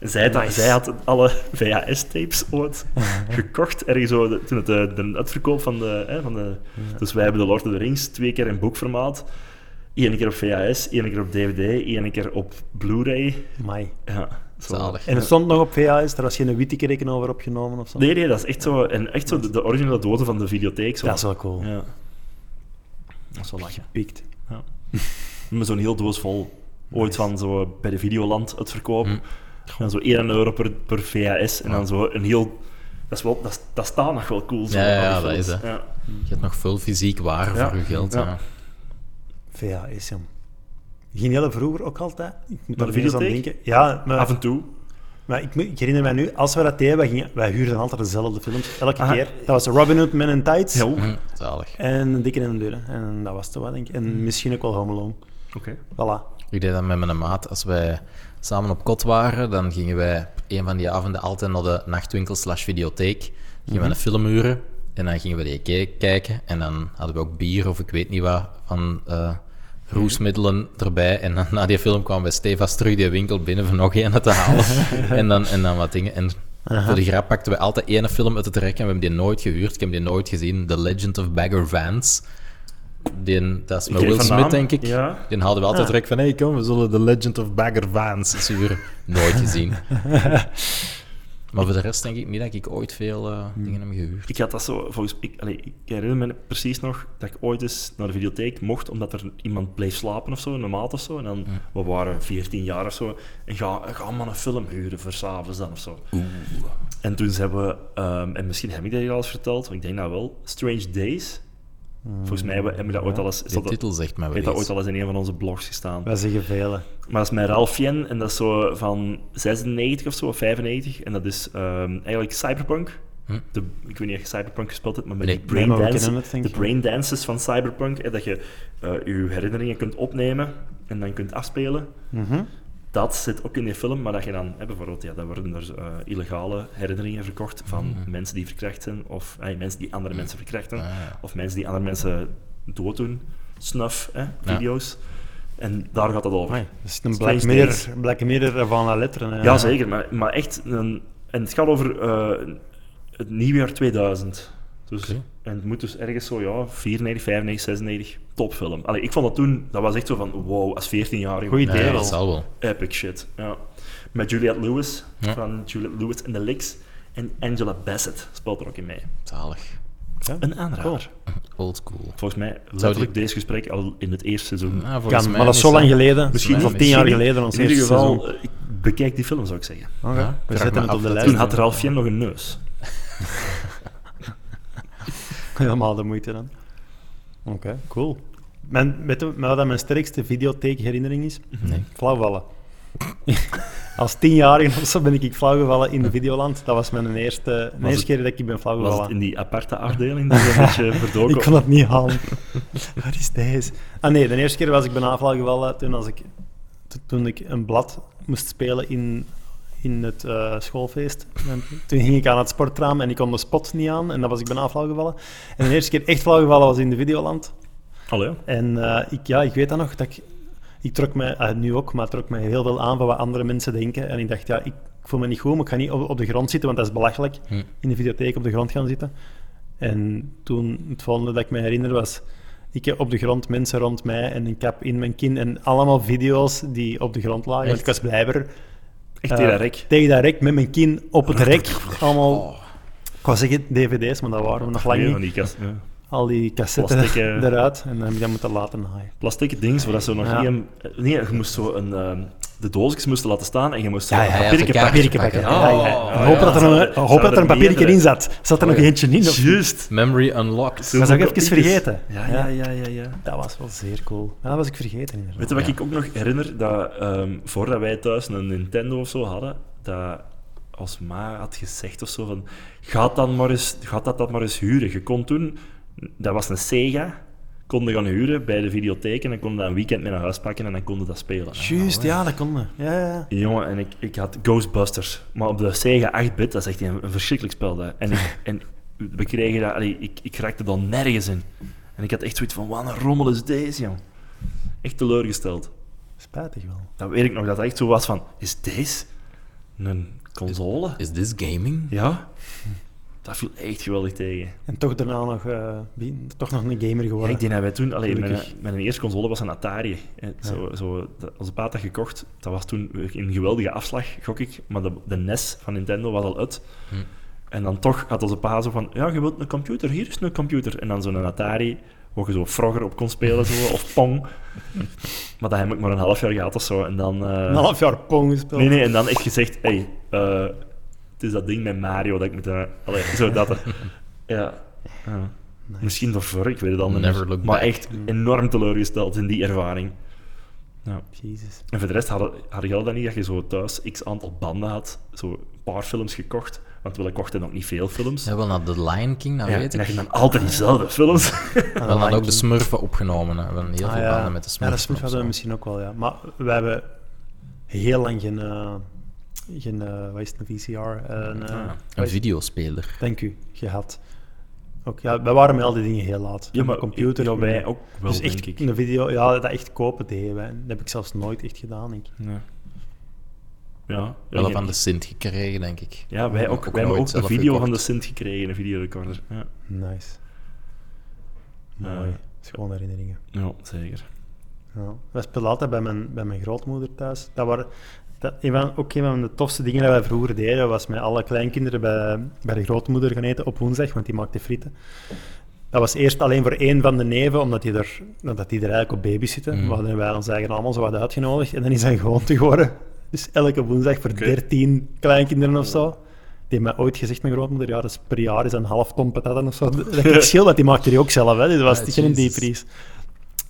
[SPEAKER 2] En Zij, dat, zij had alle VHS-tapes ooit gekocht, ergens zo, de- toen het de, de uitverkoop van de, hè, van de... Dus wij hebben de Lord of the Rings twee keer in boekformaat. Eén keer op VHS, één keer op DVD, één keer op Blu-ray.
[SPEAKER 1] Mai.
[SPEAKER 2] Ja, zo.
[SPEAKER 3] Zalig.
[SPEAKER 1] En het stond nog op VHS, er was geen witte kreken over opgenomen of zo.
[SPEAKER 2] Nee, nee, dat is echt zo, en echt zo de, de originele doden van de videotheek. Zo.
[SPEAKER 1] Dat is wel cool.
[SPEAKER 2] Ja. Dat is wel lachen.
[SPEAKER 1] Piekt.
[SPEAKER 2] Met zo'n heel doos vol. Ooit van zo bij de Videoland het verkoop.
[SPEAKER 3] Mm.
[SPEAKER 2] En zo 1 euro per, per VHS. En dan zo een heel... Dat, is wel, dat, is- dat staat nog wel cool. Zo,
[SPEAKER 3] Ja, ja,
[SPEAKER 2] al die
[SPEAKER 3] ja, dat
[SPEAKER 2] films.
[SPEAKER 3] is, hè.
[SPEAKER 2] Ja.
[SPEAKER 3] Je hebt nog veel fysiek waar
[SPEAKER 2] Ja.
[SPEAKER 3] voor je geld.
[SPEAKER 2] Ja.
[SPEAKER 3] Ja.
[SPEAKER 1] VHS, jong. Ging heel vroeger ook altijd. Ik moet
[SPEAKER 2] Naar
[SPEAKER 1] er
[SPEAKER 2] de
[SPEAKER 1] weer eens aan
[SPEAKER 2] videotheek?
[SPEAKER 1] denken. Ja,
[SPEAKER 3] Eh.
[SPEAKER 2] Af
[SPEAKER 1] maar,
[SPEAKER 2] en toe.
[SPEAKER 1] maar ik, moet- ik herinner me nu, als we dat deden, wij, gingen, wij huurden altijd dezelfde films. Elke
[SPEAKER 2] Aha.
[SPEAKER 1] keer. Dat was Robin Hood, Men in Tights.
[SPEAKER 2] Ja, oké.
[SPEAKER 3] Hm, zalig.
[SPEAKER 1] En een dikke en een dure. En dat was het wel, denk ik. En misschien ook wel Home Alone. Voilà.
[SPEAKER 3] Ik deed dat met mijn maat. Als wij samen op kot waren, dan gingen wij een van die avonden altijd naar de nachtwinkel slash videotheek. Gingen we een film huren en dan gingen we die ke- kijken. En dan hadden we ook bier of ik weet niet wat van eh, roesmiddelen erbij. En dan, na die film kwamen wij stevast terug die winkel binnen om nog een te halen. en, dan, en dan wat dingen. En voor de grap pakten we altijd één film uit het rek en we hebben die nooit gehuurd. Ik heb die nooit gezien. The Legend of Bagger Vance. Die, dat is met
[SPEAKER 2] ken
[SPEAKER 3] Will
[SPEAKER 2] van
[SPEAKER 3] Smith,
[SPEAKER 2] naam.
[SPEAKER 3] denk ik.
[SPEAKER 2] Ja.
[SPEAKER 3] Dan hadden we altijd
[SPEAKER 1] Ah.
[SPEAKER 3] rek van, hey, kom, we zullen The Legend of Bagger Vance eens huren. Nooit gezien. maar voor de rest denk ik niet dat ik ooit veel eh,
[SPEAKER 1] Hmm.
[SPEAKER 3] dingen heb gehuurd.
[SPEAKER 2] Ik had dat zo, volgens ik, allee, ik herinner me precies nog dat ik ooit eens naar de videotheek mocht, omdat er iemand bleef slapen of zo, een maat of zo. En dan, we waren 14 jaar of zo, en ga, ga maar een film huren voor s'avonds dan of zo. En toen hebben we, ehm, en misschien heb ik dat hier al eens verteld, want ik denk dat wel, Strange Days. Volgens mij hebben, hebben we dat ooit al eens, is
[SPEAKER 3] De
[SPEAKER 2] dat,
[SPEAKER 3] titel zegt mij wel
[SPEAKER 2] heeft dat ooit
[SPEAKER 3] iets.
[SPEAKER 2] al eens in een van onze blogs gestaan.
[SPEAKER 1] Wij zeggen velen.
[SPEAKER 2] Maar dat is met Ralph Jen, en dat is zo van 96 of zo, of 95. En dat is ehm, eigenlijk Cyberpunk.
[SPEAKER 3] Hm.
[SPEAKER 2] De, ik weet niet of je Cyberpunk gespeeld hebt, maar met
[SPEAKER 3] Nee.
[SPEAKER 2] die
[SPEAKER 1] Nee, maar we
[SPEAKER 2] braindances
[SPEAKER 1] kennen het, denk
[SPEAKER 2] de
[SPEAKER 1] ik.
[SPEAKER 2] braindances van Cyberpunk. En dat je eh, je herinneringen kunt opnemen en dan kunt afspelen.
[SPEAKER 1] Mhm.
[SPEAKER 2] Dat zit ook in die film, maar dat je dan, hè, bijvoorbeeld, ja, dan worden er eh, illegale herinneringen verkocht van mensen die verkracht zijn, of eh, mensen die andere mensen verkrachten,
[SPEAKER 3] Ah, Hm. ja.
[SPEAKER 2] of mensen die andere mensen dooddoen, snuff, hè, video's. En daar gaat het over.
[SPEAKER 3] Ah,
[SPEAKER 1] Amai, Dat is een
[SPEAKER 2] Strange
[SPEAKER 1] Black Mirror, Black Mirror van la letteren. hè.
[SPEAKER 2] Ja, zeker. Maar, maar echt, een, en het gaat over eh, het nieuwjaar 2000. Dus,
[SPEAKER 3] Oké.
[SPEAKER 2] En het moet dus ergens zo, ja, 94, 95, 96, topfilm. Allee, ik vond dat toen, dat was echt zo van, wow, als 14-jarige.
[SPEAKER 1] Goed
[SPEAKER 3] Ja,
[SPEAKER 1] idee
[SPEAKER 3] dat
[SPEAKER 1] wel.
[SPEAKER 3] zal wel.
[SPEAKER 2] Epic shit, ja. Met Juliette Lewis,
[SPEAKER 3] Ja.
[SPEAKER 2] van Juliette Lewis en de Licks. En Angela Bassett speelt er ook in mee.
[SPEAKER 3] Zalig.
[SPEAKER 2] Een aanrader.
[SPEAKER 1] Cool.
[SPEAKER 3] Old school.
[SPEAKER 2] Volgens mij, letterlijk
[SPEAKER 3] die-
[SPEAKER 2] deze gesprek al in het eerste seizoen.
[SPEAKER 3] Ah, volgens
[SPEAKER 1] Kan,
[SPEAKER 3] mij
[SPEAKER 1] Hmm. maar dat is zo lang geleden.
[SPEAKER 3] Misschien
[SPEAKER 1] Misschien
[SPEAKER 3] wel
[SPEAKER 1] al tien jaar
[SPEAKER 2] Misschien-
[SPEAKER 1] geleden. Ons
[SPEAKER 2] In ieder
[SPEAKER 1] eerste
[SPEAKER 2] geval,
[SPEAKER 1] seizoen.
[SPEAKER 2] eh, ik bekijk die film, zou ik zeggen.
[SPEAKER 1] Oké,
[SPEAKER 3] Ja,
[SPEAKER 1] we
[SPEAKER 3] vraag
[SPEAKER 1] zetten
[SPEAKER 3] me
[SPEAKER 1] het
[SPEAKER 3] af
[SPEAKER 1] op de
[SPEAKER 3] dat
[SPEAKER 1] lijst.
[SPEAKER 2] Toen had Ralph Jen nog een neus.
[SPEAKER 1] Helemaal de moeite dan. Oké, cool. Mijn, weet je wat dat mijn sterkste videotheekherinnering is?
[SPEAKER 3] Nee.
[SPEAKER 1] Flauwvallen. Als tienjarige of zo ben ik flauwgevallen in de Videoland. Dat was mijn eerste, mijn
[SPEAKER 2] Was
[SPEAKER 1] eerste keer dat ik ben
[SPEAKER 2] Was het
[SPEAKER 1] flauwgevallen.
[SPEAKER 2] in die aparte afdeling dat je een beetje verdoken
[SPEAKER 1] Ik kon het niet halen. Wat is deze? Ah nee, de eerste keer was ik bijna flauwgevallen toen, als ik, to- toen ik een blad moest spelen in, in het eh, schoolfeest. En toen ging ik aan het sportraam en ik kon de spot niet aan en dan was ik bijna flauwgevallen. En de eerste keer echt flauwgevallen was in de Videoland.
[SPEAKER 2] Allee,
[SPEAKER 1] En eh, ik, ja, ik weet dat nog. Dat ik, ik trok me, eh, nu ook, maar trok me heel veel aan van wat andere mensen denken. En ik dacht, ja, ik voel me niet goed, maar ik ga niet op, op de grond zitten, want dat is belachelijk.
[SPEAKER 3] Hm.
[SPEAKER 1] In de videotheek op de grond gaan zitten. En toen, het volgende dat ik me herinner was, ik heb op de grond mensen rond mij en een kap in mijn kin en allemaal video's die op de grond lagen. Want
[SPEAKER 3] Echt?
[SPEAKER 1] ik was blijver.
[SPEAKER 2] echt
[SPEAKER 1] eh,
[SPEAKER 2] tegen dat rek. Oh.
[SPEAKER 1] Tegen dat rek, met mijn kin op het rek. Allemaal, ik was zeggen dvd's, maar dat waren we nog lang
[SPEAKER 2] Nee,
[SPEAKER 1] niet.
[SPEAKER 2] van die kast, ja.
[SPEAKER 1] Al die cassettes
[SPEAKER 2] Plastic, eh.
[SPEAKER 1] eruit en dan heb ik dat moeten laten naaien.
[SPEAKER 2] Plastieke dings, waar dat zo nog
[SPEAKER 1] Ja.
[SPEAKER 2] niet een- Nee, je moest zo een... ehm, de doosjes moesten laten staan en je moest
[SPEAKER 1] Ja,
[SPEAKER 2] een
[SPEAKER 1] ja, ja,
[SPEAKER 2] papiertje
[SPEAKER 3] zo'n
[SPEAKER 2] pakken.
[SPEAKER 3] kaartje.
[SPEAKER 1] Papiertje pakken.
[SPEAKER 3] pakken.
[SPEAKER 1] Ja, ja, ja.
[SPEAKER 3] Oh,
[SPEAKER 1] Ik hoop
[SPEAKER 2] ja.
[SPEAKER 1] dat er een, ik hoop
[SPEAKER 2] Zou
[SPEAKER 1] dat er
[SPEAKER 2] er
[SPEAKER 1] een papiertje
[SPEAKER 2] meerdere-
[SPEAKER 1] in zat. Zat er nog eentje in? Of...
[SPEAKER 2] Juist.
[SPEAKER 3] Memory unlocked.
[SPEAKER 1] Dat zou ik even vergeten.
[SPEAKER 2] Ja, ja, ja, ja, ja.
[SPEAKER 1] Dat was wel zeer cool. Ja, dat was ik vergeten inderdaad.
[SPEAKER 2] Weet je wat
[SPEAKER 3] Ja.
[SPEAKER 2] ik ook nog herinner? Dat ehm, voordat wij thuis een Nintendo of zo hadden, dat als ma had gezegd of zo van, gaat, dan maar eens, gaat dat dan maar eens huren. Je kon toen, dat was een Sega, konden gaan huren bij de videotheek en dan konden dat een weekend mee naar huis pakken en dan konden dat spelen. Nou,
[SPEAKER 1] Juist, ja, dat kon me. Nou, Ja, ja, ja.
[SPEAKER 2] Jongen, en ik, ik had Ghostbusters. Maar op de Sega 8-bit, dat is echt een, een verschrikkelijk spel. Dat. En, ik, en we kregen dat... allee, ik, ik raakte dan nergens in. En ik had echt zoiets van, wat een rommel is deze, jong. Echt teleurgesteld.
[SPEAKER 1] Spijtig wel.
[SPEAKER 2] Dan weet ik nog dat het echt zo was van, is deze een console?
[SPEAKER 3] Is this gaming?
[SPEAKER 2] Ja. Dat viel echt geweldig tegen.
[SPEAKER 1] En toch daarna nog, eh, wie- toch nog een gamer
[SPEAKER 2] Ja,
[SPEAKER 1] geworden.
[SPEAKER 2] ik denk dat wij toen... Allee, mijn,
[SPEAKER 1] Gelukkig.
[SPEAKER 2] mijn eerste console was een Atari. En Zo, zo, dat- onze paard had dat gekocht. Dat was toen weer een geweldige afslag, gok ik. Maar de, de NES van Nintendo was al uit.
[SPEAKER 3] Hm.
[SPEAKER 2] En dan toch had onze pa zo van... Ja, je wilt een computer? Hier is een computer. En dan zo'n Atari, waar je zo Frogger op kon spelen. Zo, of Pong. maar dat heb ik maar een half jaar gehad of zo. En dan... eh,
[SPEAKER 1] Een half jaar Pong gespeeld.
[SPEAKER 2] Nee, nee, en dan echt gezegd, hey, eh, het is dat ding met Mario dat ik moet... eh, allee, zo dat. er- ja. ja. Misschien door vorig, ik weet het al niet.
[SPEAKER 3] Never
[SPEAKER 2] meer.
[SPEAKER 3] look
[SPEAKER 2] maar
[SPEAKER 3] back.
[SPEAKER 2] echt enorm teleurgesteld in die ervaring.
[SPEAKER 1] Jezus.
[SPEAKER 2] En voor de rest hadden, hadden jullie dat niet, dat je zo thuis x aantal banden had, zo een paar films gekocht, want we kochten nog niet veel films.
[SPEAKER 3] Ja, wel naar The Lion King, dat
[SPEAKER 2] Ja,
[SPEAKER 3] weet
[SPEAKER 2] en dat
[SPEAKER 3] ik.
[SPEAKER 2] je dan altijd diezelfde films...
[SPEAKER 3] We hadden ook de Smurfen opgenomen. hè. We hebben heel
[SPEAKER 1] Ah,
[SPEAKER 3] veel
[SPEAKER 1] ja.
[SPEAKER 3] banden met de
[SPEAKER 1] Ja,
[SPEAKER 3] Smurfen.
[SPEAKER 1] dat Smurf hadden we
[SPEAKER 3] opgenomen.
[SPEAKER 1] misschien ook wel, ja. Maar we hebben heel lang geen, eh, geen eh, wat is het, een VCR? eh, een, eh,
[SPEAKER 2] Ah,
[SPEAKER 1] wat
[SPEAKER 3] Een
[SPEAKER 1] is-
[SPEAKER 3] videospeler.
[SPEAKER 1] Dank u, gehad. Ook, ja, wij waren met al die dingen heel laat.
[SPEAKER 2] Ja, maar
[SPEAKER 1] computer.
[SPEAKER 2] ja, wij
[SPEAKER 1] met-
[SPEAKER 2] ook wel,
[SPEAKER 1] dus echt
[SPEAKER 2] denk ik.
[SPEAKER 1] een video, ja, dat echt kopen deden wij. Dat heb ik zelfs nooit echt gedaan, denk ik.
[SPEAKER 2] Ja. Ja,
[SPEAKER 3] Wel
[SPEAKER 2] ja,
[SPEAKER 3] van de Sint gekregen, denk ik.
[SPEAKER 2] ja, wij ook. Wij
[SPEAKER 3] nooit
[SPEAKER 2] hebben ook een
[SPEAKER 3] zelf
[SPEAKER 2] video van de
[SPEAKER 3] gekocht.
[SPEAKER 2] Sint gekregen, een videorecorder. Ja,
[SPEAKER 1] Nice. Mooi.
[SPEAKER 2] Eh,
[SPEAKER 1] Schone herinneringen.
[SPEAKER 2] ja zeker.
[SPEAKER 1] Ja. Wij speelden altijd bij mijn, bij mijn grootmoeder thuis. Dat waren, dat, een van, ook een van de tofste dingen dat wij vroeger deden, was met alle kleinkinderen bij, bij de grootmoeder gaan eten op woensdag, want die maakte frieten. Dat was eerst alleen voor één van de neven, omdat die er, omdat die er eigenlijk op babysitten.
[SPEAKER 3] Mm.
[SPEAKER 1] We hadden wij ons eigen allemaal zo wat uitgenodigd en dan is dat gewoon te geworden. Dus elke woensdag voor dertien kleinkinderen of zo. Die heeft mij ooit gezegd, mijn grootmoeder, ja, dat is per jaar is dat een half ton patatten of zo. Dat ik schil, want die maakte die ook zelf, hè. Dus dat was
[SPEAKER 3] Ah,
[SPEAKER 1] die geen
[SPEAKER 3] Jezus.
[SPEAKER 1] diepvries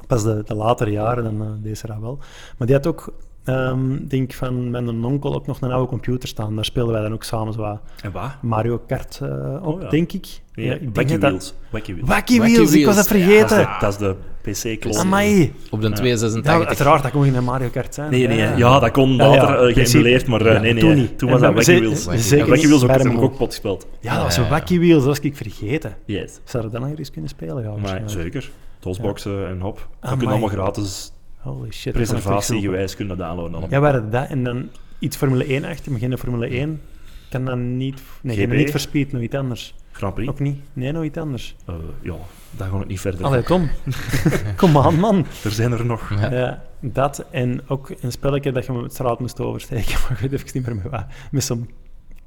[SPEAKER 1] pas de, de latere jaren, dan eh, deed ze dat wel. Maar die had ook, ehm, denk ik, van mijn onkel ook nog een oude computer staan. Daar speelden wij dan ook samen zo wat
[SPEAKER 2] En waar?
[SPEAKER 1] Mario Kart eh, op,
[SPEAKER 2] Oh ja.
[SPEAKER 1] denk ik.
[SPEAKER 2] Ja,
[SPEAKER 1] ik denk
[SPEAKER 2] Wacky
[SPEAKER 1] dat dat-
[SPEAKER 2] Wheels. Wacky Wheels.
[SPEAKER 1] Wacky
[SPEAKER 3] Wacky
[SPEAKER 1] Wheels, ik was dat
[SPEAKER 3] Wheels,
[SPEAKER 2] Dat is
[SPEAKER 1] vergeten.
[SPEAKER 2] de, dat is de PC-klon.
[SPEAKER 1] Amai.
[SPEAKER 3] Op de 286.
[SPEAKER 1] Ja, uiteraard, dat kon geen Mario Kart zijn.
[SPEAKER 2] Nee, nee,
[SPEAKER 1] Ja.
[SPEAKER 2] ja, dat kon
[SPEAKER 1] Ja, ja,
[SPEAKER 2] later eh,
[SPEAKER 1] precies.
[SPEAKER 2] geëmuleerd, maar eh,
[SPEAKER 1] Ja,
[SPEAKER 2] nee, nee.
[SPEAKER 1] toen
[SPEAKER 2] eh,
[SPEAKER 1] niet.
[SPEAKER 2] toen
[SPEAKER 1] En
[SPEAKER 2] was dat
[SPEAKER 1] we-
[SPEAKER 2] Wacky
[SPEAKER 1] ze-
[SPEAKER 2] Wheels.
[SPEAKER 1] ze- zeker
[SPEAKER 2] En Wacky
[SPEAKER 1] niet
[SPEAKER 2] Wheels ook,
[SPEAKER 1] bij de
[SPEAKER 2] heb ik
[SPEAKER 1] mol.
[SPEAKER 2] ook pot gespeeld.
[SPEAKER 1] Ja, dat was
[SPEAKER 3] Ja,
[SPEAKER 1] een
[SPEAKER 3] ja,
[SPEAKER 1] Wacky Wheels, dat was ik vergeten.
[SPEAKER 2] Yes.
[SPEAKER 1] Zou dat dan nog eens kunnen spelen? Ja,
[SPEAKER 2] Maar
[SPEAKER 1] waarschijnlijk.
[SPEAKER 2] zeker. DOSboxen en hop. We
[SPEAKER 1] Amai.
[SPEAKER 2] kunnen allemaal gratis
[SPEAKER 1] Holy shit. dat kan ik terugzoeken.
[SPEAKER 2] preservatiegewijs kunnen downloaden. allemaal.
[SPEAKER 1] Ja, waren dat en dan iets Formule 1 achter, maar geen Formule 1. Kan dan niet... Nee, geen
[SPEAKER 2] GP?
[SPEAKER 1] niet verspied, nog iets anders.
[SPEAKER 2] Grand Prix?
[SPEAKER 1] Ook niet? Nee, nog iets anders.
[SPEAKER 2] Eh, ja, daar gaan we het niet verder.
[SPEAKER 1] Allee, kom. kom aan, man.
[SPEAKER 2] Er zijn er nog.
[SPEAKER 3] Ja.
[SPEAKER 1] Ja, dat en ook een spelletje dat je met straat moest oversteken, maar ik weet even niet meer met wat. Met zo'n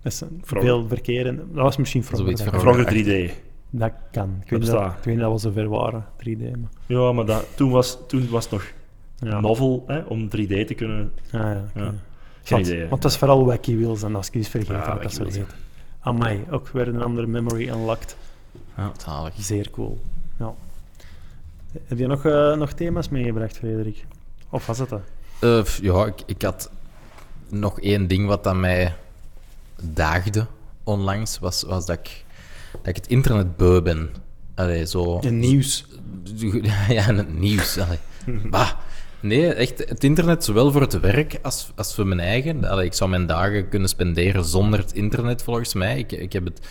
[SPEAKER 1] met zo'n
[SPEAKER 2] Vroeger.
[SPEAKER 1] veel verkeer. en- dat was misschien vroeger.
[SPEAKER 3] Zoiets
[SPEAKER 1] denk ik.
[SPEAKER 3] vroeger.
[SPEAKER 2] Vroeger 3D.
[SPEAKER 1] Dat kan. Ik weet, niet
[SPEAKER 2] Opstaan.
[SPEAKER 1] dat, ik weet niet dat we zover waren, 3D. Maar,
[SPEAKER 2] Ja, maar dat, toen, was, toen was het nog
[SPEAKER 1] ja.
[SPEAKER 2] novel hè, om 3D te kunnen.
[SPEAKER 1] Ah, ja, oké.
[SPEAKER 2] Ja. Geen
[SPEAKER 1] Want,
[SPEAKER 2] idee. hè.
[SPEAKER 1] want dat is vooral Wacky Wheels en als ik iets vergeet,
[SPEAKER 2] Ja,
[SPEAKER 1] dat ik dat
[SPEAKER 2] Wacky
[SPEAKER 1] zo
[SPEAKER 2] Wheels,
[SPEAKER 1] heet. Amai, ook weer een andere memory unlocked.
[SPEAKER 3] Ja, zalig.
[SPEAKER 1] Zeer cool. Ja. Heb je nog, eh, nog thema's meegebracht, Frederik? Of was het dat?
[SPEAKER 3] Eh, f- ja, ik, ik had nog één ding wat aan mij daagde onlangs, was, was dat, ik, dat ik het internet beu ben. Allee, zo...
[SPEAKER 1] Een nieuws.
[SPEAKER 3] Ja, en het nieuws. Allee. Bah. Nee, echt, het internet, zowel voor het werk als, als voor mijn eigen. Allee, ik zou mijn dagen kunnen spenderen zonder het internet, volgens mij. Ik, ik heb het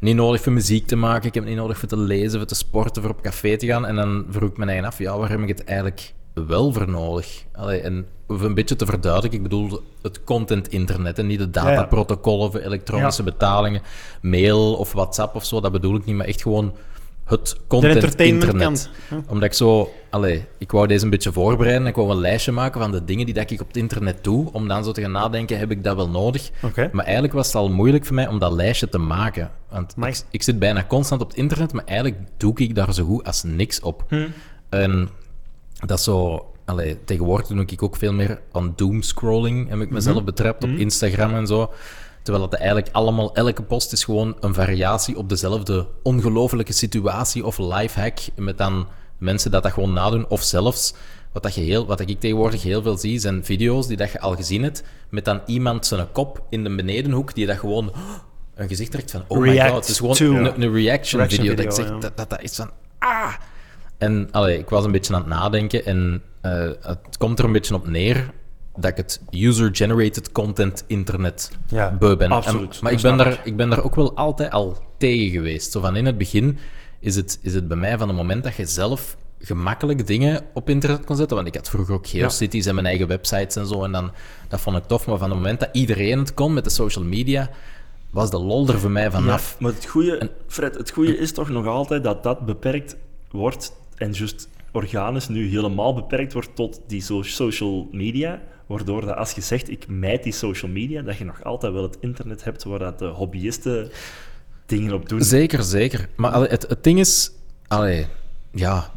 [SPEAKER 3] niet nodig voor muziek te maken, ik heb het niet nodig voor te lezen, voor te sporten, voor op café te gaan. En dan vroeg ik mijn eigen af, ja, waar heb ik het eigenlijk wel voor nodig? Allee, en om een beetje te verduidelijken, ik bedoel het content-internet en niet de
[SPEAKER 1] ja.
[SPEAKER 3] dataprotocollen voor elektronische betalingen, mail of WhatsApp of zo, dat bedoel ik niet, maar echt gewoon het content-internet.
[SPEAKER 1] entertainmentkant.
[SPEAKER 3] Omdat ik zo... Allee, ik wou deze een beetje voorbereiden. Ik wou een lijstje maken van de dingen die dat ik op het internet doe. Om dan zo te gaan nadenken, heb ik dat wel nodig?
[SPEAKER 1] Oké.
[SPEAKER 3] Maar eigenlijk was het al moeilijk voor mij om dat lijstje te maken. Want
[SPEAKER 1] Amai.
[SPEAKER 3] ik, ik zit bijna constant op het internet, maar eigenlijk doe ik daar zo goed als niks op. En dat is zo... Allee, tegenwoordig doe ik ook veel meer aan doomscrolling. Heb ik mezelf
[SPEAKER 1] Mhm.
[SPEAKER 3] betrapt op Instagram en zo. Terwijl dat eigenlijk allemaal, elke post is gewoon een variatie op dezelfde ongelofelijke situatie of lifehack. Met dan mensen dat dat gewoon nadoen. Of zelfs, wat, dat je heel, wat ik tegenwoordig heel veel zie, zijn video's die dat je al gezien hebt. Met dan iemand zijn kop in de benedenhoek die dat gewoon een gezicht trekt van... Oh my
[SPEAKER 1] React
[SPEAKER 3] god, het is gewoon
[SPEAKER 1] to-
[SPEAKER 3] een, een reaction,
[SPEAKER 1] Reaction
[SPEAKER 3] video. Dat ik
[SPEAKER 1] video,
[SPEAKER 3] zeg,
[SPEAKER 1] ja.
[SPEAKER 3] dat, dat, dat is van... Ah! En allee, ik was een beetje aan het nadenken en eh, het komt er een beetje op neer dat ik het user-generated content internet
[SPEAKER 1] Ja,
[SPEAKER 3] beu ben.
[SPEAKER 2] absoluut.
[SPEAKER 3] En- maar ik
[SPEAKER 2] Dat
[SPEAKER 3] ben,
[SPEAKER 2] snap
[SPEAKER 3] daar, ik ben daar ook wel altijd al tegen geweest. Zo van in het begin is het, is het bij mij van het moment dat je zelf gemakkelijk dingen op internet kon zetten. Want ik had vroeger ook GeoCities en mijn eigen websites en zo. En dan, dat vond ik tof. Maar van het moment dat iedereen het kon met de social media, was de lol er voor mij vanaf.
[SPEAKER 2] Maar het goede, Fred, het goede is toch nog altijd dat dat beperkt wordt en juist organisch nu helemaal beperkt wordt tot die so- social media. Waardoor dat als je zegt, ik mijd die social media, dat je nog altijd wel het internet hebt waar dat de hobbyisten dingen op doen.
[SPEAKER 3] Zeker, zeker. Maar allee, het, het ding is... Allee, ja...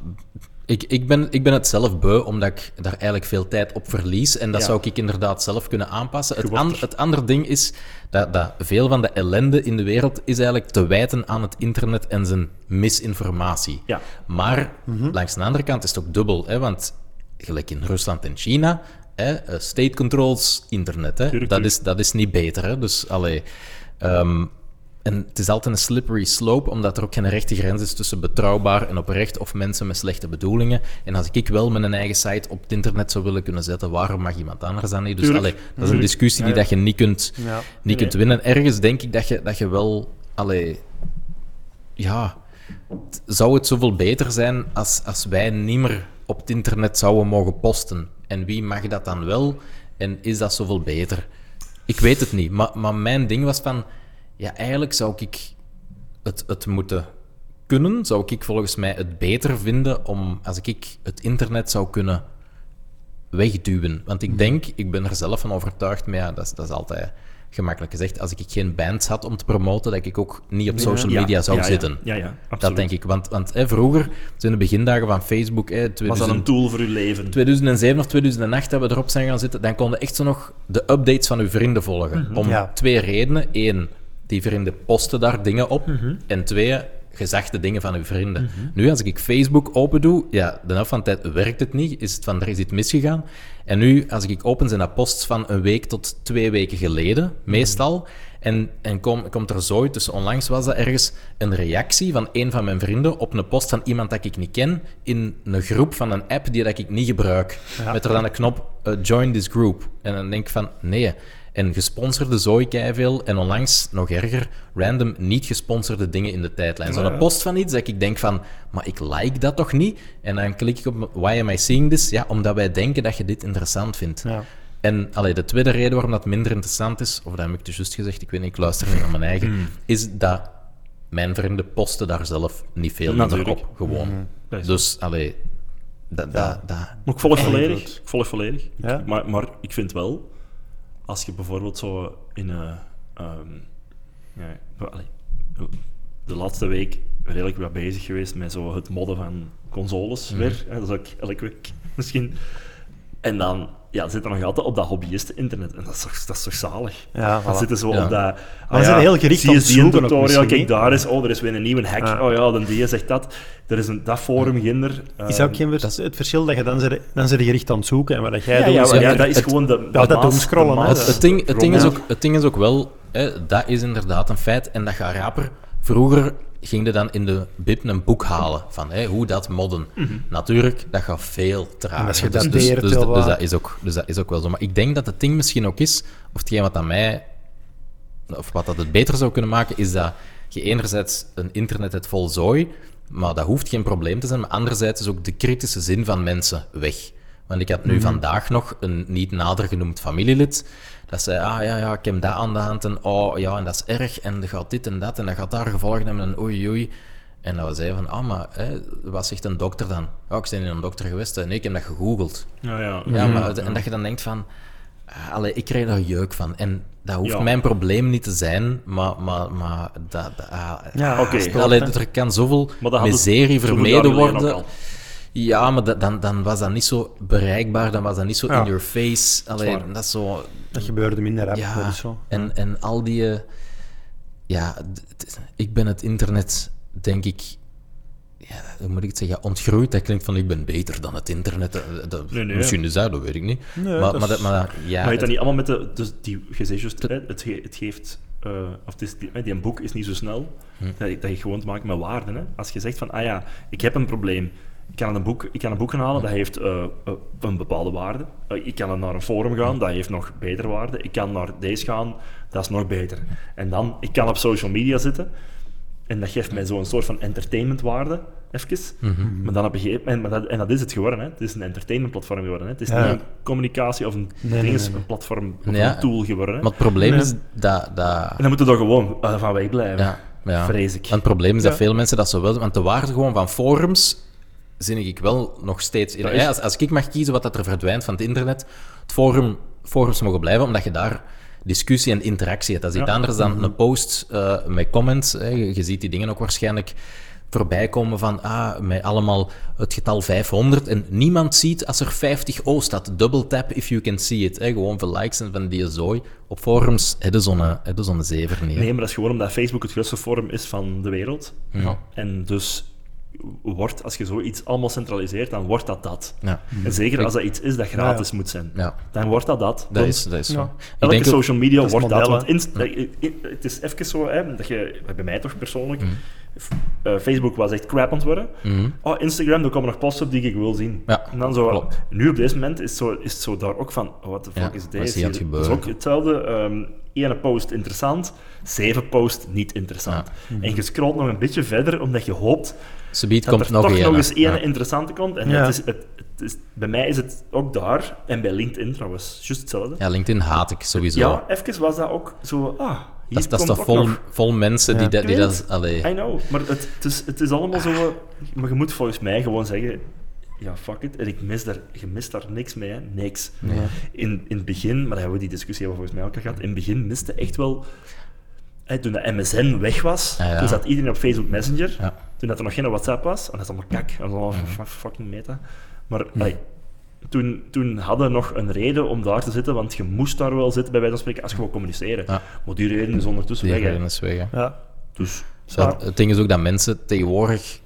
[SPEAKER 3] Ik, ik, ben, ik ben het zelf beu, omdat ik daar eigenlijk veel tijd op verlies. En dat
[SPEAKER 2] Ja.
[SPEAKER 3] zou ik inderdaad zelf kunnen aanpassen. Het,
[SPEAKER 2] wordt
[SPEAKER 3] an-
[SPEAKER 2] er-
[SPEAKER 3] het andere ding is dat, dat veel van de ellende in de wereld is eigenlijk te wijten aan het internet en zijn misinformatie.
[SPEAKER 2] Ja. Mhm.
[SPEAKER 3] Maar langs de andere kant is het ook dubbel. Hè, want gelijk in Rusland en China, hè, eh, state controls internet. Hè,
[SPEAKER 2] Tuurlijk,
[SPEAKER 3] dat,
[SPEAKER 2] tuurlijk.
[SPEAKER 3] is, dat is niet beter. Hè, dus allee... ehm, en het is altijd een slippery slope, omdat er ook geen rechte grens is tussen betrouwbaar en oprecht of mensen met slechte bedoelingen. En als ik wel mijn eigen site op het internet zou willen kunnen zetten, waarom mag iemand anders dan niet? Dus
[SPEAKER 2] Tuurlijk.
[SPEAKER 3] allee, dat is een discussie die dat je niet kunt,
[SPEAKER 1] Ja.
[SPEAKER 3] niet kunt winnen. Ergens denk ik dat je, dat je wel. Allee, ja, t- zou het zoveel beter zijn als, als wij niet meer op het internet zouden mogen posten? En wie mag dat dan wel? En is dat zoveel beter? Ik weet het niet. Maar, maar mijn ding was van... Ja, eigenlijk zou ik het, het moeten kunnen. Zou ik volgens mij het beter vinden om... Als ik het internet zou kunnen wegduwen. Want
[SPEAKER 2] Mhm.
[SPEAKER 3] ik denk, ik ben er zelf van overtuigd, maar ja, dat, is- dat is altijd gemakkelijk gezegd. Als ik geen bands had om te promoten, dat ik ook niet op social media zou
[SPEAKER 2] ja,
[SPEAKER 3] zitten.
[SPEAKER 2] Ja, ja, absoluut.
[SPEAKER 3] Dat denk ik. Want, want hè, vroeger, zo in de begindagen van Facebook, hè,
[SPEAKER 2] Was dat
[SPEAKER 3] 2000,
[SPEAKER 2] een tool voor je leven?
[SPEAKER 3] 2007 of 2008 dat we erop zijn gaan zitten, dan konden echt zo nog de updates van uw vrienden volgen. Om
[SPEAKER 1] Ja.
[SPEAKER 3] twee redenen. Eén, die vrienden posten daar dingen op. En twee, je zag de dingen van uw vrienden. Nu, als ik Facebook open doe, ja, de helft van de tijd werkt het niet. Is het van, er is iets misgegaan. En nu, als ik open, zijn dat posts van een week tot twee weken geleden, meestal. En, en kom, komt er zooi tussen. Onlangs was dat ergens een reactie van een van mijn vrienden op een post van iemand dat ik niet ken in een groep van een app die dat ik niet gebruik. Met er dan een knop eh, join this group. En dan denk ik van nee. En gesponsorde zooi veel en onlangs nog erger, random niet gesponsorde dingen in de tijdlijn. Zo'n post van iets dat ik denk van, maar ik like dat toch niet? En dan klik ik op why am I seeing this? Ja, omdat wij denken dat je dit interessant vindt.
[SPEAKER 1] Ja.
[SPEAKER 3] En allee, de tweede reden waarom dat minder interessant is, of dat heb ik dus juist gezegd, ik weet niet, ik luister niet naar mijn eigen,
[SPEAKER 2] Hmm.
[SPEAKER 3] is dat mijn vrienden posten daar zelf niet veel minder
[SPEAKER 2] Natuurlijk.
[SPEAKER 3] op, gewoon.
[SPEAKER 2] Hmm. Dat is-
[SPEAKER 3] Dus, allee, dat, dat, dat...
[SPEAKER 2] Maar ik volg volledig. Ik volg volledig.
[SPEAKER 1] Ja?
[SPEAKER 2] Maar, maar ik vind wel, als je bijvoorbeeld zo in een. ehm, ja, wel, allee, de laatste week redelijk wat bezig geweest met zo het modden van consoles
[SPEAKER 1] Mhm.
[SPEAKER 2] weer. Hè, dat is ook elke week misschien. En dan ja, zit er nog altijd op dat hobbyisten-internet. En dat is toch, dat is toch zalig?
[SPEAKER 1] Ja,
[SPEAKER 2] Dan
[SPEAKER 1] voilà.
[SPEAKER 2] zitten ze
[SPEAKER 3] Ja.
[SPEAKER 2] op dat... Ah
[SPEAKER 1] Maar ze zijn heel gericht op zoeken ook
[SPEAKER 2] tutorial,
[SPEAKER 1] misschien,
[SPEAKER 2] kijk
[SPEAKER 1] hè?
[SPEAKER 2] daar is, oh, er is weer een nieuwe hack.
[SPEAKER 1] Ja.
[SPEAKER 2] Oh ja, dan die zegt dat. Er is een, dat forum ginder.
[SPEAKER 1] Is dat
[SPEAKER 2] ehm,
[SPEAKER 1] ook geen vers- het verschil dat je dan zit, dan zit je gericht aan het zoeken en wat dat jij
[SPEAKER 2] ja,
[SPEAKER 1] doet?
[SPEAKER 2] ja,
[SPEAKER 1] is-
[SPEAKER 2] maar ja,
[SPEAKER 3] het-
[SPEAKER 2] dat is
[SPEAKER 3] het-
[SPEAKER 2] gewoon de, de
[SPEAKER 1] dat
[SPEAKER 2] maas-
[SPEAKER 1] omscrollen,
[SPEAKER 2] de
[SPEAKER 1] hè,
[SPEAKER 2] maas-
[SPEAKER 1] dat-
[SPEAKER 3] Het, het, ding, het, ding is
[SPEAKER 2] Ja.
[SPEAKER 3] ook, het ding is ook wel, hè, dat is inderdaad een feit en dat gaat raper. Vroeger ging je dan in de bib een boek halen van hè, hoe dat modden.
[SPEAKER 2] Mhm.
[SPEAKER 3] Natuurlijk, dat gaat veel trager.
[SPEAKER 1] dat is
[SPEAKER 3] dus, dus,
[SPEAKER 1] gedateerd,
[SPEAKER 3] dus,
[SPEAKER 1] heel
[SPEAKER 3] dus
[SPEAKER 1] wat.
[SPEAKER 3] dat is ook, dus dat is ook wel zo. Maar ik denk dat het ding misschien ook is, of hetgeen wat aan mij, of wat dat het beter zou kunnen maken, is dat je enerzijds een internet hebt vol zooi, maar dat hoeft geen probleem te zijn, maar anderzijds is ook de kritische zin van mensen weg. Want ik had nu vandaag nog een niet nader genoemd familielid. Dat zei, ah ja, ja, ik heb dat aan de hand en oh ja, en dat is erg en dan gaat dit en dat en dan gaat daar gevolgen hebben en oei oei. En dan zei van, ah maar, hè, wat zegt een dokter dan? Oh, ik ben in een dokter geweest en ik heb dat gegoogeld.
[SPEAKER 2] Ja, ja.
[SPEAKER 3] Ja,
[SPEAKER 1] Mhm.
[SPEAKER 3] maar, en dat je dan denkt van... ah, Allee, ik krijg daar jeuk van. En dat hoeft
[SPEAKER 2] Ja.
[SPEAKER 3] mijn probleem niet te zijn, maar... maar, maar dat, dat, ah,
[SPEAKER 1] Ja,
[SPEAKER 2] Oké.
[SPEAKER 3] Allee, dat er kan zoveel
[SPEAKER 2] Maar dat hadden-
[SPEAKER 3] miserie
[SPEAKER 2] zoveel
[SPEAKER 3] vermeden
[SPEAKER 2] jaar geleden ook
[SPEAKER 3] worden.
[SPEAKER 2] al.
[SPEAKER 3] Ja, maar da- dan, dan was dat niet zo bereikbaar, dan was dat niet zo
[SPEAKER 1] Ja.
[SPEAKER 3] in your face. Allee,
[SPEAKER 1] waar.
[SPEAKER 3] dat is zo...
[SPEAKER 1] Dat gebeurde minder rap,
[SPEAKER 3] Ja,
[SPEAKER 1] dat is zo.
[SPEAKER 3] En, en al die... eh, Ja, d- het- ik ben het internet, denk ik... Ja, hoe moet ik het zeggen? Ontgroeid, dat klinkt van ik ben beter dan het internet. Eh, dat-
[SPEAKER 2] Nee, nee.
[SPEAKER 3] Misschien is dat, dat weet ik niet.
[SPEAKER 1] Nee,
[SPEAKER 3] maar,
[SPEAKER 1] dat
[SPEAKER 3] maar,
[SPEAKER 1] is-
[SPEAKER 3] dat, maar ja,
[SPEAKER 2] maar je dat
[SPEAKER 3] het-
[SPEAKER 2] niet allemaal met de... Dus die, je zei juist, hè, het, ge- het geeft... eh, of het is, die, hè, die boek is niet zo snel. Dat, je- dat je gewoon te maken met waarden. Hè. Als je zegt van, ah ja, ik heb een probleem. Ik kan een boek, ik kan een boek gaan halen, dat heeft eh, eh, een bepaalde waarde. Eh, ik kan naar een forum gaan, dat heeft nog beter waarde. Ik kan naar deze gaan, dat is nog beter. En dan, ik kan op social media zitten. En dat geeft mij zo'n soort van entertainmentwaarde, even. Maar dan op een gegeven moment, maar dat, en dat is het geworden, hè. het is een entertainmentplatform geworden. Hè. Het is
[SPEAKER 1] Ja.
[SPEAKER 2] niet een communicatie of een,
[SPEAKER 1] nee,
[SPEAKER 2] dinges-
[SPEAKER 1] nee, nee.
[SPEAKER 2] een platform of
[SPEAKER 3] Ja.
[SPEAKER 2] een tool geworden. Hè.
[SPEAKER 3] maar het probleem
[SPEAKER 1] Nee.
[SPEAKER 3] is dat... dat
[SPEAKER 2] En dan moeten we daar gewoon eh, van wegblijven.
[SPEAKER 3] Ja, ja.
[SPEAKER 2] Vrees ik.
[SPEAKER 3] En het probleem is dat
[SPEAKER 1] Ja.
[SPEAKER 3] veel mensen dat zo wel doen, want de waarde gewoon van forums zin ik wel nog steeds. in.
[SPEAKER 2] Dat is-
[SPEAKER 3] Ja, als, als ik mag kiezen wat dat er verdwijnt van het internet, het forum, forums mogen blijven, omdat je daar discussie en interactie hebt. Dat is iets
[SPEAKER 2] Ja. Mhm.
[SPEAKER 3] anders dan een post eh, met comments. Hè. Je, je ziet die dingen ook waarschijnlijk voorbij komen van ah, met allemaal het getal 500 en niemand ziet als er 50 O staat. Double tap if you can see it. Hè. Gewoon voor likes en van die zooi. Op forums hebben zo'n zo'n zever niet. hè.
[SPEAKER 2] Nee, maar dat is gewoon omdat Facebook het grootste forum is van de wereld.
[SPEAKER 3] Ja.
[SPEAKER 2] En dus wordt, als je zoiets allemaal centraliseert, dan wordt dat dat.
[SPEAKER 3] Ja.
[SPEAKER 2] En zeker als dat iets is dat gratis moet zijn,
[SPEAKER 3] Ja.
[SPEAKER 2] dan wordt dat dat.
[SPEAKER 3] Dat
[SPEAKER 2] Punt.
[SPEAKER 3] is, dat is zo.
[SPEAKER 1] Ja.
[SPEAKER 3] Ik
[SPEAKER 2] Elke
[SPEAKER 3] denk ook,
[SPEAKER 2] social media
[SPEAKER 1] dat is
[SPEAKER 2] wordt dat.
[SPEAKER 1] model,
[SPEAKER 2] Want inst- eh, eh, het is even zo, hè, dat je, bij mij toch
[SPEAKER 3] Mm.
[SPEAKER 2] persoonlijk, f- eh, Facebook was echt crap aan het worden.
[SPEAKER 3] Mhm.
[SPEAKER 2] Oh, Instagram, daar komen nog posts op die ik wil zien.
[SPEAKER 3] Ja,
[SPEAKER 2] en dan zo,
[SPEAKER 3] klopt.
[SPEAKER 2] Nu op dit moment is het zo, is het zo daar ook van, oh, what the fuck
[SPEAKER 3] Ja,
[SPEAKER 2] is
[SPEAKER 3] wat
[SPEAKER 2] deze?
[SPEAKER 3] is hier aan het
[SPEAKER 2] Hier-
[SPEAKER 3] gebeuren?
[SPEAKER 2] Dat is ook hetzelfde. ehm ene post interessant, zeven post niet interessant.
[SPEAKER 3] Mhm.
[SPEAKER 2] En je scrolt nog een beetje verder, omdat je hoopt
[SPEAKER 3] subiet
[SPEAKER 2] dat
[SPEAKER 3] komt
[SPEAKER 2] er
[SPEAKER 3] nog
[SPEAKER 2] toch
[SPEAKER 3] een.
[SPEAKER 2] nog eens één
[SPEAKER 3] Ja.
[SPEAKER 2] interessante komt. En
[SPEAKER 1] Ja.
[SPEAKER 2] het is, het, het is, bij mij is het ook daar, en bij LinkedIn trouwens, juist hetzelfde.
[SPEAKER 3] Ja, LinkedIn haat ik sowieso.
[SPEAKER 2] Ja, even was dat ook zo. Ah, hier
[SPEAKER 3] dat, is- dat is
[SPEAKER 2] komt
[SPEAKER 3] toch
[SPEAKER 2] ook
[SPEAKER 3] vol,
[SPEAKER 2] nog.
[SPEAKER 3] vol mensen die
[SPEAKER 1] Ja.
[SPEAKER 3] dat... Die
[SPEAKER 2] Ik weet
[SPEAKER 3] dat allee.
[SPEAKER 2] I know, maar het, het, is, het is allemaal zo. eh, Maar je moet volgens mij gewoon zeggen: ja, fuck it. En ik mis daar, je mist daar niks mee, hè. niks. In, in het begin, maar daar hebben we die discussie hebben we volgens mij ook al gehad. In het begin miste echt wel. hè, toen de MSN weg was,
[SPEAKER 3] Ja, ja.
[SPEAKER 2] toen zat iedereen op Facebook Messenger.
[SPEAKER 3] Ja.
[SPEAKER 2] Toen dat er nog geen WhatsApp was, en dat is allemaal kak, dat is allemaal f- fucking meta. Maar allee, toen, toen hadden we nog een reden om daar te zitten, want je moest daar wel zitten, bij wijze van spreken, als je wil communiceren.
[SPEAKER 3] Ja.
[SPEAKER 2] Maar die reden is ondertussen
[SPEAKER 3] Die
[SPEAKER 2] weg. hè.
[SPEAKER 3] reden is weg, hè.
[SPEAKER 1] Ja.
[SPEAKER 2] Dus,
[SPEAKER 3] Maar Het ding is ook dat mensen tegenwoordig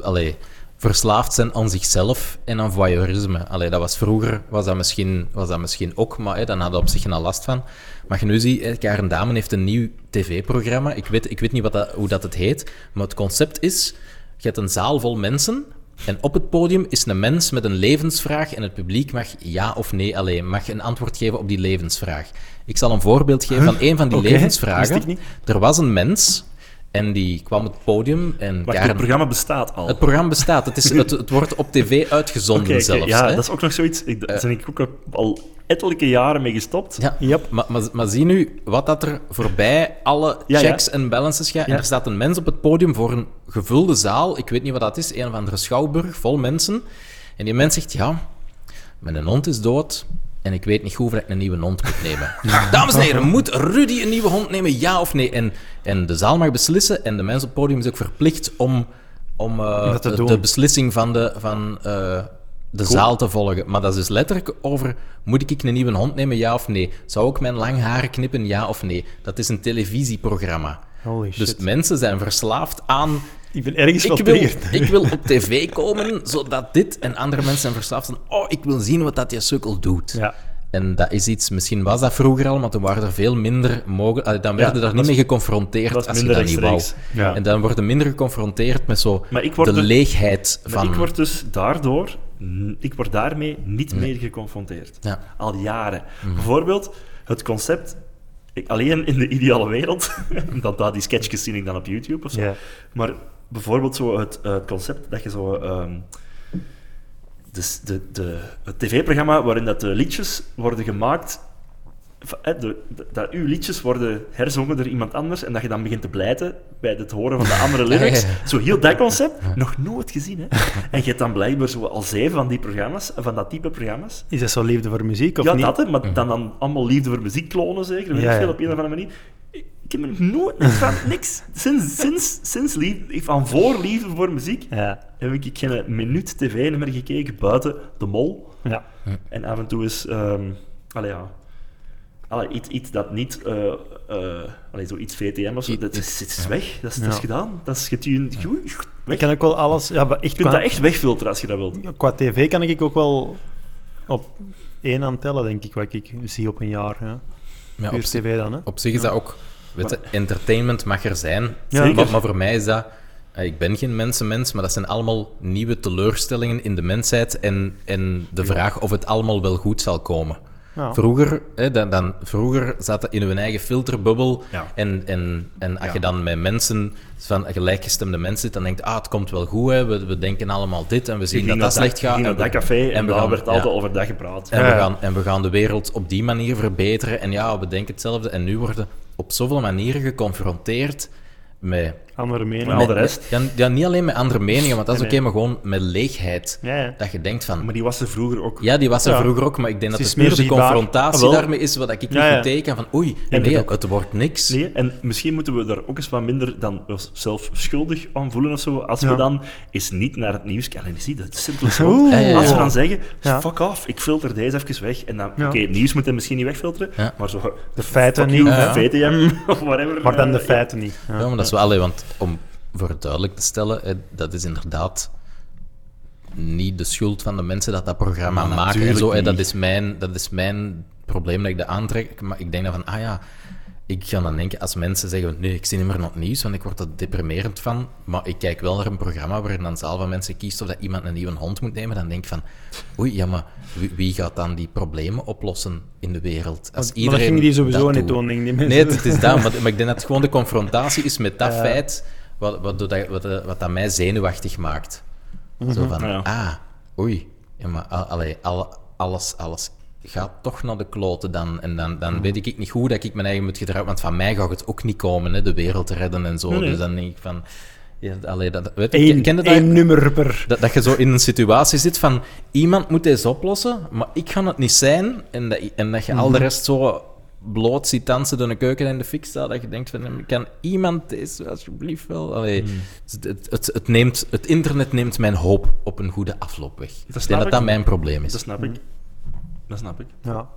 [SPEAKER 3] allee, verslaafd zijn aan zichzelf en aan voyeurisme. Allee, dat was vroeger, was dat misschien, was dat misschien ook, maar hè, dan hadden we op zich geen last van. Maar je nu ziet, hè, Karen Damen heeft een nieuw tv-programma. Ik weet, ik weet niet wat dat, hoe dat het heet, maar het concept is, je hebt een zaal vol mensen... En op het podium is een mens met een levensvraag en het publiek mag ja of nee alleen, mag een antwoord geven op die levensvraag. Ik zal een voorbeeld geven van een van die
[SPEAKER 1] Oké,
[SPEAKER 3] levensvragen.
[SPEAKER 1] wist ik niet.
[SPEAKER 3] Er was een mens en die kwam het podium en
[SPEAKER 2] maar het
[SPEAKER 3] Karen-
[SPEAKER 2] programma bestaat al.
[SPEAKER 3] het programma bestaat. Het, is, het, het wordt op tv uitgezonden
[SPEAKER 2] Oké, oké,
[SPEAKER 3] zelfs.
[SPEAKER 2] ja,
[SPEAKER 3] hè.
[SPEAKER 2] dat is ook nog zoiets. Ik, daar ben ik ook al ettelijke jaren mee gestopt.
[SPEAKER 3] Ja.
[SPEAKER 1] Yep.
[SPEAKER 3] Maar, maar, maar zie nu wat dat er voorbij alle
[SPEAKER 2] Ja, ja.
[SPEAKER 3] checks en balances gaat. En
[SPEAKER 2] Ja.
[SPEAKER 3] er staat een mens op het podium voor een gevulde zaal. Ik weet niet wat dat is. Een of andere schouwburg vol mensen. En die mens zegt, ja, mijn hond is dood. En ik weet niet goed of ik een nieuwe hond moet nemen. Dames en heren, moet Rudy een nieuwe hond nemen? Ja of nee? En, en de zaal mag beslissen. En de mens op het podium is ook verplicht om, om eh,
[SPEAKER 1] dat te
[SPEAKER 3] de-
[SPEAKER 1] doen.
[SPEAKER 3] de beslissing van de, van, eh, de zaal te volgen. Maar dat is dus letterlijk over: moet ik een nieuwe hond nemen, ja of nee? Zou ik mijn lang haren knippen, ja of nee? Dat is een televisieprogramma.
[SPEAKER 1] Holy
[SPEAKER 3] Dus
[SPEAKER 1] shit.
[SPEAKER 3] mensen zijn verslaafd aan.
[SPEAKER 1] Ik ben ergens wel
[SPEAKER 3] Ik wil,
[SPEAKER 1] triggerd.
[SPEAKER 3] ik wil op tv komen, zodat dit en andere mensen zijn verslaafd aan. Oh, ik wil zien wat dat je sukkel doet.
[SPEAKER 1] Ja.
[SPEAKER 3] En dat is iets, misschien was dat vroeger al, maar toen waren er veel minder mogelijk. allee, Dan werden
[SPEAKER 2] dat
[SPEAKER 3] daar niet
[SPEAKER 2] is-
[SPEAKER 3] mee geconfronteerd
[SPEAKER 2] dat is
[SPEAKER 3] als je
[SPEAKER 2] minder
[SPEAKER 3] dat niet wou.
[SPEAKER 2] rechtstreeks.
[SPEAKER 1] Ja.
[SPEAKER 3] En dan worden minder geconfronteerd met zo
[SPEAKER 2] Maar ik word
[SPEAKER 3] de
[SPEAKER 2] er-
[SPEAKER 3] leegheid
[SPEAKER 2] Maar
[SPEAKER 3] van.
[SPEAKER 2] ik word dus daardoor, n- ik word daarmee niet meer geconfronteerd.
[SPEAKER 3] Ja.
[SPEAKER 2] Al jaren. Bijvoorbeeld het concept, ik- alleen in de ideale wereld, dat, dat die sketchjes zien ik dan op YouTube of zo.
[SPEAKER 1] Ja.
[SPEAKER 2] Maar bijvoorbeeld zo het, eh, het concept dat je zo. ehm, dus de, de, het tv-programma waarin dat de liedjes worden gemaakt. van- eh, de- de- dat uw liedjes worden herzongen door iemand anders en dat je dan begint te blijten bij het horen van de andere lyrics.
[SPEAKER 3] Ja, ja,
[SPEAKER 2] Zo heel dat concept, nog nooit gezien. Hè? En je hebt dan blijkbaar zo al zeven van die programma's, van dat type programma's.
[SPEAKER 1] Is dat zo liefde voor muziek of
[SPEAKER 2] Ja,
[SPEAKER 1] niet? Mhm.
[SPEAKER 2] dat, hè, maar dan, dan allemaal liefde voor muziek klonen, zeker. Weet
[SPEAKER 1] Ja,
[SPEAKER 2] ik veel,
[SPEAKER 1] ja.
[SPEAKER 2] op een of andere manier. Ik, heb er nooit niks van, niks. Sinds, sinds, sinds liefde, van voor liefde voor muziek,
[SPEAKER 1] Ja.
[SPEAKER 2] heb ik geen minuut tv-nummer gekeken buiten De Mol.
[SPEAKER 1] ja.
[SPEAKER 2] En af en toe is, ehm allee, ja, allee, iets, iets dat niet, eh eh allee, zoiets VTM of zo, dat is, het is weg, dat is, dat is
[SPEAKER 1] Ja.
[SPEAKER 2] gedaan, dat is getuned, Goeie, weg.
[SPEAKER 1] Ik kan ook wel alles... Ja, maar
[SPEAKER 2] Je
[SPEAKER 1] echt,
[SPEAKER 2] kunt
[SPEAKER 1] qua,
[SPEAKER 2] dat echt wegfilteren als je dat wilt.
[SPEAKER 1] qua tv kan ik ook wel op één aan tellen, denk ik, wat ik zie op een jaar. Ja. Puur
[SPEAKER 3] Ja, op, zich-
[SPEAKER 1] tv dan, hè.
[SPEAKER 3] op zich is dat ook... Weet je, entertainment mag er zijn,
[SPEAKER 1] Ja.
[SPEAKER 3] maar,
[SPEAKER 2] Zeker.
[SPEAKER 3] maar voor mij is dat... eh, Ik ben geen mensenmens, maar dat zijn allemaal nieuwe teleurstellingen in de mensheid en, en de vraag of het allemaal wel goed zal komen.
[SPEAKER 1] Ja.
[SPEAKER 3] Vroeger, hè, dan, dan, vroeger zat dat in hun eigen filterbubbel.
[SPEAKER 2] Ja.
[SPEAKER 3] En, en, en als je dan met mensen, van gelijkgestemde mensen zit, dan denkt ah, het komt wel goed, hè, we, we denken allemaal dit en we zien
[SPEAKER 2] Ik
[SPEAKER 3] dat
[SPEAKER 2] ging
[SPEAKER 3] dat
[SPEAKER 2] naar
[SPEAKER 3] slecht
[SPEAKER 2] ik
[SPEAKER 3] gaat.
[SPEAKER 2] ging naar
[SPEAKER 3] we-
[SPEAKER 2] dat café en,
[SPEAKER 3] we
[SPEAKER 2] daar
[SPEAKER 3] gaan-
[SPEAKER 2] werd
[SPEAKER 3] ja.
[SPEAKER 2] altijd over dat gepraat.
[SPEAKER 3] En,
[SPEAKER 1] Ja.
[SPEAKER 3] we gaan, en we gaan de wereld op die manier verbeteren. En ja, we denken hetzelfde. En nu worden op zoveel manieren geconfronteerd met...
[SPEAKER 1] Andere mening.
[SPEAKER 2] Maar al de rest.
[SPEAKER 3] Ja, ja, niet alleen met andere meningen, want dat is
[SPEAKER 1] Nee,
[SPEAKER 3] oké, maar gewoon met leegheid.
[SPEAKER 1] Ja, ja.
[SPEAKER 3] Dat je denkt van...
[SPEAKER 2] Maar die was er vroeger ook.
[SPEAKER 3] Ja, die was er
[SPEAKER 1] Ja.
[SPEAKER 3] vroeger ook, maar ik denk
[SPEAKER 1] Het
[SPEAKER 3] dat
[SPEAKER 1] is
[SPEAKER 3] het meer
[SPEAKER 1] meer
[SPEAKER 3] de
[SPEAKER 1] zichtbaar.
[SPEAKER 3] confrontatie
[SPEAKER 2] Ah, wel.
[SPEAKER 3] daarmee is wat ik niet
[SPEAKER 1] Ja, ja.
[SPEAKER 3] goed teken. Van oei, nee, het wordt niks.
[SPEAKER 2] Nee, en misschien moeten we daar ook eens wat minder dan zelf schuldig aan voelen of zo. Als we
[SPEAKER 1] Ja.
[SPEAKER 2] dan eens niet naar het nieuws kijken. En zie, dat is simpel zo.
[SPEAKER 1] Oeh.
[SPEAKER 3] Ja, ja, ja.
[SPEAKER 2] Als we dan zeggen,
[SPEAKER 1] Ja.
[SPEAKER 2] fuck off, ik filter deze even weg. En dan,
[SPEAKER 1] Ja.
[SPEAKER 2] oké, het nieuws moet je misschien niet wegfilteren,
[SPEAKER 3] Ja.
[SPEAKER 2] maar zo...
[SPEAKER 1] De feiten
[SPEAKER 2] fuck
[SPEAKER 1] niet.
[SPEAKER 2] you,
[SPEAKER 3] Ja.
[SPEAKER 2] VTM, of whatever.
[SPEAKER 1] Maar dan de
[SPEAKER 2] Eh,
[SPEAKER 1] feiten niet. Ja.
[SPEAKER 3] Ja, maar dat is wel... Allee, want om voor het duidelijk te stellen, eh, dat is inderdaad niet de schuld van de mensen dat dat programma
[SPEAKER 2] Maar
[SPEAKER 3] maken. En
[SPEAKER 2] natuurlijk
[SPEAKER 3] zo, eh, dat,
[SPEAKER 2] niet.
[SPEAKER 3] is mijn, dat is mijn probleem dat ik dat aantrek. Maar ik denk dan van, ah ja, ik ga dan denken, als mensen zeggen, nee, ik zie niet meer naar het nieuws, want ik word er deprimerend van, maar ik kijk wel naar een programma waarin dan zaal van mensen kiest of dat iemand een nieuwe hond moet nemen, dan denk ik van, oei, ja, maar wie, wie gaat dan die problemen oplossen in de wereld? Als
[SPEAKER 1] Maar dat gingen die sowieso niet
[SPEAKER 3] doet.
[SPEAKER 1] doen, denk ik. die
[SPEAKER 3] Nee,
[SPEAKER 1] mensen.
[SPEAKER 3] het, het is dat. Maar, maar ik denk dat het gewoon de confrontatie is met dat feit wat, wat, doet dat, wat, eh, wat dat mij zenuwachtig maakt. Zo van,
[SPEAKER 2] Mhm. Ja.
[SPEAKER 3] ah, oei. Ja, maar al- allee, al- alles, alles gaat toch naar de kloten dan. En dan,
[SPEAKER 2] Mhm.
[SPEAKER 3] dan weet ik niet hoe dat ik mijn eigen moet gedragen. Want van mij gaat het ook niet komen, hè, de wereld te redden en zo.
[SPEAKER 2] Nee, nee.
[SPEAKER 3] Dus dan denk ik van... Ja, allee, dat, weet je,
[SPEAKER 1] Eén,
[SPEAKER 3] ken je dat?
[SPEAKER 1] één nummer per...
[SPEAKER 3] Dat, dat je zo in een situatie zit van iemand moet deze oplossen, maar ik kan het niet zijn. En dat, en dat je al
[SPEAKER 1] Mhm.
[SPEAKER 3] de rest zo bloot ziet dansen door de keuken en de fik staat. Dat je denkt van kan iemand deze alsjeblieft wel. Allee,
[SPEAKER 1] Mhm.
[SPEAKER 3] dus het, het, het, het neemt, het internet neemt mijn hoop op een goede afloop weg.
[SPEAKER 2] snap
[SPEAKER 3] ik denk dat
[SPEAKER 2] ik.
[SPEAKER 3] dat mijn probleem
[SPEAKER 2] Dat
[SPEAKER 3] is.
[SPEAKER 2] snap ik.
[SPEAKER 3] Mm.
[SPEAKER 2] Dat snap ik.
[SPEAKER 1] Ja.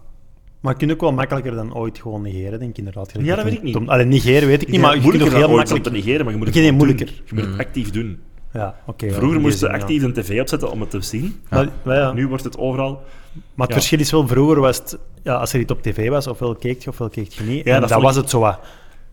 [SPEAKER 1] Maar je kunt ook wel makkelijker dan ooit gewoon negeren, denk ik inderdaad.
[SPEAKER 2] Ja, dat weet ik niet.
[SPEAKER 1] Tom- Allee, negeren weet ik niet, maar je kunt
[SPEAKER 2] moeilijker
[SPEAKER 1] nog
[SPEAKER 2] dan
[SPEAKER 1] heel
[SPEAKER 2] ooit om te
[SPEAKER 1] makkelijk...
[SPEAKER 2] negeren, maar je moet het
[SPEAKER 1] Nee, nee,
[SPEAKER 2] doen.
[SPEAKER 1] moeilijker.
[SPEAKER 2] Je moet
[SPEAKER 3] Mm.
[SPEAKER 2] het actief doen.
[SPEAKER 1] Ja, oké. ja, in
[SPEAKER 2] Vroeger
[SPEAKER 1] die
[SPEAKER 2] moesten
[SPEAKER 1] zin, ja.
[SPEAKER 2] actief een tv opzetten om het te zien.
[SPEAKER 1] Maar, maar ja,
[SPEAKER 2] Nu wordt het overal...
[SPEAKER 1] maar het
[SPEAKER 2] ja.
[SPEAKER 1] verschil is wel, vroeger was het... Ja, als er iets op tv was, ofwel keek je, ofwel keek je niet.
[SPEAKER 2] Ja,
[SPEAKER 1] en
[SPEAKER 2] dat
[SPEAKER 1] dat,
[SPEAKER 2] vond ik-
[SPEAKER 1] was het zo wat.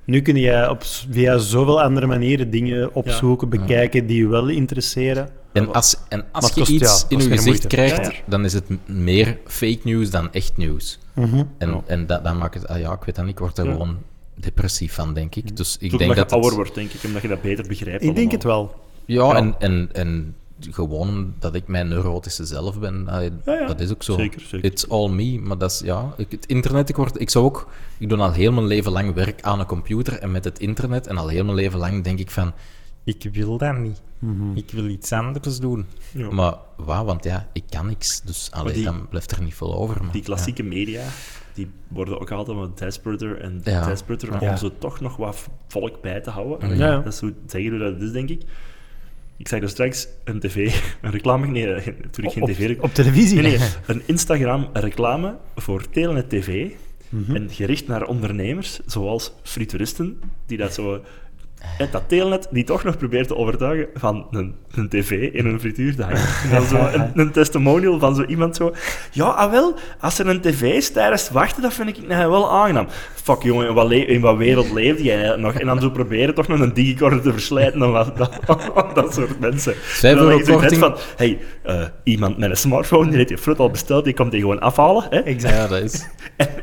[SPEAKER 1] Nu kun je op, s- via zoveel andere manieren dingen opzoeken, bekijken die je wel interesseren.
[SPEAKER 3] En als, en als
[SPEAKER 1] het
[SPEAKER 3] je
[SPEAKER 1] kost- ja,
[SPEAKER 3] iets
[SPEAKER 1] het
[SPEAKER 3] in
[SPEAKER 1] kost
[SPEAKER 3] je
[SPEAKER 1] geen
[SPEAKER 3] gezicht
[SPEAKER 1] moeite.
[SPEAKER 3] krijgt,
[SPEAKER 2] Ja,
[SPEAKER 3] dan is het m- meer fake news dan echt nieuws.
[SPEAKER 1] Mhm.
[SPEAKER 3] En, en dat, dat maakt het... Ah ja, ik weet dat niet. Ik word er gewoon depressief van, denk
[SPEAKER 1] Mhm.
[SPEAKER 3] ik. Dus ik
[SPEAKER 2] Ik
[SPEAKER 3] denk
[SPEAKER 2] denk
[SPEAKER 3] dat
[SPEAKER 2] je ouder
[SPEAKER 3] het...
[SPEAKER 2] wordt, denk ik, omdat je dat beter begrijpt.
[SPEAKER 1] Ik denk
[SPEAKER 2] allemaal.
[SPEAKER 1] het wel.
[SPEAKER 3] Ja, En, en, en gewoon dat ik mijn neurotische zelf ben. Allee,
[SPEAKER 2] ja.
[SPEAKER 3] Dat is ook zo.
[SPEAKER 2] Zeker, zeker.
[SPEAKER 3] It's all me. Maar dat is, ja, ik, het internet, ik, word, ik zou ook... Ik doe al heel mijn leven lang werk aan een computer en met het internet. En al heel mijn leven lang denk ik van... Ik wil dat niet.
[SPEAKER 1] Mhm.
[SPEAKER 3] Ik wil iets anders doen.
[SPEAKER 2] Ja.
[SPEAKER 3] Maar waar? Want ja, ik kan niks. Dus allee,
[SPEAKER 2] die-
[SPEAKER 3] dan blijft er niet veel over. Maar,
[SPEAKER 2] Die klassieke media, die worden ook altijd wat desperater en
[SPEAKER 3] Ja.
[SPEAKER 2] desperater om
[SPEAKER 1] Ja.
[SPEAKER 2] zo toch nog wat volk bij te houden.
[SPEAKER 1] Ja.
[SPEAKER 2] Dat is hoe zeggen hoe dat is, denk ik. Ik zag er straks een tv, een reclame, nee, eh, toen ik geen
[SPEAKER 1] Op,
[SPEAKER 2] tv... rec-
[SPEAKER 1] op televisie.
[SPEAKER 2] Nee, nee, een Instagram-reclame voor Telenet TV
[SPEAKER 3] Mhm.
[SPEAKER 2] en gericht naar ondernemers, zoals frituristen, die dat zo... En dat Telenet, die toch nog probeert te overtuigen van een, een tv in een frituur te hangen. En dan zo een, een testimonial van zo iemand zo... Ja, ah wel, als er een tv is tijdens het wachten, dat vind ik nou wel aangenaam. Fuck jongen, in wat, le- in wat wereld leefde jij nog? En dan zo proberen toch nog een digicorder te verslijten aan dat, dat, dat soort mensen.
[SPEAKER 3] Zij hebben
[SPEAKER 2] Terwijl
[SPEAKER 3] ook
[SPEAKER 2] je zo net
[SPEAKER 3] korting.
[SPEAKER 2] van, hey, eh, iemand met een smartphone, die heeft je fruit al besteld, die komt die gewoon afhalen. Hè?
[SPEAKER 3] Ja, dat is...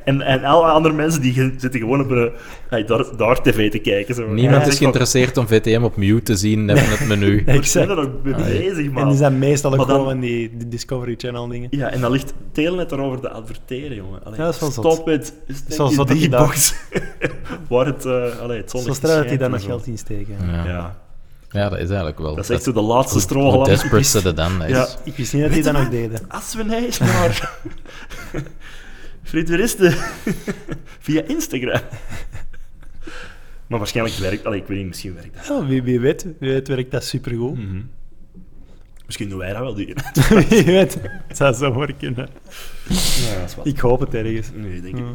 [SPEAKER 2] En, en alle andere mensen die ge- zitten gewoon op een, hey, daar, daar tv te kijken. Zo.
[SPEAKER 3] Niemand
[SPEAKER 2] Ja.
[SPEAKER 3] is geïnteresseerd om VTM op mute te zien en het menu.
[SPEAKER 2] Waar zijn we ook mee
[SPEAKER 3] Ah,
[SPEAKER 2] bezig, man?
[SPEAKER 1] En die zijn meestal
[SPEAKER 2] Maar
[SPEAKER 1] ook
[SPEAKER 2] dan-
[SPEAKER 1] gewoon die, die Discovery Channel dingen.
[SPEAKER 2] Ja, en dan ligt Telenet erover te adverteren, jongen. Allee,
[SPEAKER 1] Ja, dat is wel zot.
[SPEAKER 2] stop het. Is
[SPEAKER 1] wel
[SPEAKER 2] die
[SPEAKER 1] zot dat die
[SPEAKER 2] box. Waar het, eh allee, het
[SPEAKER 1] Zo
[SPEAKER 2] zonnetje
[SPEAKER 1] straf dat die
[SPEAKER 2] schijnt
[SPEAKER 1] daar
[SPEAKER 2] en
[SPEAKER 1] nog
[SPEAKER 2] zo.
[SPEAKER 1] geld in steken.
[SPEAKER 3] Ja.
[SPEAKER 2] Ja,
[SPEAKER 3] Ja, dat is eigenlijk wel...
[SPEAKER 2] dat is echt zo de laatste
[SPEAKER 3] hoe
[SPEAKER 2] strohalm.
[SPEAKER 3] desperate ze dat dan is.
[SPEAKER 2] Ja.
[SPEAKER 1] Ik wist niet dat die dat nog deden.
[SPEAKER 2] Als we eens naar frituuristen via Instagram. Maar waarschijnlijk werkt... Allee, ik weet niet, misschien werkt dat.
[SPEAKER 1] Ja, wie, wie weet, wie weet werkt dat supergoed.
[SPEAKER 2] Misschien doen wij dat wel doen.
[SPEAKER 1] wie weet, het zou zo maar kunnen.
[SPEAKER 2] Ja, dat is wat.
[SPEAKER 1] Ik hoop het ergens.
[SPEAKER 2] Nee, denk ik.
[SPEAKER 1] Ja.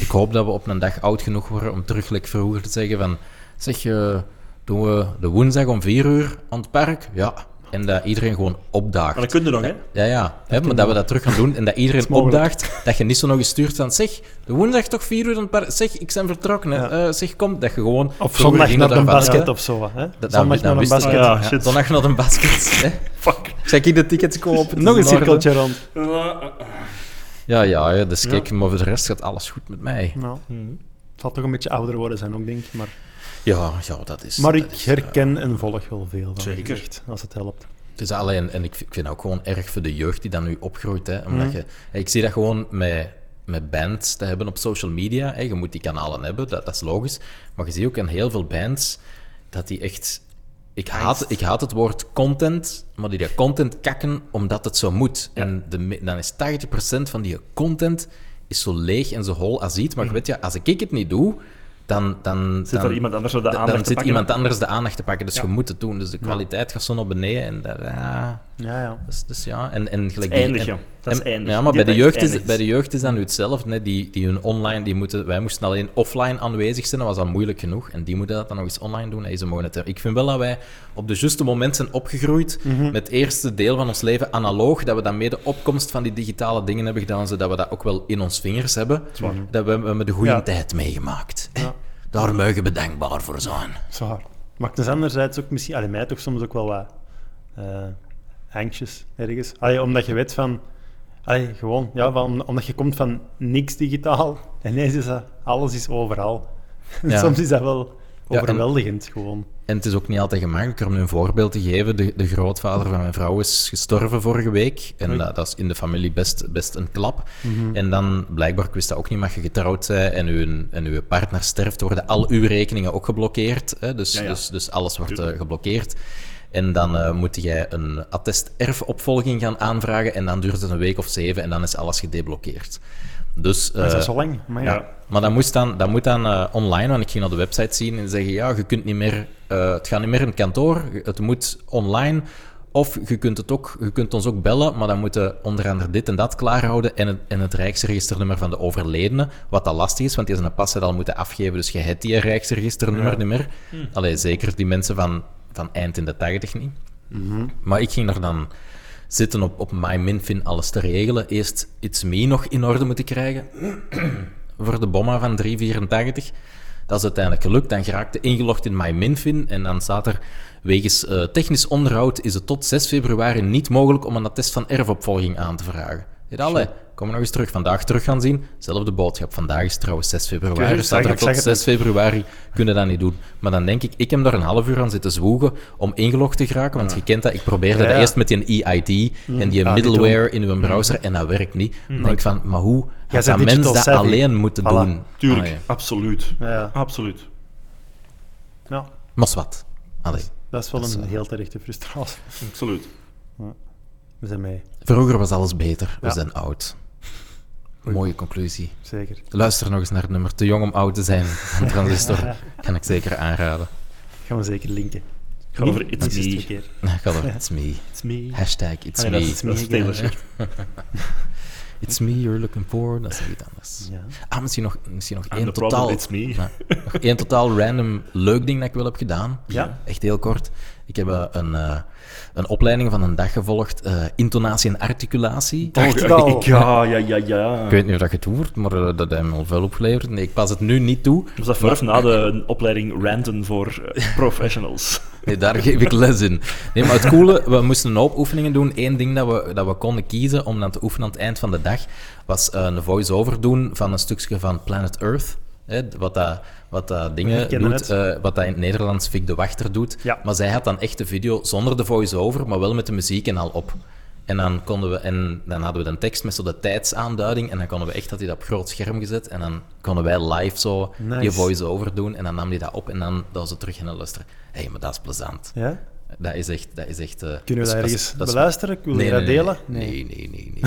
[SPEAKER 3] Ik hoop dat we op een dag oud genoeg worden om terug like vroeger te zeggen van... Zeg, eh, doen we de woensdag om 4 uur aan het park? Ja. En dat iedereen gewoon opdaagt.
[SPEAKER 2] Maar dat kunnen nog, hè?
[SPEAKER 3] Ja, ja. Hè, maar dat we dat terug gaan doen en dat iedereen
[SPEAKER 1] mogelijk.
[SPEAKER 3] opdaagt dat je niet zo nog eens stuurt van zeg, de woensdag toch vier uur aan het park. Zeg, ik ben vertrokken. hè. Eh, zeg, kom. Dat je gewoon...
[SPEAKER 1] Of
[SPEAKER 3] vroeger
[SPEAKER 1] zondag
[SPEAKER 3] ging
[SPEAKER 1] naar
[SPEAKER 3] dat
[SPEAKER 1] een
[SPEAKER 3] daarvan,
[SPEAKER 1] basket
[SPEAKER 3] ja.
[SPEAKER 1] of zo. Hè?
[SPEAKER 3] Dat, dat,
[SPEAKER 1] zondag
[SPEAKER 3] dat
[SPEAKER 1] naar een
[SPEAKER 3] wist ik,
[SPEAKER 1] basket.
[SPEAKER 3] hè.
[SPEAKER 2] Ja,
[SPEAKER 3] Ja,
[SPEAKER 2] shit.
[SPEAKER 3] Zondag naar een basket. Hè.
[SPEAKER 2] Fuck.
[SPEAKER 3] Zeg ik de tickets kopen?
[SPEAKER 1] Nog een
[SPEAKER 3] Het is in orde.
[SPEAKER 1] cirkeltje rond.
[SPEAKER 3] Ja, ja, ja, dus kijk, maar voor de rest gaat alles goed met mij.
[SPEAKER 1] Nou, het zal toch een beetje ouder worden zijn ook, denk ik. Maar,
[SPEAKER 3] Ja, ja dat is...
[SPEAKER 1] maar
[SPEAKER 3] dat
[SPEAKER 1] ik
[SPEAKER 3] is,
[SPEAKER 1] herken en volg wel veel van.
[SPEAKER 2] Zeker.
[SPEAKER 1] gezegd, Als het helpt.
[SPEAKER 3] Het is alleen, en ik, vind- ik vind het ook gewoon erg voor de jeugd die dan nu opgroeit. Hè, omdat
[SPEAKER 2] Mhm.
[SPEAKER 3] je, hè, ik zie dat gewoon met, met bands te hebben op social media. Hè, je moet die kanalen hebben, dat, dat is logisch. Maar je ziet ook in heel veel bands dat die echt. Ik haat, ik haat het woord content, maar die dat content kakken omdat het zo moet. En de, me- dan is 80% van die content is zo leeg en zo hol als iets. Maar je weet je, als ik het niet doe, dan. dan
[SPEAKER 2] Mhm. Zit
[SPEAKER 3] dan,
[SPEAKER 2] er iemand anders zo de
[SPEAKER 3] dan-
[SPEAKER 2] aandacht
[SPEAKER 3] Dan
[SPEAKER 2] te
[SPEAKER 3] zit
[SPEAKER 2] pakken?
[SPEAKER 3] iemand anders de aandacht te pakken. Dus je moet het doen. Dus de kwaliteit gaat zo naar beneden. En dat, ja,
[SPEAKER 1] Ja, ja.
[SPEAKER 3] dus, dus ja, en, en gelijk
[SPEAKER 2] eindig,
[SPEAKER 3] en-
[SPEAKER 2] ja. Dat is
[SPEAKER 3] en-
[SPEAKER 2] eindig.
[SPEAKER 3] Ja, maar
[SPEAKER 2] Die
[SPEAKER 3] bij de,
[SPEAKER 2] dag
[SPEAKER 3] jeugd is,
[SPEAKER 2] eindigt.
[SPEAKER 3] bij de jeugd is dat nu hetzelfde. Hè. Die, die hun online, die moeten, wij moesten alleen offline aanwezig zijn, dat was al moeilijk genoeg. En die moeten dat dan nog eens online doen. Hey, ze mogen het, er- ik vind wel dat wij op de juiste moment zijn opgegroeid
[SPEAKER 2] Mhm.
[SPEAKER 3] met het eerste deel van ons leven analoog. Dat we dan mee de opkomst van die digitale dingen hebben gedaan, zodat we dat ook wel in ons vingers hebben. Dat we, we hebben de goede
[SPEAKER 1] Ja.
[SPEAKER 3] tijd meegemaakt. Daar mogen we dankbaar voor zijn.
[SPEAKER 1] Zwaar. Maar het is anderzijds ook misschien, allee, mij toch soms ook wel wat eh anxious ergens. Allee, omdat je weet van, allee, gewoon, ja, van, omdat je komt van niks digitaal en ineens is dat, alles is overal.
[SPEAKER 3] Ja.
[SPEAKER 1] soms is dat wel
[SPEAKER 3] en-
[SPEAKER 1] overweldigend gewoon.
[SPEAKER 3] En het is ook niet altijd gemakkelijk om nu een voorbeeld te geven. De, de grootvader van mijn vrouw is gestorven vorige week. En dat, dat is in de familie best, best een klap.
[SPEAKER 1] Mhm.
[SPEAKER 3] En dan, blijkbaar, ik wist dat ook niet, mag je getrouwd zijn en uw, en uw partner sterft, worden al uw rekeningen ook geblokkeerd. Hè? Dus,
[SPEAKER 2] Ja, ja.
[SPEAKER 3] Dus, dus alles wordt eh, geblokkeerd. En dan eh, moet jij een attest erfopvolging gaan aanvragen. En dan duurt het een week of zeven en dan is alles gedeblokkeerd. Dus,
[SPEAKER 1] Maar is dat
[SPEAKER 3] eh,
[SPEAKER 1] zo lang? Maar ja.
[SPEAKER 2] Ja.
[SPEAKER 3] maar dat moest dan, dat moet dan eh, online, want ik ging naar de website zien en zeggen, ja, je kunt niet meer, eh, het gaat niet meer in het kantoor, het moet online. Of je kunt, het ook, je kunt ons ook bellen, maar dan moeten onder andere dit en dat klaarhouden en het, en het Rijksregisternummer van de overledene, wat dat lastig is, want die zijn pas al moeten afgeven, dus je hebt die Rijksregisternummer niet meer. Allee, zeker die mensen van, van eind in de tachtig niet. Maar ik ging er dan zitten op, op MyMinfin alles te regelen. Eerst It's Me nog in orde moeten krijgen voor de bomma van 384. Dat is uiteindelijk gelukt. Dan geraakte ingelogd in MyMinfin. En dan staat er, wegens eh, technisch onderhoud is het tot 6 februari niet mogelijk om een attest van erfopvolging aan te vragen. Dit alle. Kom nog eens terug. Vandaag terug gaan zien. Zelfde boodschap. Vandaag is trouwens 6 februari.
[SPEAKER 1] Ik
[SPEAKER 3] staat
[SPEAKER 1] zag
[SPEAKER 3] er
[SPEAKER 1] het, ik
[SPEAKER 3] tot
[SPEAKER 1] zag het
[SPEAKER 3] 6 februari. Kunnen dat niet doen. Maar dan denk ik, ik heb daar een half uur aan zitten zwoegen om ingelogd te geraken. Want je kent dat. Ik probeerde
[SPEAKER 1] Ja,
[SPEAKER 3] dat
[SPEAKER 1] ja.
[SPEAKER 3] eerst met die EID en die
[SPEAKER 1] Ah, niet Mm.
[SPEAKER 3] middleware in uw browser. En dat werkt niet. Dan denk ik van, maar hoe had dat
[SPEAKER 1] bent
[SPEAKER 3] mens
[SPEAKER 1] digital
[SPEAKER 3] dat
[SPEAKER 1] savvy.
[SPEAKER 3] alleen moeten
[SPEAKER 1] Voilà.
[SPEAKER 3] doen?
[SPEAKER 2] Tuurlijk,
[SPEAKER 3] Allee.
[SPEAKER 2] absoluut.
[SPEAKER 1] Ja, ja.
[SPEAKER 2] Absoluut.
[SPEAKER 1] Ja,
[SPEAKER 3] Maar wat. Allee.
[SPEAKER 1] dat is wel
[SPEAKER 3] Dat is,
[SPEAKER 1] een
[SPEAKER 3] eh,
[SPEAKER 1] heel terechte frustratie.
[SPEAKER 2] Absoluut.
[SPEAKER 1] We zijn mee,
[SPEAKER 3] Vroeger was alles beter. We
[SPEAKER 1] Ja.
[SPEAKER 3] zijn oud. Mooie conclusie.
[SPEAKER 1] zeker.
[SPEAKER 3] Luister nog eens naar het nummer Te jong om oud te zijn van Transistor. Kan ik zeker aanraden.
[SPEAKER 1] Gaan we zeker linken.
[SPEAKER 2] Ga over It's
[SPEAKER 1] Minstens
[SPEAKER 2] Me.
[SPEAKER 1] twee keer.
[SPEAKER 3] Ga door, it's me.
[SPEAKER 2] It's Me.
[SPEAKER 3] Hashtag it's
[SPEAKER 2] Ah, nee,
[SPEAKER 3] me.
[SPEAKER 2] dat is- dat is Taylor Swift.
[SPEAKER 3] It's me you're looking for. Dat is iets anders.
[SPEAKER 1] Ja.
[SPEAKER 3] Ah, misschien nog, misschien nog
[SPEAKER 2] I'm
[SPEAKER 3] één
[SPEAKER 2] the problem,
[SPEAKER 3] totaal...
[SPEAKER 2] it's me.
[SPEAKER 3] Ja, nog één totaal random leuk ding dat ik wel heb gedaan.
[SPEAKER 1] Ja.
[SPEAKER 3] Echt heel kort. Ik heb eh, een, eh, een opleiding van een dag gevolgd. eh, intonatie en articulatie.
[SPEAKER 1] Dacht ik al.
[SPEAKER 2] Ja, ja, ja, ja.
[SPEAKER 3] Ik weet niet of dat je het hoort, maar eh, dat heeft me al veel opgeleverd. Nee, ik pas het nu niet toe.
[SPEAKER 2] Was dat voor of na de opleiding ranten voor eh, professionals?
[SPEAKER 3] Nee, daar geef ik les in. Nee, maar het coole, we moesten een hoop oefeningen doen. Eén ding dat we, dat we konden kiezen om dan te oefenen aan het eind van de dag, was eh, een voice-over doen van een stukje van Planet Earth. Hè, wat dat, wat dat dingen
[SPEAKER 1] herkennen
[SPEAKER 3] doet, eh, wat dat in het Nederlands Fik de Wachter doet.
[SPEAKER 1] Ja.
[SPEAKER 3] Maar zij had dan echt de video zonder de voice-over, maar wel met de muziek en al op. En dan, konden we, en dan hadden we een tekst met zo de tijdsaanduiding. En dan konden we echt, had hij dat op groot scherm gezet. En dan konden wij live zo die
[SPEAKER 1] Nice.
[SPEAKER 3] voice-over doen. En dan nam hij dat op en dan dat was het terug in de luster. Hé, hey, maar dat is plezant.
[SPEAKER 1] Ja?
[SPEAKER 3] Dat is echt... Dat is echt eh,
[SPEAKER 1] Kunnen we
[SPEAKER 3] is-
[SPEAKER 1] dat
[SPEAKER 3] is-
[SPEAKER 1] ergens
[SPEAKER 3] is-
[SPEAKER 1] beluisteren? Willen we dat delen?
[SPEAKER 3] Nee, nee, nee. nee.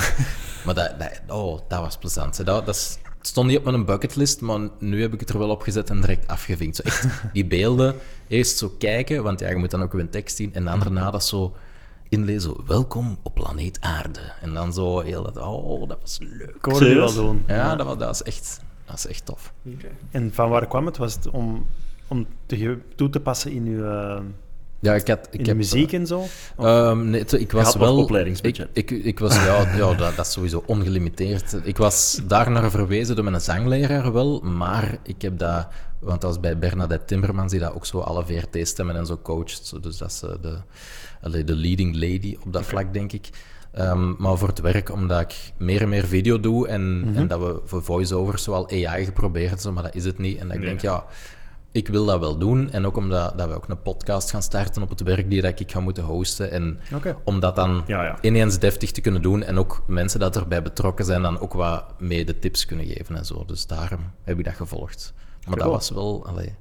[SPEAKER 3] maar dat, dat, oh, dat was plezant. hè. Dat, dat is stond niet op mijn bucketlist, maar nu heb ik het er wel op gezet en direct afgevinkt. Zo echt die beelden eerst zo kijken, want ja, je moet dan ook weer een tekst zien. En dan daarna dat zo inlezen. zo, Welkom op planeet Aarde. En dan zo heel dat, oh, dat was leuk.
[SPEAKER 1] Ik hoorde die wel
[SPEAKER 2] Serieus?
[SPEAKER 1] doen.
[SPEAKER 3] Ja, dat, was, dat, is, echt, dat is echt tof.
[SPEAKER 1] En van waar kwam het? Was het om, om te ge- toe te passen in, uw, eh,
[SPEAKER 3] Ja, ik had,
[SPEAKER 1] in
[SPEAKER 3] ik
[SPEAKER 1] de
[SPEAKER 3] heb, eh,
[SPEAKER 1] muziek en zo?
[SPEAKER 3] Ehm, nee, t- ik was
[SPEAKER 2] had nog
[SPEAKER 3] wel.
[SPEAKER 2] opleidingsbudget.
[SPEAKER 3] Ik, ik, ik was, ja, ja dat, dat is sowieso ongelimiteerd. Ik was daar naar verwezen door mijn zangleraar wel, maar ik heb dat, want dat was bij Bernadette Timmermans, die dat ook zo alle VRT-stemmen en zo coacht. Zo, Dus dat is eh, de, allee, de leading lady op dat vlak, denk ik. Ehm, maar voor het werk, omdat ik meer en meer video doe en, en dat we voor voice-overs zoal AI geprobeerd hebben, maar dat is het niet. En dat ik denk, ja, ik wil dat wel doen. En ook omdat dat we ook een podcast gaan starten op het werk die dat ik ga moeten hosten. En
[SPEAKER 1] Oké.
[SPEAKER 3] om dat dan
[SPEAKER 2] Ja, ja.
[SPEAKER 3] ineens deftig te kunnen doen. En ook mensen dat erbij betrokken zijn, dan ook wat mee de tips kunnen geven en zo. Dus daarom heb ik dat gevolgd. Maar dat
[SPEAKER 1] Cool.
[SPEAKER 3] was wel, allee,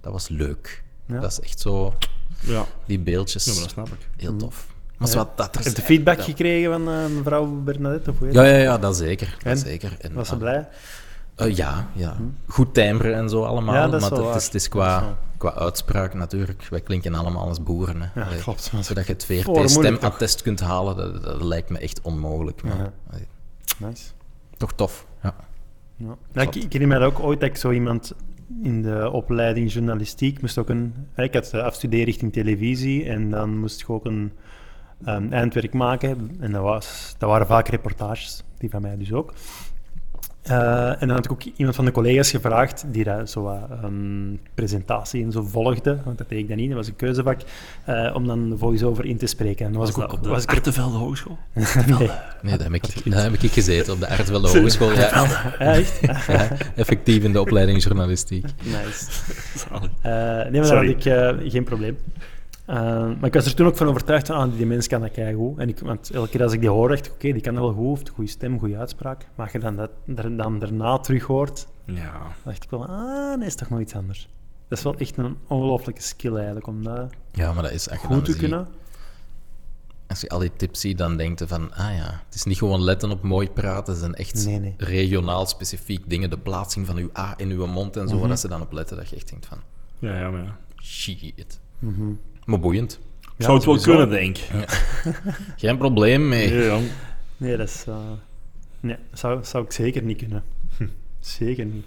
[SPEAKER 3] dat was leuk.
[SPEAKER 1] Ja.
[SPEAKER 3] Dat is echt zo,
[SPEAKER 2] Ja,
[SPEAKER 3] die beeldjes,
[SPEAKER 2] ja maar dat snap ik.
[SPEAKER 3] heel tof. Maar
[SPEAKER 1] Mhm. Ja.
[SPEAKER 3] wat dat er
[SPEAKER 1] Heb je feedback
[SPEAKER 3] Ja.
[SPEAKER 1] gekregen van eh, mevrouw Bernadette? Of hoe heet
[SPEAKER 3] Ja, ja, ja, dat zeker. Dat
[SPEAKER 1] En?
[SPEAKER 3] zeker. En,
[SPEAKER 1] het? Was ze
[SPEAKER 3] ah,
[SPEAKER 1] blij? Mhm.
[SPEAKER 3] eh, ja, ja. Goed timbre en zo allemaal.
[SPEAKER 1] Ja, dat is
[SPEAKER 3] maar
[SPEAKER 1] wel
[SPEAKER 3] het is,
[SPEAKER 1] waar.
[SPEAKER 3] het is
[SPEAKER 1] Dat is
[SPEAKER 3] qua,
[SPEAKER 1] wel-
[SPEAKER 3] qua uitspraak natuurlijk. Wij klinken allemaal als boeren. Hè. Allee,
[SPEAKER 1] klopt. Dat is
[SPEAKER 3] Zodat je het
[SPEAKER 1] moeilijk,
[SPEAKER 3] VRT-stemattest kunt halen, dat, dat lijkt me echt onmogelijk. Maar,
[SPEAKER 1] Ja.
[SPEAKER 3] allee,
[SPEAKER 1] Nice.
[SPEAKER 3] toch tof. Ja.
[SPEAKER 1] Ja. Ja, ik, ik herinner me dat ook ooit dat ik zo iemand in de opleiding journalistiek moest ook een... hè, Ik had eh, afstudeer richting televisie en dan moest ik ook een ehm, eindwerk maken. En dat, was, dat waren vaak reportages, die van mij dus ook. Eh, en dan had ik ook iemand van de collega's gevraagd, die dat zo wat, ehm, presentatie en zo volgde, want dat deed ik dan niet, dat was een keuzevak, eh, om dan de voice-over in te spreken. En dan was,
[SPEAKER 2] Was
[SPEAKER 1] ik
[SPEAKER 2] dat
[SPEAKER 1] ook...
[SPEAKER 2] op de
[SPEAKER 1] was ik er-
[SPEAKER 2] Artevelde Hogeschool?
[SPEAKER 1] Nee.
[SPEAKER 3] Nee, daar heb, ik, daar heb ik gezeten op de Aardvelde Hogeschool. Ja,
[SPEAKER 1] Ja, echt?
[SPEAKER 3] ja, effectief in de opleiding journalistiek.
[SPEAKER 1] Nice. Eh,
[SPEAKER 2] Zalig.
[SPEAKER 1] nee, maar daar had
[SPEAKER 2] Sorry.
[SPEAKER 1] ik eh, geen probleem. Eh, maar ik was er toen ook van overtuigd van, ah, die mens kan dat keigoed. En ik, want elke keer als ik die hoor, dacht ik, oké, die kan dat wel goed, heeft een goede stem, goede uitspraak. Maar als je dan, dat, daar- dan daarna terug hoort,
[SPEAKER 2] Ja.
[SPEAKER 1] dan dacht ik wel, ah, nee, is toch nog iets anders. Dat is wel echt een ongelooflijke skill eigenlijk, om dat
[SPEAKER 3] Ja, maar dat is echt
[SPEAKER 1] goed te kunnen.
[SPEAKER 3] Als je al die tips ziet, dan denkt je van, ah ja, het is niet gewoon letten op mooi praten, het zijn echt
[SPEAKER 1] Nee, nee.
[SPEAKER 3] regionaal specifiek dingen, de plaatsing van uw A in uw mond en zo,
[SPEAKER 1] Mhm.
[SPEAKER 3] waar dat ze dan op letten, dat je echt denkt van,
[SPEAKER 2] Ja, ja, maar ja.
[SPEAKER 3] shit.
[SPEAKER 1] Mhm.
[SPEAKER 3] Maar boeiend.
[SPEAKER 2] Ik zou het wel
[SPEAKER 1] sowieso.
[SPEAKER 2] kunnen, denk ik.
[SPEAKER 3] Geen probleem mee.
[SPEAKER 2] Ja, ja.
[SPEAKER 1] Nee, dat is, eh, nee, zou, zou ik zeker niet kunnen. zeker niet.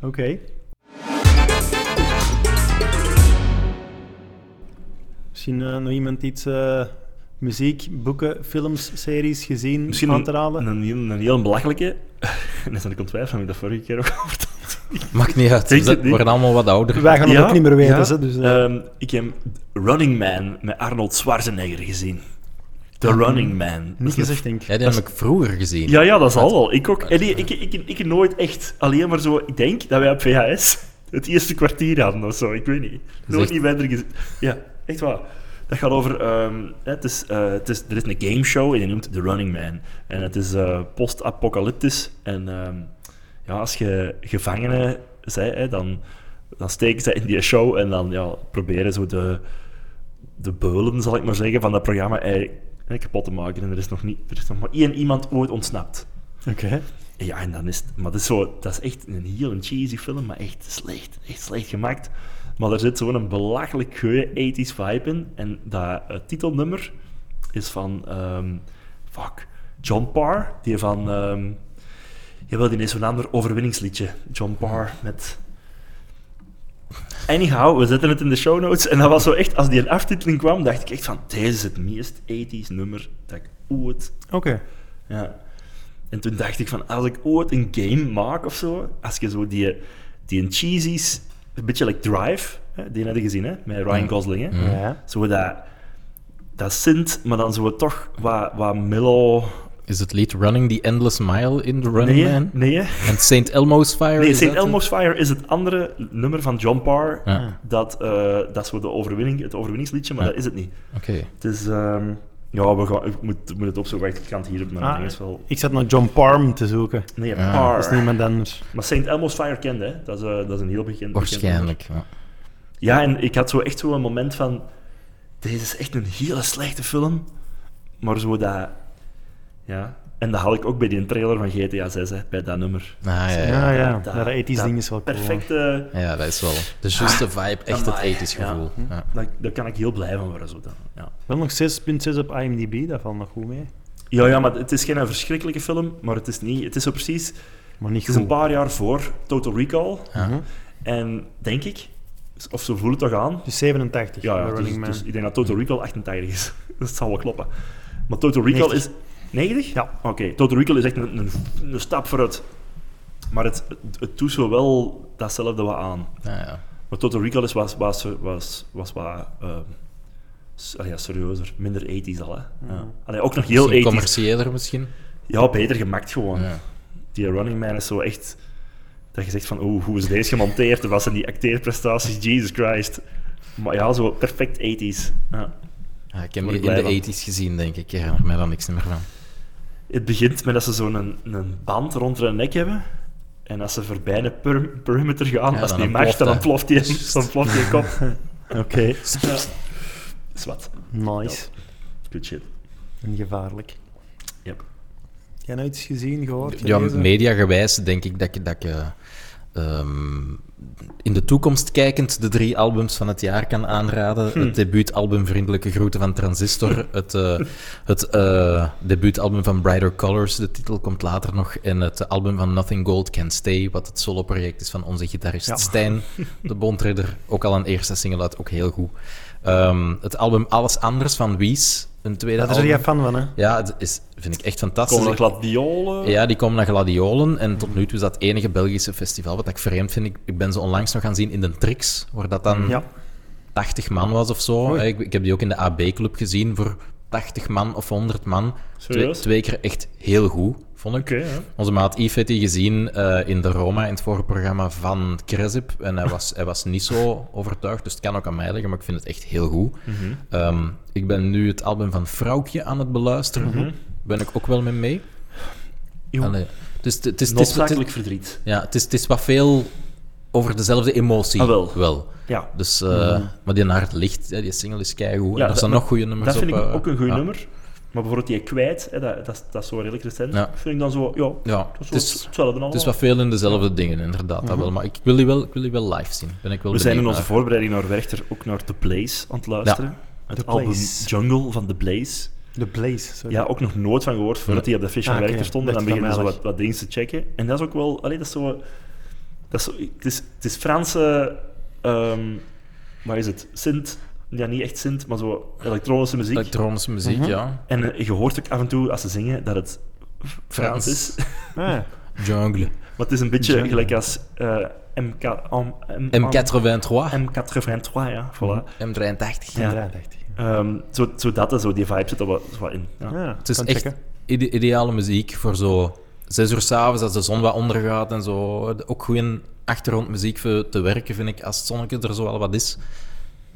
[SPEAKER 1] Oké. Misschien eh, nog iemand iets eh, muziek, boeken, films, series gezien
[SPEAKER 2] Misschien
[SPEAKER 1] aan te
[SPEAKER 2] een,
[SPEAKER 1] raden?
[SPEAKER 2] een, heel, een heel belachelijke. En dat is ik ontwijfeld, heb ik dat vorige keer ook over verteld.
[SPEAKER 3] Maakt niet uit,
[SPEAKER 2] Denk
[SPEAKER 3] ze
[SPEAKER 2] het niet.
[SPEAKER 3] worden allemaal wat ouder.
[SPEAKER 1] Wij gaan het
[SPEAKER 2] Ja,
[SPEAKER 1] ook niet meer weten.
[SPEAKER 2] ja.
[SPEAKER 1] ze, dus, eh,
[SPEAKER 2] Ehm, ik heb Running Man met Arnold Schwarzenegger gezien. The Running Man.
[SPEAKER 1] niet gezegd, denk ik.
[SPEAKER 3] Ja, die heb ik vroeger gezien.
[SPEAKER 2] Ja, ja, dat zal wel. Ik ook. En die- ik, ik, ik, ik nooit echt alleen maar zo. Ik denk dat wij op VHS het eerste kwartier hadden of zo. Ik weet niet. Nooit
[SPEAKER 3] echt-
[SPEAKER 2] niet verder gezien. Ja, echt waar. Dat gaat over. ehm, hè, het is, eh, het is, er is een gameshow en die noemt The Running Man. En het is eh, post-apocalyptisch. En ehm, ja, als je gevangenen bent, hè, dan, dan steken ze in die show en dan ja, proberen zo de de beulen, zal ik maar zeggen, van dat programma eigenlijk eh, kapot te maken. En er is nog, niet, er is nog maar één iemand ooit ontsnapt.
[SPEAKER 1] Oké.
[SPEAKER 2] En Ja, en dan is het... Maar dat is, zo, dat is echt een heel cheesy film, maar echt slecht, echt slecht gemaakt. Maar er zit zo'n belachelijk goeie 80s vibe in. En dat eh, titelnummer is van... ehm, fuck. John Parr, die van... ehm jawel, die is zo'n ander overwinningsliedje. John Parr met... Anyhow, we zetten het in de show notes. En dat was zo echt... Als die een aftiteling kwam, dacht ik echt van... Deze is het meest 80s nummer dat ik ooit
[SPEAKER 1] Oké.
[SPEAKER 2] ja. En toen dacht ik van, als ik ooit een game maak of zo, als je zo die, die een cheesies, een beetje like Drive, hè, die had je gezien, hè, met
[SPEAKER 3] Mm.
[SPEAKER 2] Ryan Gosling, hè.
[SPEAKER 1] Ja.
[SPEAKER 2] Zo dat, dat synth, maar dan zo toch wat, wat mellow...
[SPEAKER 3] Is het lied Running the Endless Mile in The Running
[SPEAKER 2] nee,
[SPEAKER 3] Man?
[SPEAKER 2] nee, hè.
[SPEAKER 3] En St. Elmo's Fire?
[SPEAKER 2] Nee,
[SPEAKER 3] is
[SPEAKER 2] St.
[SPEAKER 3] dat het?
[SPEAKER 2] Elmo's Fire is het andere nummer van John Parr.
[SPEAKER 3] Ja,
[SPEAKER 2] Dat, eh, dat is zo de overwinning, het overwinningsliedje, maar
[SPEAKER 3] Ja.
[SPEAKER 2] dat is het niet.
[SPEAKER 3] Ah, oké.
[SPEAKER 2] Het is... ehm, ja, we gaan, ik moet, ik moet het opzoeken, wacht, ik kan het hier op mijn
[SPEAKER 1] Ah,
[SPEAKER 2] ding is wel...
[SPEAKER 1] Ik zat naar John Parm te zoeken.
[SPEAKER 2] Nee,
[SPEAKER 3] Ja.
[SPEAKER 2] Parr.
[SPEAKER 1] Dat is niemand anders.
[SPEAKER 2] Maar St. Elmo's Fire kende, hè? Dat is, eh, dat is een heel bekend. bekend nummer.
[SPEAKER 3] Waarschijnlijk. Ja.
[SPEAKER 2] Ja, en ik had zo echt zo een moment van... Deze is echt een hele slechte film. Maar zo dat... Ja. En dat had ik ook bij die trailer van GTA 6, hè, bij dat nummer.
[SPEAKER 3] Ah, ja, ja.
[SPEAKER 1] Ja, ja.
[SPEAKER 2] Dat-
[SPEAKER 1] Dat ethisch
[SPEAKER 2] dat
[SPEAKER 1] ding is wel cool.
[SPEAKER 2] Perfecte...
[SPEAKER 3] Ja, dat is wel de juiste vibe, echt het
[SPEAKER 2] amai.
[SPEAKER 3] ethisch
[SPEAKER 2] Ja. Hm.
[SPEAKER 3] gevoel. Ja.
[SPEAKER 2] Daar, daar kan ik heel blij van worden. Zo dan. Ja.
[SPEAKER 1] Wel nog 6.6 op IMDb, dat valt nog goed mee.
[SPEAKER 2] Ja, ja, maar het is geen verschrikkelijke film, maar het is niet... Het is zo precies...
[SPEAKER 1] Maar niet
[SPEAKER 2] Het is een
[SPEAKER 1] goed.
[SPEAKER 2] paar jaar voor Total Recall.
[SPEAKER 3] Ja.
[SPEAKER 2] En denk ik, of ze voelen het toch aan...
[SPEAKER 1] Dus 87,
[SPEAKER 2] Ja, ja
[SPEAKER 1] de
[SPEAKER 2] dus,
[SPEAKER 1] Running Man.
[SPEAKER 2] dus ik denk dat Total Recall 88 is. dat zal wel kloppen. Maar Total Recall
[SPEAKER 1] 90.
[SPEAKER 2] is... 90?
[SPEAKER 1] Ja.
[SPEAKER 2] Oké, Total Recall is echt een, een, een stap vooruit. Maar het, het, het doet zo wel datzelfde wat aan.
[SPEAKER 3] nou Ja, ja.
[SPEAKER 2] Maar Total Recall is was, was, was, was wat ehm, s- allee, ja, serieuzer, minder 80s al. Hè.
[SPEAKER 1] Mhm.
[SPEAKER 2] Ja. Allee, ook nog heel
[SPEAKER 3] Misschien
[SPEAKER 2] 80s.
[SPEAKER 3] commerciëler misschien.
[SPEAKER 2] Ja, beter gemaakt gewoon.
[SPEAKER 3] Ja.
[SPEAKER 2] Die Running Man is zo echt. Dat je zegt van, oeh, hoe is deze gemonteerd? En Wat zijn die acteerprestaties? Jesus Christ. Maar ja, zo perfect 80s. Ja.
[SPEAKER 3] Ja, ik heb
[SPEAKER 2] Word ik
[SPEAKER 3] die in
[SPEAKER 2] blij
[SPEAKER 3] de
[SPEAKER 2] van.
[SPEAKER 3] 80s gezien, denk ik. Ik herinner mij daar niks meer van.
[SPEAKER 2] Het begint met dat ze zo'n een, een band rond hun nek hebben. En als ze voorbij een per- perimeter gaan,
[SPEAKER 3] Ja,
[SPEAKER 2] als
[SPEAKER 3] dan
[SPEAKER 2] die
[SPEAKER 3] ontploft
[SPEAKER 2] matcht, dan
[SPEAKER 3] hij.
[SPEAKER 2] ontploft die,
[SPEAKER 3] Juist.
[SPEAKER 2] dan ontploft die kop.
[SPEAKER 1] Oké,
[SPEAKER 2] Is wat.
[SPEAKER 1] nice.
[SPEAKER 2] Good shit.
[SPEAKER 1] En gevaarlijk.
[SPEAKER 2] Yep.
[SPEAKER 1] Jij nooit iets gezien, gehoord,
[SPEAKER 3] Ja,
[SPEAKER 1] gelezen?
[SPEAKER 3] mediagewijs denk ik dat je... Dat je ehm, in de toekomst kijkend de drie albums van het jaar kan aanraden.
[SPEAKER 1] Hm.
[SPEAKER 3] Het debuutalbum Vriendelijke Groeten van Transistor. Het, eh, het eh, debuutalbum van Brighter Colors, de titel komt later nog. En het album van Nothing Gold Can Stay, wat het soloproject is van onze gitarist
[SPEAKER 1] Ja.
[SPEAKER 3] Stijn, de bondridder. Ook al een eerste single uit, ook heel goed. Ehm, het album Alles Anders van Wies, een tweede
[SPEAKER 1] Daar ben
[SPEAKER 3] album.
[SPEAKER 1] jij fan van, hè?
[SPEAKER 3] Ja, het is, vind ik echt fantastisch.
[SPEAKER 2] Komen er
[SPEAKER 3] Ik-
[SPEAKER 2] gladiolen?
[SPEAKER 3] ja, die komen naar Gladiolen. En tot nu toe is dat het enige Belgische festival. Wat ik vreemd vind, ik, ik ben ze onlangs nog gaan zien in de Trix, waar dat dan
[SPEAKER 1] Ja.
[SPEAKER 3] 80 man was of zo.
[SPEAKER 1] Oei.
[SPEAKER 3] Ik, ik heb die ook in de AB-club gezien voor 80 man of 100 man. Twee,
[SPEAKER 2] Serieus?
[SPEAKER 3] twee keer echt heel goed, vond ik.
[SPEAKER 2] Oké, ja.
[SPEAKER 3] Onze maat Yves heeft die gezien eh, in de Roma, in het voorprogramma van Kresip. En hij was, hij was niet zo overtuigd, dus het kan ook aan mij liggen, maar ik vind het echt heel goed.
[SPEAKER 2] Mhm.
[SPEAKER 3] Ehm, ik ben nu het album van Vrouwtje aan het beluisteren.
[SPEAKER 2] Mhm.
[SPEAKER 3] Ben ik ook wel mee mee.
[SPEAKER 2] Joh.
[SPEAKER 3] Allee, Dus het- het is- het is- het is-
[SPEAKER 2] Noodzakelijk verdriet.
[SPEAKER 3] ja, het is- het is wat veel over dezelfde emotie.
[SPEAKER 2] Ah, wel. Ja.
[SPEAKER 3] Dus, eh, Maar die naar het licht, hè, die single is keigoed.
[SPEAKER 2] Ja,
[SPEAKER 3] en er
[SPEAKER 2] dat-
[SPEAKER 3] staan nog goede nummers
[SPEAKER 2] Dat vind
[SPEAKER 3] op.
[SPEAKER 2] ik
[SPEAKER 3] eh,
[SPEAKER 2] ook een goed
[SPEAKER 3] ja.
[SPEAKER 2] nummer. Maar bijvoorbeeld die kwijt, hè, dat, dat, is- dat is zo redelijk recent.
[SPEAKER 3] Ja.
[SPEAKER 2] Vind ik dan zo, ja,
[SPEAKER 3] Ja,
[SPEAKER 2] dat is
[SPEAKER 3] het
[SPEAKER 2] zo
[SPEAKER 3] is,
[SPEAKER 2] hetzelfde allemaal.
[SPEAKER 3] het is wat veel in dezelfde dingen, inderdaad. dat wel. Maar ik wil, die wel, ik wil die wel live zien. Ben ik wel
[SPEAKER 2] We zijn in
[SPEAKER 3] benieuwd
[SPEAKER 2] onze
[SPEAKER 3] naar.
[SPEAKER 2] voorbereiding naar Werchter ook naar The Blaze aan het luisteren. Het
[SPEAKER 1] The
[SPEAKER 2] album
[SPEAKER 1] Blaze.
[SPEAKER 2] Jungle van The Blaze.
[SPEAKER 1] The Blaze, sorry.
[SPEAKER 2] Ja, ook nog nooit van gehoord voordat die op de fish van
[SPEAKER 1] Ah, oké.
[SPEAKER 2] Werchter stond. En dan
[SPEAKER 1] Echt van
[SPEAKER 2] beginnen ze
[SPEAKER 1] mij
[SPEAKER 2] wat, wat dingen te checken. En dat is ook wel... Allee, dat is zo... Dat is zo het, is, het is Franse... ehm wat is het? Sint... Ja, niet echt Sint, maar zo elektronische muziek.
[SPEAKER 3] Elektronische muziek, ja.
[SPEAKER 2] en eh, je hoort ook af en toe, als ze zingen, dat het Frans is.
[SPEAKER 1] Ah,
[SPEAKER 3] Jungle.
[SPEAKER 2] Maar het is een beetje
[SPEAKER 1] Jungle.
[SPEAKER 2] gelijk als eh, MK, am- M, Mhm.
[SPEAKER 3] M83,
[SPEAKER 2] M83, ja, voilà.
[SPEAKER 3] M83.
[SPEAKER 2] Ja.
[SPEAKER 1] ja. 83.
[SPEAKER 2] Ehm, zo, zo dat, en zo die vibe zit er wel zo wat in. Ja.
[SPEAKER 1] Ja,
[SPEAKER 3] Het is
[SPEAKER 1] kan
[SPEAKER 3] echt
[SPEAKER 1] checken.
[SPEAKER 3] ide- ideale muziek voor zo zes uur s'avonds als de zon wat ondergaat en zo. Ook goede achtergrondmuziek voor te werken, vind ik, als het zonnetje er zo al wat is.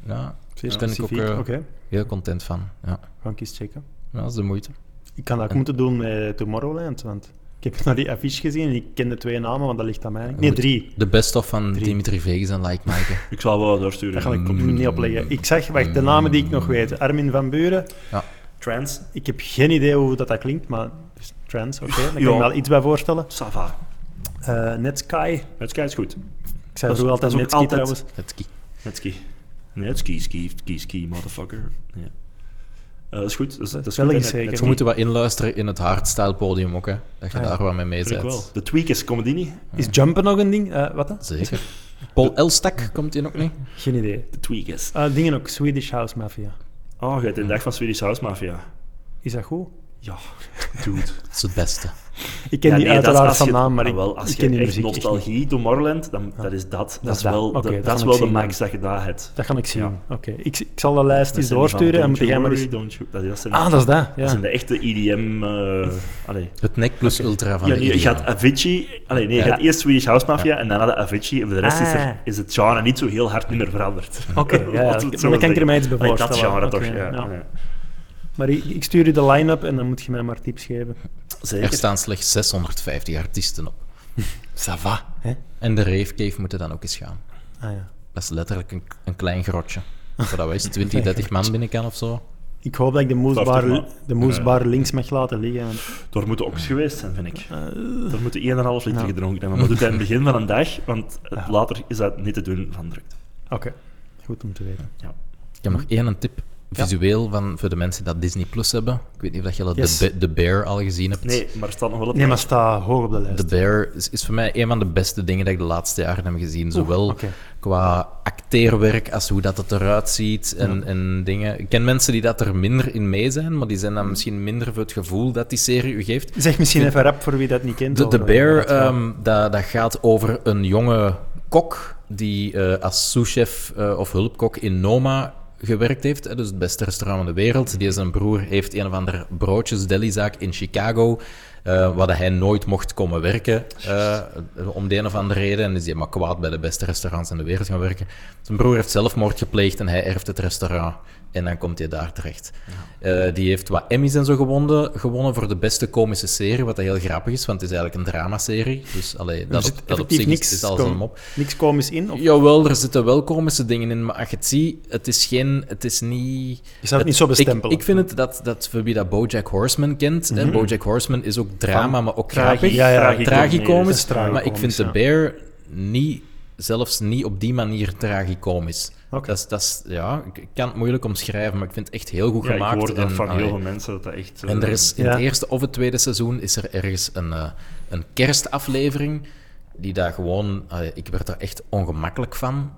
[SPEAKER 3] Ja,
[SPEAKER 1] Zeer
[SPEAKER 3] daar ben ik ook
[SPEAKER 1] specifiek.
[SPEAKER 3] eh,
[SPEAKER 1] Oké,
[SPEAKER 3] heel content van. Ja.
[SPEAKER 1] ga ik eens checken.
[SPEAKER 3] Ja, dat is de moeite.
[SPEAKER 1] Ik kan dat ook moeten doen met Tomorrowland, want ik heb naar die affiche gezien en ik ken de twee namen, want dat ligt aan mij. Nee,
[SPEAKER 3] Goed.
[SPEAKER 1] drie.
[SPEAKER 3] De best-of van Dimitri Vegas en Like Mike. hè.
[SPEAKER 2] Ik zal wel
[SPEAKER 1] Daar
[SPEAKER 2] doorsturen. Mm.
[SPEAKER 1] ga ik niet op leggen. Ik zag, wacht, de namen die ik nog weet. Armin van Buren.
[SPEAKER 2] Trans,
[SPEAKER 1] Ik heb geen idee hoe dat, dat klinkt, maar dus trans, oké. Daar kan
[SPEAKER 2] Ja.
[SPEAKER 1] ik me wel iets bij voorstellen.
[SPEAKER 2] Sava.
[SPEAKER 1] Eh, Netsky.
[SPEAKER 2] Netsky is goed.
[SPEAKER 1] Ik zei
[SPEAKER 2] Dat is-
[SPEAKER 1] vroeger altijd
[SPEAKER 2] dat is
[SPEAKER 1] Netsky
[SPEAKER 2] ook altijd-
[SPEAKER 1] trouwens.
[SPEAKER 3] Hetki.
[SPEAKER 2] Netsky. Netsky, ski, ski, ski, motherfucker. Ja. Eh, dat is goed. Dat is, dat is
[SPEAKER 1] Belgisch
[SPEAKER 2] goed. hè,
[SPEAKER 1] zeker.
[SPEAKER 2] Netsky.
[SPEAKER 3] We moeten wat inluisteren in het hardstyle podium ook, hè. Dat je
[SPEAKER 1] Ah, ja.
[SPEAKER 3] daar wat mee mee
[SPEAKER 2] Vind ik
[SPEAKER 3] bent.
[SPEAKER 2] wel. De tweak is comedy niet.
[SPEAKER 1] Is jumpen nog een ding? Eh, wat dan?
[SPEAKER 3] Zeker. Paul Elstak komt in ook niet.
[SPEAKER 1] Geen idee.
[SPEAKER 2] De tweak is.
[SPEAKER 1] Eh, dingen ook, Swedish House Mafia.
[SPEAKER 2] Oh, je hebt een dag van Swedish House Mafia.
[SPEAKER 1] Is dat goed?
[SPEAKER 2] Ja, dude.
[SPEAKER 3] Dat is het beste.
[SPEAKER 1] Ik ken
[SPEAKER 2] Ja,
[SPEAKER 1] die
[SPEAKER 2] nee, dat is
[SPEAKER 1] uiteraard
[SPEAKER 2] als
[SPEAKER 1] van
[SPEAKER 2] je-
[SPEAKER 1] naam, maar ik,
[SPEAKER 2] jawel, als
[SPEAKER 1] ik
[SPEAKER 2] je
[SPEAKER 1] ken die
[SPEAKER 2] echt
[SPEAKER 1] muziek echt niet.
[SPEAKER 2] nostalgie door Morland, dan dat is dat. Dat, is
[SPEAKER 1] dat.
[SPEAKER 2] wel,
[SPEAKER 1] Oké,
[SPEAKER 2] dat,
[SPEAKER 1] dat
[SPEAKER 2] dat
[SPEAKER 1] kan
[SPEAKER 2] is
[SPEAKER 1] ik
[SPEAKER 2] wel de
[SPEAKER 1] zien dan.
[SPEAKER 2] max dat je daar hebt.
[SPEAKER 1] Dat ga ik zien.
[SPEAKER 2] Ja.
[SPEAKER 1] Oké, ik, ik zal de lijst eens
[SPEAKER 2] Dat zijn die van
[SPEAKER 1] doorsturen en
[SPEAKER 2] Don't
[SPEAKER 1] moet jij
[SPEAKER 2] You
[SPEAKER 1] maar eens...
[SPEAKER 2] Worry, Don't You- dat- Dat zijn-
[SPEAKER 1] Ah, dat is dat.
[SPEAKER 2] dat zijn
[SPEAKER 1] Ja.
[SPEAKER 2] de echte EDM... eh, allee.
[SPEAKER 3] Het nek plus ultra van
[SPEAKER 1] Ah,
[SPEAKER 2] Ja,
[SPEAKER 3] de E
[SPEAKER 2] nee, je
[SPEAKER 3] ideale.
[SPEAKER 1] eh,
[SPEAKER 2] gaat Avicii... Allee, nee, je
[SPEAKER 3] Ja.
[SPEAKER 2] gaat eerst Swedish House Mafia en daarna de Avicii. En voor de rest is,
[SPEAKER 1] Ah.
[SPEAKER 2] er, is het genre niet zo heel hard meer veranderd.
[SPEAKER 1] Oké, ja, ja,
[SPEAKER 2] Laten we
[SPEAKER 1] dat-
[SPEAKER 2] het zo
[SPEAKER 1] dan kan ik er
[SPEAKER 2] zeggen.
[SPEAKER 1] mij iets bij
[SPEAKER 2] Allee, dat
[SPEAKER 1] voorstellen.
[SPEAKER 2] genre
[SPEAKER 1] Oké,
[SPEAKER 2] toch, ja.
[SPEAKER 1] ja.
[SPEAKER 2] ja.
[SPEAKER 1] Maar ik, ik stuur je de line-up en dan moet je mij maar tips geven.
[SPEAKER 3] Er
[SPEAKER 2] Zeker.
[SPEAKER 3] staan slechts 650 artiesten op. Sava.
[SPEAKER 1] Hè?
[SPEAKER 3] En de Rave Cave moeten dan ook eens gaan.
[SPEAKER 1] Ah ja.
[SPEAKER 3] Dat is letterlijk een, een klein grotje. Zodat wij eens 20, 30 man binnen kan of zo.
[SPEAKER 1] Ik hoop dat ik de moesbar,
[SPEAKER 2] Start toch maar.
[SPEAKER 1] de moesbar
[SPEAKER 2] Ja.
[SPEAKER 1] links mag laten liggen. want,
[SPEAKER 2] Daar moeten ook geweest zijn, vind ik.
[SPEAKER 1] eh,
[SPEAKER 2] Daar moeten 1,5 liter
[SPEAKER 1] Ja.
[SPEAKER 2] gedronken hebben. Maar doet hij in het begin van een dag, want het-
[SPEAKER 1] Ja.
[SPEAKER 2] later is dat niet te doen van drukte.
[SPEAKER 1] Oké, goed om te weten.
[SPEAKER 3] Ik heb nog
[SPEAKER 1] Mhm.
[SPEAKER 3] één een tip. Visueel van, voor de mensen die dat Disney Plus hebben. Ik weet niet of dat je dat
[SPEAKER 1] Yes.
[SPEAKER 3] de, Be- de Bear al gezien hebt.
[SPEAKER 2] Nee, maar het staat nog wel op
[SPEAKER 1] Nee, maar sta hoog op de lijst.
[SPEAKER 3] The Bear is, is voor mij een van de beste dingen dat ik de laatste jaren heb gezien. Zowel
[SPEAKER 1] oké.
[SPEAKER 3] qua acteerwerk als hoe dat het eruit ziet en, en dingen. Ik ken mensen die dat er minder in mee zijn, maar die zijn dan misschien minder voor het gevoel dat die serie u geeft.
[SPEAKER 1] Zeg misschien even rap voor wie dat niet kent.
[SPEAKER 3] De, de
[SPEAKER 1] over-
[SPEAKER 3] Bear,
[SPEAKER 1] Ja.
[SPEAKER 3] ehm, dat, dat gaat over een jonge kok die eh, als souschef eh, of hulpkok in Noma gewerkt heeft. hè, dus het beste restaurant van de wereld. Die zijn broer heeft een of andere broodjes delizaak in Chicago. eh, waar dat hij nooit mocht komen werken, eh, om de een of andere reden. En is hij maar kwaad bij de beste restaurants in de wereld gaan werken. Zijn broer heeft zelfmoord gepleegd en hij erft het restaurant. En dan komt hij daar terecht. Eh, die heeft wat Emmys en zo gewonnen, gewonnen voor de beste komische serie, wat dat heel grappig is, want het is eigenlijk een dramaserie. Dus allee,
[SPEAKER 1] Er
[SPEAKER 3] dat,
[SPEAKER 1] zit
[SPEAKER 3] op, dat op
[SPEAKER 1] effectief
[SPEAKER 3] zich
[SPEAKER 1] niks
[SPEAKER 3] is, is alles
[SPEAKER 1] kom-
[SPEAKER 3] een mop.
[SPEAKER 1] Niks komisch in? Of
[SPEAKER 3] Jawel, er zitten wel komische dingen in, maar als je het ziet, het is geen, het is niet...
[SPEAKER 1] je zou het niet zo bestempelen? Mhm.
[SPEAKER 3] Ik, ik vind het dat, dat voor wie dat Bojack Horseman kent, hè, Bojack Horseman is ook drama, maar ook grappig,
[SPEAKER 1] Ja, ja.
[SPEAKER 2] tragicomisch.
[SPEAKER 3] tragicomisch,
[SPEAKER 1] is tragicomisch,
[SPEAKER 3] maar ik vind
[SPEAKER 1] ja.
[SPEAKER 3] de bear niet, zelfs niet op die manier tragicomisch.
[SPEAKER 1] Oké.
[SPEAKER 3] Dat is, dat is, ja, ik ik kan het moeilijk omschrijven, maar ik vind het echt heel goed
[SPEAKER 2] Ja, ik
[SPEAKER 3] gemaakt.
[SPEAKER 2] hoor dat
[SPEAKER 3] en,
[SPEAKER 2] van
[SPEAKER 3] allee,
[SPEAKER 2] heel veel mensen dat dat echt. eh,
[SPEAKER 3] en er is in
[SPEAKER 1] Ja.
[SPEAKER 3] het eerste of het tweede seizoen is er ergens een, eh, een kerstaflevering die daar gewoon... allee, ik werd er echt ongemakkelijk van,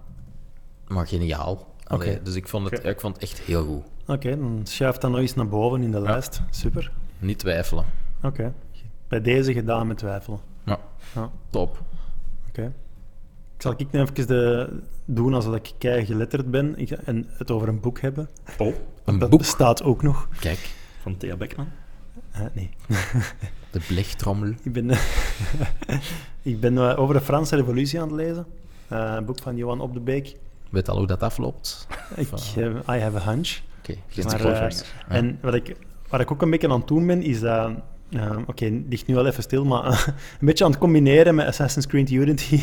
[SPEAKER 3] maar geniaal. Allee,
[SPEAKER 1] Oké.
[SPEAKER 3] Dus ik vond, het,
[SPEAKER 2] Oké.
[SPEAKER 3] ik vond het echt heel goed.
[SPEAKER 1] Oké, dan schuif dat nog eens naar boven in de lijst. Super.
[SPEAKER 3] Niet twijfelen.
[SPEAKER 1] Oké. Bij deze gedaan met twijfelen.
[SPEAKER 3] Ja.
[SPEAKER 1] Ja.
[SPEAKER 3] Top.
[SPEAKER 1] Oké. Ik zal ik nu even de, doen alsof ik kei geletterd ben ik- en het over een boek hebben.
[SPEAKER 2] Paul
[SPEAKER 3] Een
[SPEAKER 1] dat
[SPEAKER 3] boek.
[SPEAKER 1] bestaat ook nog.
[SPEAKER 3] Kijk,
[SPEAKER 2] van Thea Beckman.
[SPEAKER 1] Eh, nee.
[SPEAKER 3] de blechtrommel.
[SPEAKER 1] Ik ben, ik ben eh, over de Franse Revolutie aan het lezen. Eh, een boek van Johan Op de Beek.
[SPEAKER 3] Weet al hoe dat afloopt?
[SPEAKER 1] Ik,
[SPEAKER 3] Voilà.
[SPEAKER 1] eh, I have a hunch.
[SPEAKER 3] Oké, geen
[SPEAKER 1] Maar,
[SPEAKER 3] spoilers.
[SPEAKER 1] eh,
[SPEAKER 3] Ja.
[SPEAKER 1] En wat ik, waar ik ook een beetje aan het doen ben, is dat... eh, Oké, ligt nu wel even stil, maar een beetje aan het combineren met Assassin's Creed Unity.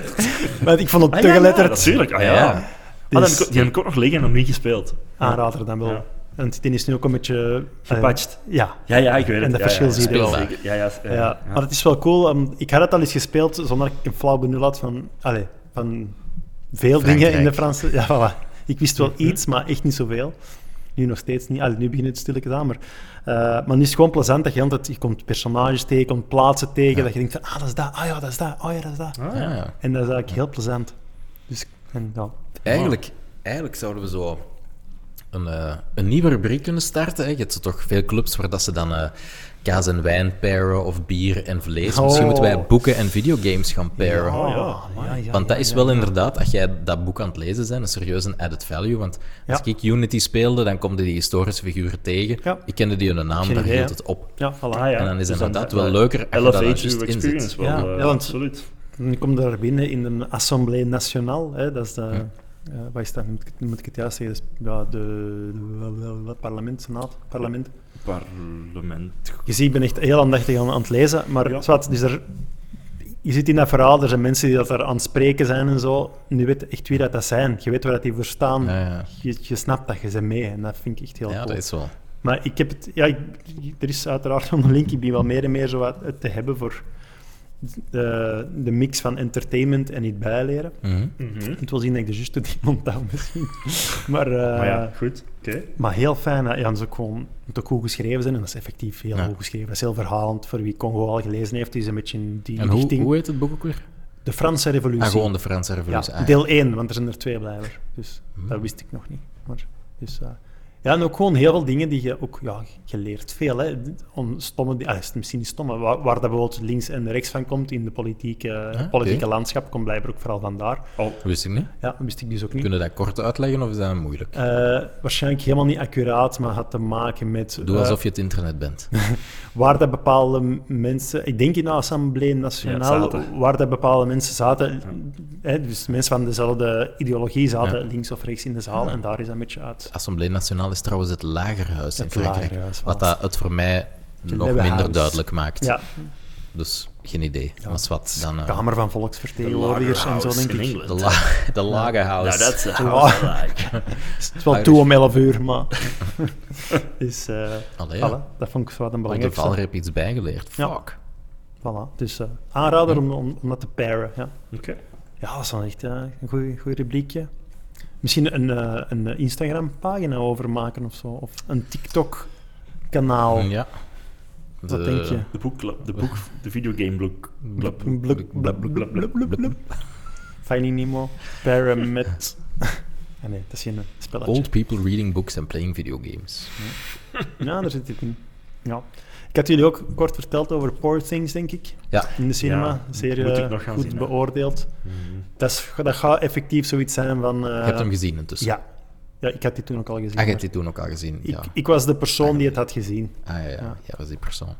[SPEAKER 1] Want ik vond het te
[SPEAKER 2] Ja,
[SPEAKER 1] geletterd.
[SPEAKER 2] natuurlijk. Ah, ja.
[SPEAKER 3] Ja.
[SPEAKER 2] Ah, die, heb
[SPEAKER 1] Dus-
[SPEAKER 2] ik, ook- die heb ik ook nog liggen en nog niet gespeeld.
[SPEAKER 1] Aanrader dan wel.
[SPEAKER 2] Ja.
[SPEAKER 1] En het is nu ook een beetje... eh,
[SPEAKER 2] Gepatcht.
[SPEAKER 1] ja,
[SPEAKER 2] Ja, ja, ik weet het.
[SPEAKER 1] En dat
[SPEAKER 2] ja,
[SPEAKER 1] verschil
[SPEAKER 2] ja,
[SPEAKER 1] zie je
[SPEAKER 2] ja,
[SPEAKER 3] wel.
[SPEAKER 2] zeker. Ja, eh, ja, ja,
[SPEAKER 1] Ja, maar het is wel cool. ehm, ik had het al eens gespeeld zonder dat ik een flauw benul had van, allee, van veel dingen in de
[SPEAKER 3] Frankrijk.
[SPEAKER 1] Franse. Ja, voilà. Ik wist wel iets, maar echt niet zoveel. Nu nog steeds niet. Allee, nu begint het stilletjes aan. Maar, eh, maar nu is het gewoon plezant dat je altijd je komt personages tegen, je komt plaatsen tegen. Dat je denkt van, ah, dat is dat. Ah ja, dat is dat. Ah ja, dat is dat.
[SPEAKER 3] Ah, Oh, ja.
[SPEAKER 1] En dat is eigenlijk heel plezant. Dus, en, ja.
[SPEAKER 3] Eigenlijk, eigenlijk zouden we zo een, eh, een nieuwe rubriek kunnen starten. Hè. Je hebt zo toch veel clubs waar dat ze dan eh, kaas en wijn pairen of bier en vlees. Misschien
[SPEAKER 1] Oh.
[SPEAKER 3] moeten wij boeken en videogames gaan pairen.
[SPEAKER 1] ja, ja, ja,
[SPEAKER 3] Want dat
[SPEAKER 1] ja,
[SPEAKER 3] is
[SPEAKER 1] ja.
[SPEAKER 3] wel inderdaad, als jij dat boek aan het lezen bent, een serieuze added value. Want als
[SPEAKER 1] Ja.
[SPEAKER 3] ik Unity speelde, dan komde die historische figuren tegen.
[SPEAKER 1] Ja.
[SPEAKER 3] Ik kende die hun naam,
[SPEAKER 1] Geen
[SPEAKER 3] daar
[SPEAKER 1] idee,
[SPEAKER 3] hield
[SPEAKER 1] hè.
[SPEAKER 3] het op.
[SPEAKER 1] Ja, voilà.
[SPEAKER 2] Ah, ja.
[SPEAKER 3] En dan is
[SPEAKER 2] Dus
[SPEAKER 3] inderdaad wel leuker als je
[SPEAKER 2] elevate
[SPEAKER 3] daar
[SPEAKER 2] your
[SPEAKER 3] juist in zit.
[SPEAKER 2] experience wel,
[SPEAKER 1] Ja,
[SPEAKER 2] eh,
[SPEAKER 1] ja, want-
[SPEAKER 2] absoluut.
[SPEAKER 1] Dan kom je daar binnen in een Assemblée Nationale. Hè, dat is de, eh, wat is dat? Moet ik, het- moet ik het juist zeggen? Dat is, ja, de, de- wat, parlement, senaat, parlement.
[SPEAKER 2] Parlement.
[SPEAKER 1] Je ziet, ik ben echt heel aandachtig aan, aan het lezen. Maar
[SPEAKER 2] Ja.
[SPEAKER 1] zwart, dus er, je zit in dat verhaal, er zijn mensen die dat daar aan het spreken zijn en zo. Nu weet je echt wie dat, dat zijn. Je weet waar dat die voor staan.
[SPEAKER 3] Ja, ja.
[SPEAKER 1] Je, je snapt dat, je ze mee. En dat vind ik echt heel
[SPEAKER 3] Ja,
[SPEAKER 1] cool.
[SPEAKER 3] dat is wel.
[SPEAKER 1] Maar ik heb het, ja, ik- er is uiteraard een link. Ik ben wel meer en meer zo wat het te hebben voor de, de mix van entertainment en het bijleren.
[SPEAKER 3] Mhm.
[SPEAKER 1] Ik moet wel zien dat ik de juiste iemand daar misschien. Maar, eh,
[SPEAKER 2] Maar ja, goed. Oké.
[SPEAKER 1] maar heel fijn. hè. Ja, dat is ook gewoon, het moet ook goed geschreven zijn. En dat is effectief heel
[SPEAKER 3] Ja.
[SPEAKER 1] goed geschreven. Dat is heel verhalend. Voor wie Congo al gelezen heeft, die is een beetje in die
[SPEAKER 3] En hoe,
[SPEAKER 1] richting.
[SPEAKER 3] hoe heet het boek ook weer?
[SPEAKER 1] De Franse Revolutie.
[SPEAKER 3] Ah, gewoon de Franse Revolutie.
[SPEAKER 1] Ja,
[SPEAKER 3] Ah,
[SPEAKER 1] deel 1, want er zijn er twee blijven. Dus
[SPEAKER 3] Hmm.
[SPEAKER 1] dat wist ik nog niet. Maar, dus, eh, ja, en ook gewoon heel veel dingen die je ook ja, geleerd veel. Hè. Om stomme, di- ah, is het misschien niet stomme, waar, waar dat bijvoorbeeld links en rechts van komt in de politieke,
[SPEAKER 3] Ah, oké.
[SPEAKER 1] politieke landschap, komt blijkbaar ook vooral vandaar.
[SPEAKER 3] Wist ik niet.
[SPEAKER 1] Ja, dat wist ik dus ook niet.
[SPEAKER 3] Kunnen we dat kort uitleggen of is dat moeilijk?
[SPEAKER 1] Eh, waarschijnlijk helemaal niet accuraat, maar had te maken met
[SPEAKER 3] Doe
[SPEAKER 1] eh,
[SPEAKER 3] alsof je het internet bent.
[SPEAKER 1] waar dat bepaalde m- mensen, ik denk in de Assemblée
[SPEAKER 2] Ja,
[SPEAKER 1] Nationale,
[SPEAKER 2] zaten.
[SPEAKER 1] waar dat bepaalde mensen zaten, hè, dus mensen van dezelfde ideologie zaten links of rechts in de zaal en daar is dat een beetje uit.
[SPEAKER 3] Assemblée Nationale is trouwens het lagerhuis in
[SPEAKER 1] Het
[SPEAKER 3] Frankrijk.
[SPEAKER 1] lagerhuis,
[SPEAKER 3] wat
[SPEAKER 1] voilà.
[SPEAKER 3] dat het voor mij nog
[SPEAKER 1] Leeuwenhuis.
[SPEAKER 3] minder duidelijk maakt.
[SPEAKER 1] Ja,
[SPEAKER 3] Dus geen idee.
[SPEAKER 1] Ja. Dus
[SPEAKER 3] Maar wat dan... eh,
[SPEAKER 1] Kamer van Volksvertegenwoordigers en zo, denk ik.
[SPEAKER 3] de, la- de lage house.
[SPEAKER 2] that's a
[SPEAKER 1] house
[SPEAKER 2] house I like.
[SPEAKER 1] Het is wel
[SPEAKER 3] Irish.
[SPEAKER 1] toe om 11 uur, maar... dus, eh
[SPEAKER 3] Allee, ja.
[SPEAKER 1] voilà, dat vond ik wel een
[SPEAKER 3] Ik heb
[SPEAKER 1] belangrijkste.
[SPEAKER 3] Valgrip iets bijgeleerd.
[SPEAKER 1] Ja.
[SPEAKER 3] Fuck.
[SPEAKER 1] Voilà. Dus eh, aanrader om, om, om dat te paren. Ja,
[SPEAKER 2] Oké.
[SPEAKER 1] ja dat is wel echt eh, een goed rubriekje. Misschien een, eh, een Instagram-pagina over maken of zo. Of een TikTok-kanaal.
[SPEAKER 3] Ja. eh,
[SPEAKER 1] Wat denk je?
[SPEAKER 2] De boekclub, de boek, de videogame boek. club.
[SPEAKER 1] Blub, blub, blub, blub, blub, blub, blub. Finding Nemo. Paren met... Ah nee, dat is geen spelletje.
[SPEAKER 3] Old people reading books and playing video games.
[SPEAKER 1] Ja, daar zit dit in. Ja. Ik had jullie ook kort verteld over Poor Things, denk ik.
[SPEAKER 3] Ja.
[SPEAKER 1] In de cinema.
[SPEAKER 2] Ja,
[SPEAKER 1] Zeer
[SPEAKER 2] moet ik
[SPEAKER 1] eh,
[SPEAKER 2] nog gaan
[SPEAKER 1] goed
[SPEAKER 2] zien, hè.
[SPEAKER 1] beoordeeld.
[SPEAKER 2] Mhm.
[SPEAKER 1] Dat, is, dat gaat effectief zoiets zijn van... eh,
[SPEAKER 3] Je hebt hem gezien intussen.
[SPEAKER 1] Ja. Ja, ik had die toen ook al gezien.
[SPEAKER 3] Ah, je
[SPEAKER 1] maar
[SPEAKER 3] hebt die toen ook al gezien.
[SPEAKER 1] ik,
[SPEAKER 3] Ja.
[SPEAKER 1] ik was de persoon die het had gezien.
[SPEAKER 3] Ah ja, ja.
[SPEAKER 1] Ja.
[SPEAKER 3] Jij was die persoon.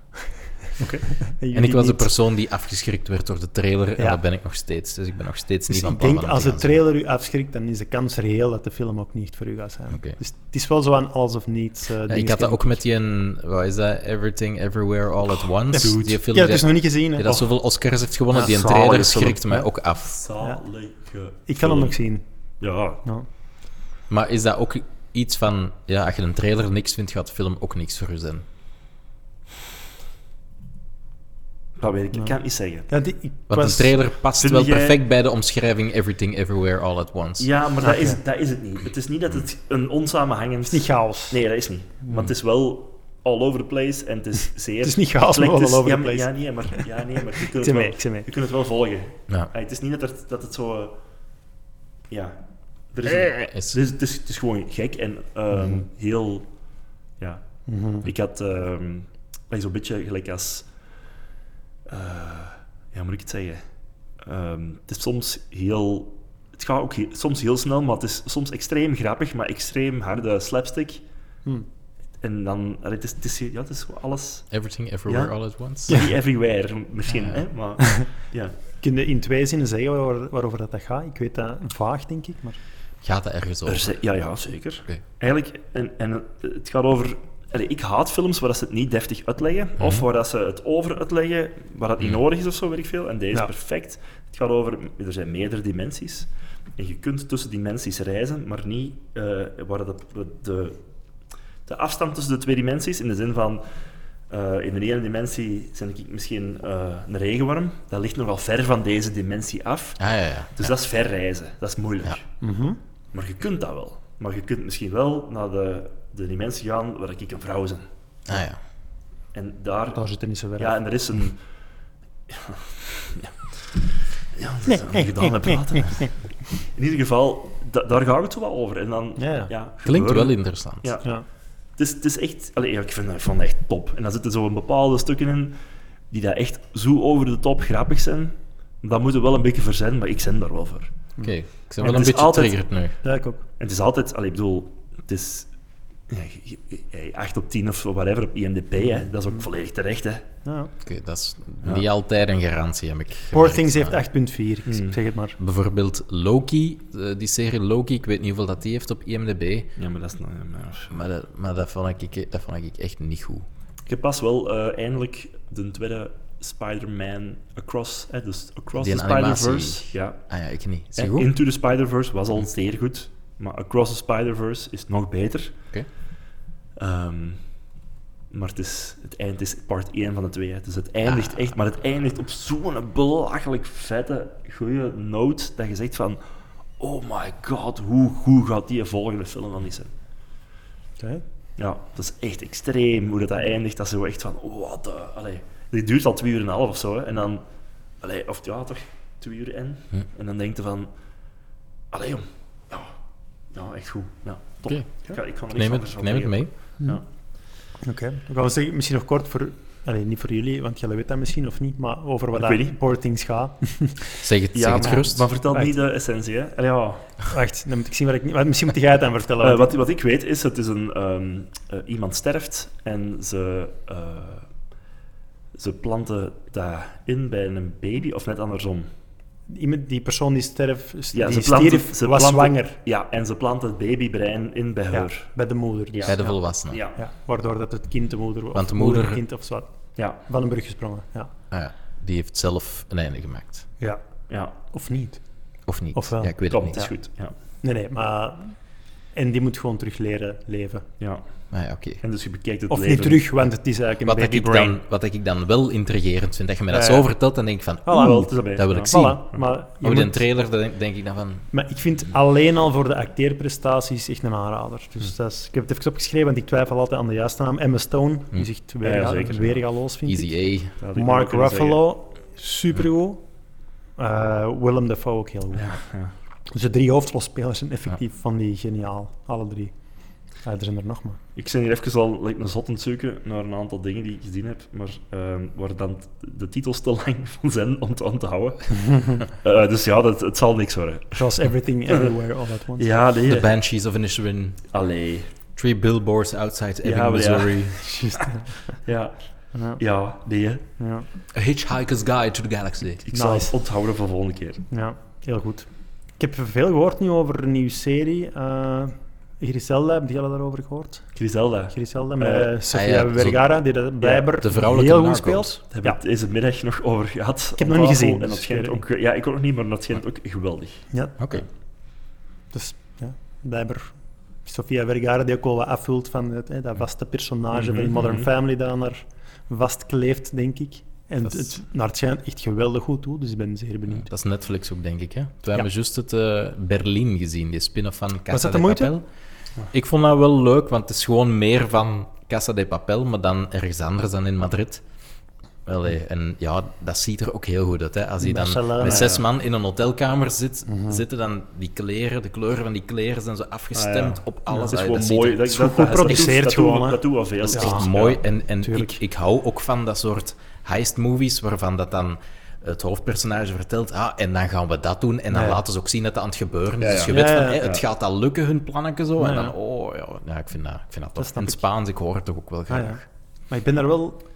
[SPEAKER 3] En
[SPEAKER 1] jullie
[SPEAKER 3] ik was de
[SPEAKER 1] niet.
[SPEAKER 3] persoon die afgeschrikt werd door de trailer. En
[SPEAKER 1] Ja.
[SPEAKER 3] dat ben ik nog steeds. Dus ik ben nog steeds
[SPEAKER 1] Dus
[SPEAKER 3] niet van
[SPEAKER 1] ik
[SPEAKER 3] plan
[SPEAKER 1] denk,
[SPEAKER 3] van het
[SPEAKER 1] als
[SPEAKER 3] te
[SPEAKER 1] de
[SPEAKER 3] gaan
[SPEAKER 1] trailer u afschrikt, dan is de kans reëel dat de film ook niet voor u gaat zijn.
[SPEAKER 3] Oké.
[SPEAKER 1] Dus het is wel zo aan alles of niets. eh,
[SPEAKER 3] zien. Ja, ik
[SPEAKER 1] dingetje.
[SPEAKER 3] had dat ook met die, een- wat is dat, Everything, Everywhere, All at Once.
[SPEAKER 1] Dude.
[SPEAKER 3] die film
[SPEAKER 1] ja,
[SPEAKER 3] die,
[SPEAKER 1] dat is nog niet gezien. hè.
[SPEAKER 3] die dat
[SPEAKER 1] Oh,
[SPEAKER 3] zoveel Oscars heeft gewonnen,
[SPEAKER 1] Ja.
[SPEAKER 3] die een
[SPEAKER 2] Zalige
[SPEAKER 3] trailer
[SPEAKER 2] film.
[SPEAKER 3] schrikt mij
[SPEAKER 1] Ja.
[SPEAKER 3] ook af.
[SPEAKER 2] Zalige
[SPEAKER 1] ik kan hem
[SPEAKER 2] film.
[SPEAKER 1] nog zien.
[SPEAKER 2] Ja,
[SPEAKER 1] Ja.
[SPEAKER 3] Maar is dat ook iets van, ja, als je een trailer niks vindt, gaat de film ook niks voor je zijn?
[SPEAKER 2] dat weet ik. Ik
[SPEAKER 1] Ja.
[SPEAKER 2] kan het niet zeggen.
[SPEAKER 1] Ja, die, ik
[SPEAKER 3] Want
[SPEAKER 1] was-
[SPEAKER 3] een trailer past
[SPEAKER 2] Vind
[SPEAKER 3] wel
[SPEAKER 2] jij-
[SPEAKER 3] perfect bij de omschrijving Everything, Everywhere, All at Once.
[SPEAKER 2] Ja, maar dat
[SPEAKER 1] Oké.
[SPEAKER 2] is, het- dat is het niet. Het is niet dat het een onsamenhangend...
[SPEAKER 1] Het is niet chaos.
[SPEAKER 2] Nee, dat is niet. Maar het is wel all over the place en het is zeer...
[SPEAKER 1] Het is niet chaos, maar
[SPEAKER 2] eclectisch.
[SPEAKER 1] wel all over
[SPEAKER 2] ja,
[SPEAKER 1] the
[SPEAKER 2] maar-
[SPEAKER 1] place.
[SPEAKER 2] Ja, nee, maar, ja, nee, maar je,
[SPEAKER 1] Ik
[SPEAKER 2] kunt
[SPEAKER 1] zit
[SPEAKER 2] het wel,
[SPEAKER 1] mee, ik zit mee.
[SPEAKER 2] je kunt het wel volgen.
[SPEAKER 3] Ja.
[SPEAKER 2] Ah, het is niet dat, er, dat het zo... eh, ja. Er is een-
[SPEAKER 3] Is-
[SPEAKER 2] het, is, het, is, het is gewoon gek en ehm,
[SPEAKER 3] Mhm.
[SPEAKER 2] heel... Ja.
[SPEAKER 1] Mhm.
[SPEAKER 2] Ik had ehm like zo'n beetje gelijk als... eh, ja, moet ik het zeggen? Ehm, het is soms heel... Het gaat ook heel- soms heel snel, maar het is soms extreem grappig, maar extreem harde slapstick.
[SPEAKER 1] Hm.
[SPEAKER 2] En dan... allee, het, is, het, is, ja, het is gewoon alles...
[SPEAKER 3] Everything, Everywhere,
[SPEAKER 2] Ja.
[SPEAKER 3] All at Once?
[SPEAKER 2] Niet everywhere, misschien,
[SPEAKER 3] Ja.
[SPEAKER 2] hè? Maar ja.
[SPEAKER 1] Kun je in twee zinnen zeggen waarover, waarover dat, dat gaat? Ik weet dat vaag, denk ik. Maar...
[SPEAKER 3] Gaat dat ergens
[SPEAKER 2] Er
[SPEAKER 3] over?
[SPEAKER 2] zijn- ja, ja, zeker.
[SPEAKER 3] Oké.
[SPEAKER 2] Eigenlijk, en, en het gaat over... allee, ik haat films waar dat ze het niet deftig uitleggen, of waar dat ze het over uitleggen, waar dat niet
[SPEAKER 3] Mhm.
[SPEAKER 2] nodig is of zo, weet ik veel. En deze is
[SPEAKER 1] Ja.
[SPEAKER 2] perfect. Het gaat over... Er zijn meerdere dimensies. En je kunt tussen dimensies reizen, maar niet eh, waar dat, de, de afstand tussen de twee dimensies, in de zin van... eh, in de ene dimensie zijn ik misschien eh, een regenworm. Dat ligt nogal ver van deze dimensie af.
[SPEAKER 3] Ah, ja, ja.
[SPEAKER 2] Dus dat is ver reizen. Dat is moeilijk.
[SPEAKER 3] Ja.
[SPEAKER 1] Mhm.
[SPEAKER 2] Maar je kunt dat wel. Maar je kunt misschien wel naar de, de dimensie gaan waar ik een vrouw ben.
[SPEAKER 3] Ah, ja.
[SPEAKER 2] En daar...
[SPEAKER 1] Daar zit er niet zo ver.
[SPEAKER 2] Ja, en er is een... Ja, ja dat is nee,
[SPEAKER 1] Eh,
[SPEAKER 2] gedaan met praten. In ieder geval, da- daar gaat het wel over. En dan...
[SPEAKER 1] Ja, ja.
[SPEAKER 3] Klinkt
[SPEAKER 2] gebeuren-
[SPEAKER 3] wel interessant.
[SPEAKER 2] Ja.
[SPEAKER 1] Ja.
[SPEAKER 2] Het is, het is echt... Allee, ja, ik vind, ik vond het echt top. En daar zitten zo'n bepaalde stukken in die daar echt zo over de top grappig zijn. Dat moet er wel een beetje voor zijn, maar ik zend daar wel voor.
[SPEAKER 3] Oké, ik ben
[SPEAKER 2] het
[SPEAKER 3] wel een
[SPEAKER 2] is
[SPEAKER 3] beetje
[SPEAKER 2] altijd-
[SPEAKER 3] getriggerd nu.
[SPEAKER 1] Ja, ik ook.
[SPEAKER 2] En het is altijd, allee, ik bedoel, het is ja, je- je- je- 8 op 10 of whatever op IMDb, hè, dat is ook volledig terecht. Hè.
[SPEAKER 1] Ja.
[SPEAKER 3] Oké, dat is niet altijd een garantie, heb ik
[SPEAKER 1] Poor
[SPEAKER 3] gemerkt,
[SPEAKER 1] Things heeft
[SPEAKER 3] maar
[SPEAKER 1] 8.4, ik
[SPEAKER 3] Hmm.
[SPEAKER 1] zeg het maar.
[SPEAKER 3] Bijvoorbeeld Loki, eh, die serie Loki, ik weet niet hoeveel dat die heeft op IMDb,
[SPEAKER 2] Ja, maar dat is nou.
[SPEAKER 3] maar dat, maar dat, vond, ik, dat vond ik echt niet goed.
[SPEAKER 2] Ik heb pas wel eh, eindelijk de tweede Spider-Man Across, hè, dus Across
[SPEAKER 3] Die
[SPEAKER 2] the
[SPEAKER 3] animatie.
[SPEAKER 2] Spider-Verse. Ja.
[SPEAKER 3] Ah ja, ik niet. Is
[SPEAKER 2] Hè,
[SPEAKER 3] die goed?
[SPEAKER 2] Into the Spider-Verse was al zeer goed, maar Across the Spider-Verse is nog beter.
[SPEAKER 3] Oké.
[SPEAKER 2] Ehm, maar het is, het eind is part 1 van de twee. Hè. Dus het eindigt
[SPEAKER 3] Ah.
[SPEAKER 2] echt, maar het eindigt op zo'n belachelijk vette, goede noot dat je zegt van, oh my god, hoe goed gaat die volgende film dan niet zijn?
[SPEAKER 1] Oké.
[SPEAKER 2] Ja, dat is echt extreem hoe dat, dat eindigt. Dat is zo echt van, oh, wat de... Allee, die duurt al twee uur en een half of zo. Hè. En dan, allee, of ja, toch, twee uur en.
[SPEAKER 3] Hm.
[SPEAKER 2] En dan denk je van, allee jong, ja, ja, echt goed. Ja, top.
[SPEAKER 3] Oké.
[SPEAKER 2] Ik, ga, ik ga er
[SPEAKER 3] Ik
[SPEAKER 2] niks
[SPEAKER 3] neem
[SPEAKER 2] anders
[SPEAKER 3] het,
[SPEAKER 2] van
[SPEAKER 3] ik neem het
[SPEAKER 2] zeggen.
[SPEAKER 3] mee. Hm.
[SPEAKER 2] Ja.
[SPEAKER 1] Oké. Dan gaan we zeggen, misschien nog kort voor... Allee, niet voor jullie, want jullie weten dat misschien of niet, maar over wat
[SPEAKER 2] Ik weet
[SPEAKER 1] dat
[SPEAKER 2] niet.
[SPEAKER 1] Poor Things gaat.
[SPEAKER 3] Zeg het, zeg het
[SPEAKER 2] maar,
[SPEAKER 3] gerust.
[SPEAKER 2] maar vertel
[SPEAKER 1] Right.
[SPEAKER 2] niet de essentie, hè. Allee, ja.
[SPEAKER 1] Wacht, dan moet ik zien waar ik niet... maar Misschien moet jij het aan vertellen.
[SPEAKER 2] Eh,
[SPEAKER 1] want
[SPEAKER 2] wat, wat ik weet is, het is een, ehm, eh, iemand sterft en ze, eh, ze planten dat in bij een baby, of net andersom.
[SPEAKER 1] iemand- die persoon die sterf,
[SPEAKER 2] Ja,
[SPEAKER 1] die
[SPEAKER 2] ze planten-
[SPEAKER 1] stierf,
[SPEAKER 2] ze
[SPEAKER 1] was
[SPEAKER 2] planten-
[SPEAKER 1] zwanger
[SPEAKER 2] Ja, en ze plant het babybrein in bij
[SPEAKER 1] ja,
[SPEAKER 2] haar.
[SPEAKER 1] bij de moeder. Dus.
[SPEAKER 3] bij de
[SPEAKER 1] Ja.
[SPEAKER 3] volwassenen.
[SPEAKER 2] Ja.
[SPEAKER 1] Ja, waardoor dat het kind de moeder was.
[SPEAKER 3] Want de moeder-
[SPEAKER 1] kind of zo.
[SPEAKER 2] Ja.
[SPEAKER 1] Van een brug gesprongen. Ja.
[SPEAKER 3] Ah ja, die heeft zelf een einde gemaakt.
[SPEAKER 1] ja.
[SPEAKER 2] ja.
[SPEAKER 1] Of niet?
[SPEAKER 3] Of niet?
[SPEAKER 1] Of wel.
[SPEAKER 3] Ja, ik weet het
[SPEAKER 2] Klopt,
[SPEAKER 3] niet.
[SPEAKER 2] is
[SPEAKER 3] Ja,
[SPEAKER 2] goed. Ja.
[SPEAKER 1] Nee, nee, maar. En die moet gewoon terug leren leven.
[SPEAKER 2] Ja.
[SPEAKER 3] ah, ja oké.
[SPEAKER 2] En dus je bekijkt het
[SPEAKER 1] Of
[SPEAKER 2] leven.
[SPEAKER 1] niet terug, want het is eigenlijk
[SPEAKER 3] Wat,
[SPEAKER 1] een
[SPEAKER 3] dat
[SPEAKER 1] baby
[SPEAKER 3] ik
[SPEAKER 1] brain.
[SPEAKER 3] dan, wat dat ik dan wel intrigerend vind, dat je me dat
[SPEAKER 1] Ja,
[SPEAKER 3] zo
[SPEAKER 1] ja.
[SPEAKER 3] vertelt, dan denk ik van, oeh,
[SPEAKER 1] Voilà,
[SPEAKER 2] wel, het is
[SPEAKER 3] dat
[SPEAKER 2] erbij,
[SPEAKER 3] wil
[SPEAKER 2] ja.
[SPEAKER 3] ik zien.
[SPEAKER 1] Voilà, maar, je
[SPEAKER 3] Op de
[SPEAKER 1] moet-
[SPEAKER 3] trailer dan denk, denk ik dan van,
[SPEAKER 1] maar ik vind alleen al voor de acteerprestaties echt een aanrader. Dus
[SPEAKER 2] Hmm.
[SPEAKER 1] dat is, ik heb het even opgeschreven, want ik twijfel altijd aan de juiste naam. Emma Stone, die
[SPEAKER 3] Hm.
[SPEAKER 1] zegt weer,
[SPEAKER 2] Hmm. Ja, ja, zeker.
[SPEAKER 1] weergaloos, vind ik.
[SPEAKER 3] easy A.
[SPEAKER 2] Dat had ik nog
[SPEAKER 1] Mark
[SPEAKER 2] kunnen zeggen. Hmm.
[SPEAKER 1] Ruffalo, supergoed. Eh, Willem Dafoe ook heel goed.
[SPEAKER 2] ja.
[SPEAKER 1] Dus de drie hoofdrolspelers zijn effectief van die geniaal. Alle drie. Ah, er zijn er nog maar.
[SPEAKER 2] Ik ben hier even al like, een zot aan het zoeken naar een aantal dingen die ik gezien heb, maar ehm, waar dan t- de titels te lang van zijn om te onthouden. Eh, dus ja, dat, het zal niks worden.
[SPEAKER 1] Zoals Everything Everywhere All At Once.
[SPEAKER 2] Ja, nee.
[SPEAKER 3] The Banshees of Inisherin,
[SPEAKER 2] Allee.
[SPEAKER 3] Three Billboards Outside Ebbing,
[SPEAKER 2] maar ja.
[SPEAKER 3] Missouri,
[SPEAKER 1] Juist, ja.
[SPEAKER 2] Ja,
[SPEAKER 1] Ja,
[SPEAKER 2] ja nee. hè.
[SPEAKER 1] ja,
[SPEAKER 3] A Hitchhiker's Guide to the Galaxy.
[SPEAKER 2] Ik zal
[SPEAKER 1] Nice.
[SPEAKER 2] het onthouden voor de volgende keer.
[SPEAKER 1] ja, heel goed. Ik heb veel gehoord nu over een nieuwe serie. Eh Griselda, hebben jullie daarover gehoord?
[SPEAKER 2] Griselda, dat
[SPEAKER 1] Griselda met
[SPEAKER 2] Eh,
[SPEAKER 1] eh, Sofia
[SPEAKER 3] ah ja, zo-
[SPEAKER 1] Vergara, die dat blijkbaar
[SPEAKER 3] de vrouwelijke
[SPEAKER 1] heel goed
[SPEAKER 3] Narcos.
[SPEAKER 1] speelt.
[SPEAKER 2] hebben we het deze middag nog over gehad.
[SPEAKER 1] Ik heb
[SPEAKER 2] aan
[SPEAKER 1] nog niet
[SPEAKER 2] tafel,
[SPEAKER 1] gezien,
[SPEAKER 2] En dat
[SPEAKER 1] dus
[SPEAKER 2] schijnt
[SPEAKER 1] ik weet
[SPEAKER 2] ook, eh, ja, ik ook nog niet, maar dat schijnt ook geweldig.
[SPEAKER 1] Ja,
[SPEAKER 3] Oké.
[SPEAKER 1] dus ja, blijkbaar Sofia Vergara die ook wel wat afvult van het, hè, dat vaste personage
[SPEAKER 2] Mhm,
[SPEAKER 1] van Modern
[SPEAKER 2] mhm.
[SPEAKER 1] Family dat aan haar vastkleeft, denk ik. En
[SPEAKER 3] Dat
[SPEAKER 1] het,
[SPEAKER 3] is-
[SPEAKER 1] het, naar het schijnt echt geweldig goed toe, dus ik ben zeer benieuwd.
[SPEAKER 3] Dat is Netflix ook, denk ik. Hè? We
[SPEAKER 1] Ja.
[SPEAKER 3] hebben juist het eh, Berlin gezien, die spin-off van Casa
[SPEAKER 1] dat de
[SPEAKER 3] de
[SPEAKER 1] moeite?
[SPEAKER 3] Papel. Ik vond dat wel leuk, want het is gewoon meer van Casa de Papel, maar dan ergens anders dan in Madrid. Allee, en ja, dat ziet er ook heel goed uit. Hè? Als je dan
[SPEAKER 1] Barcelona, Mhm.
[SPEAKER 3] met zes
[SPEAKER 2] ja.
[SPEAKER 3] man in een hotelkamer zit, zitten dan die kleren, de kleuren van die kleren zijn zo afgestemd
[SPEAKER 2] Ah, ja.
[SPEAKER 3] op
[SPEAKER 2] Dat
[SPEAKER 3] alles.
[SPEAKER 2] is
[SPEAKER 3] Allee,
[SPEAKER 2] gewoon
[SPEAKER 3] ziet
[SPEAKER 2] mooi.
[SPEAKER 3] er-
[SPEAKER 2] Dat,
[SPEAKER 1] is
[SPEAKER 2] dat,
[SPEAKER 1] goed
[SPEAKER 2] dat-
[SPEAKER 1] geproduceerd
[SPEAKER 2] dat doet-
[SPEAKER 1] gewoon, hè.
[SPEAKER 2] Dat doet wel veel.
[SPEAKER 1] is
[SPEAKER 3] dat is
[SPEAKER 1] Ja.
[SPEAKER 3] echt
[SPEAKER 2] Ja.
[SPEAKER 3] mooi. En, en
[SPEAKER 1] tuurlijk.
[SPEAKER 3] ik, ik hou ook van dat soort heist-movies waarvan dat dan het hoofdpersonage vertelt, ah, en dan gaan we dat doen, en dan
[SPEAKER 1] Ja.
[SPEAKER 3] laten ze ook zien dat dat aan het gebeuren is.
[SPEAKER 2] Ja,
[SPEAKER 3] Dus je
[SPEAKER 2] ja.
[SPEAKER 3] weet
[SPEAKER 1] Ja,
[SPEAKER 3] van,
[SPEAKER 1] ja,
[SPEAKER 3] hé, het
[SPEAKER 2] ja.
[SPEAKER 3] gaat al lukken, hun plannetje zo, en
[SPEAKER 1] Ja, ja.
[SPEAKER 3] dan, oh, ja, ja ik, vind dat, ik vind dat tof.
[SPEAKER 1] snap
[SPEAKER 3] In het
[SPEAKER 1] ik.
[SPEAKER 3] Spaans, ik hoor het toch ook wel
[SPEAKER 1] Ah,
[SPEAKER 3] graag.
[SPEAKER 1] ja. Maar ik ben daar wel...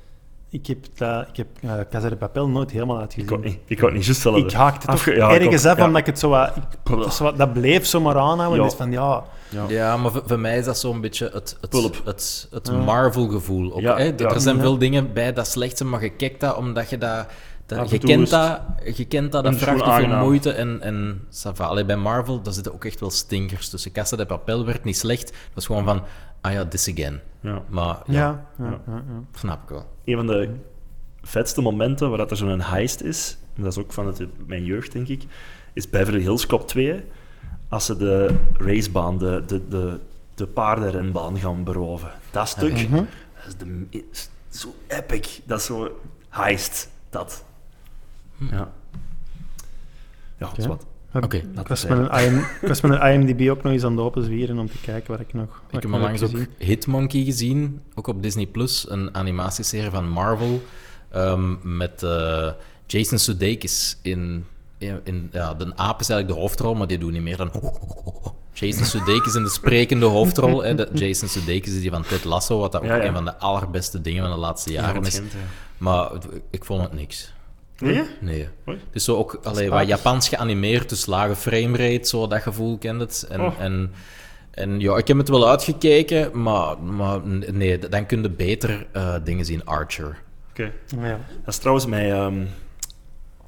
[SPEAKER 1] Ik heb, dat, ik heb eh, Casa de Papel nooit helemaal
[SPEAKER 2] Ik wou
[SPEAKER 1] uitgezien.
[SPEAKER 2] niet- Ik wou niet juist zelf.
[SPEAKER 1] Ik haakte toch
[SPEAKER 2] Afge- ja, ik
[SPEAKER 1] ergens
[SPEAKER 2] ook,
[SPEAKER 1] af,
[SPEAKER 2] ja.
[SPEAKER 1] omdat ik het zo... wat- ik- dat is wat- dat bleef zomaar aanhouden.
[SPEAKER 2] Ja.
[SPEAKER 1] Dus van, ja...
[SPEAKER 2] Ja.
[SPEAKER 3] Ja, maar voor, voor mij is dat zo'n beetje het, het,
[SPEAKER 2] Pulp.
[SPEAKER 3] het, het Marvel-gevoel. ook,
[SPEAKER 2] Ja,
[SPEAKER 3] hè? Dat-
[SPEAKER 2] ja.
[SPEAKER 3] Er zijn
[SPEAKER 1] Ja.
[SPEAKER 3] veel dingen bij dat slecht zijn, maar je kijkt dat omdat je dat...
[SPEAKER 2] Af
[SPEAKER 3] dat
[SPEAKER 2] en
[SPEAKER 3] je,
[SPEAKER 2] toe
[SPEAKER 3] kent
[SPEAKER 2] is het-
[SPEAKER 3] dat, je kent dat, dat
[SPEAKER 2] het is
[SPEAKER 3] vraagt te
[SPEAKER 2] gewoon
[SPEAKER 3] veel
[SPEAKER 2] aangenaam.
[SPEAKER 3] moeite en, en ça va. Allee, bij Marvel, daar zitten ook echt wel stinkers tussen. Casa de Papel werd niet slecht, dat was gewoon van, ah ja, this again.
[SPEAKER 2] Ja.
[SPEAKER 3] Maar ja,
[SPEAKER 1] Ja, ja, ja, ja.
[SPEAKER 3] snap ik wel.
[SPEAKER 2] Een van de vetste momenten waar dat er zo'n heist is, en dat is ook van het, mijn jeugd, denk ik, is Beverly Hills Cop 2. Als ze de racebaan, de, de, de, de paardenrenbaan gaan beroven. Dat stuk, dat is, de, is zo epic. Dat is zo heist, dat. Ja. Ja, dat is wat.
[SPEAKER 1] Heb-
[SPEAKER 3] Oké.
[SPEAKER 1] ik,
[SPEAKER 2] Dat
[SPEAKER 1] was
[SPEAKER 2] is
[SPEAKER 1] met een IM, ik was met een IMDb ook nog eens aan de openzwieren om te kijken wat ik nog wat
[SPEAKER 3] Ik heb
[SPEAKER 1] nog
[SPEAKER 3] onlangs langs ook
[SPEAKER 1] gezien.
[SPEAKER 3] Hitmonkey gezien, ook op Disney+, Plus, een animatieserie van Marvel, ehm, met eh, Jason Sudeikis in... in, in- ja, de aap is eigenlijk de hoofdrol, maar die doet niet meer dan... Jason Sudeikis in de sprekende hoofdrol. Hè, de, Jason Sudeikis is die van Ted Lasso, wat dat ook
[SPEAKER 2] Ja, ja.
[SPEAKER 3] een van de allerbeste dingen van de laatste jaren
[SPEAKER 2] dat
[SPEAKER 3] is.
[SPEAKER 2] schijnt, ja.
[SPEAKER 3] Maar het- ik vond het niks.
[SPEAKER 2] Nee?
[SPEAKER 3] Nee.
[SPEAKER 2] Hoi.
[SPEAKER 3] Het is zo ook allee, wat
[SPEAKER 1] Spaans.
[SPEAKER 3] Japans geanimeerd, dus lage framerate, zo dat gevoel kent het. En,
[SPEAKER 2] Oh.
[SPEAKER 3] en, en ja, ik heb het wel uitgekeken, maar, maar nee, d- dan kun je beter eh, dingen zien. Archer.
[SPEAKER 2] Oké.
[SPEAKER 1] Ja.
[SPEAKER 2] Dat is trouwens met ehm,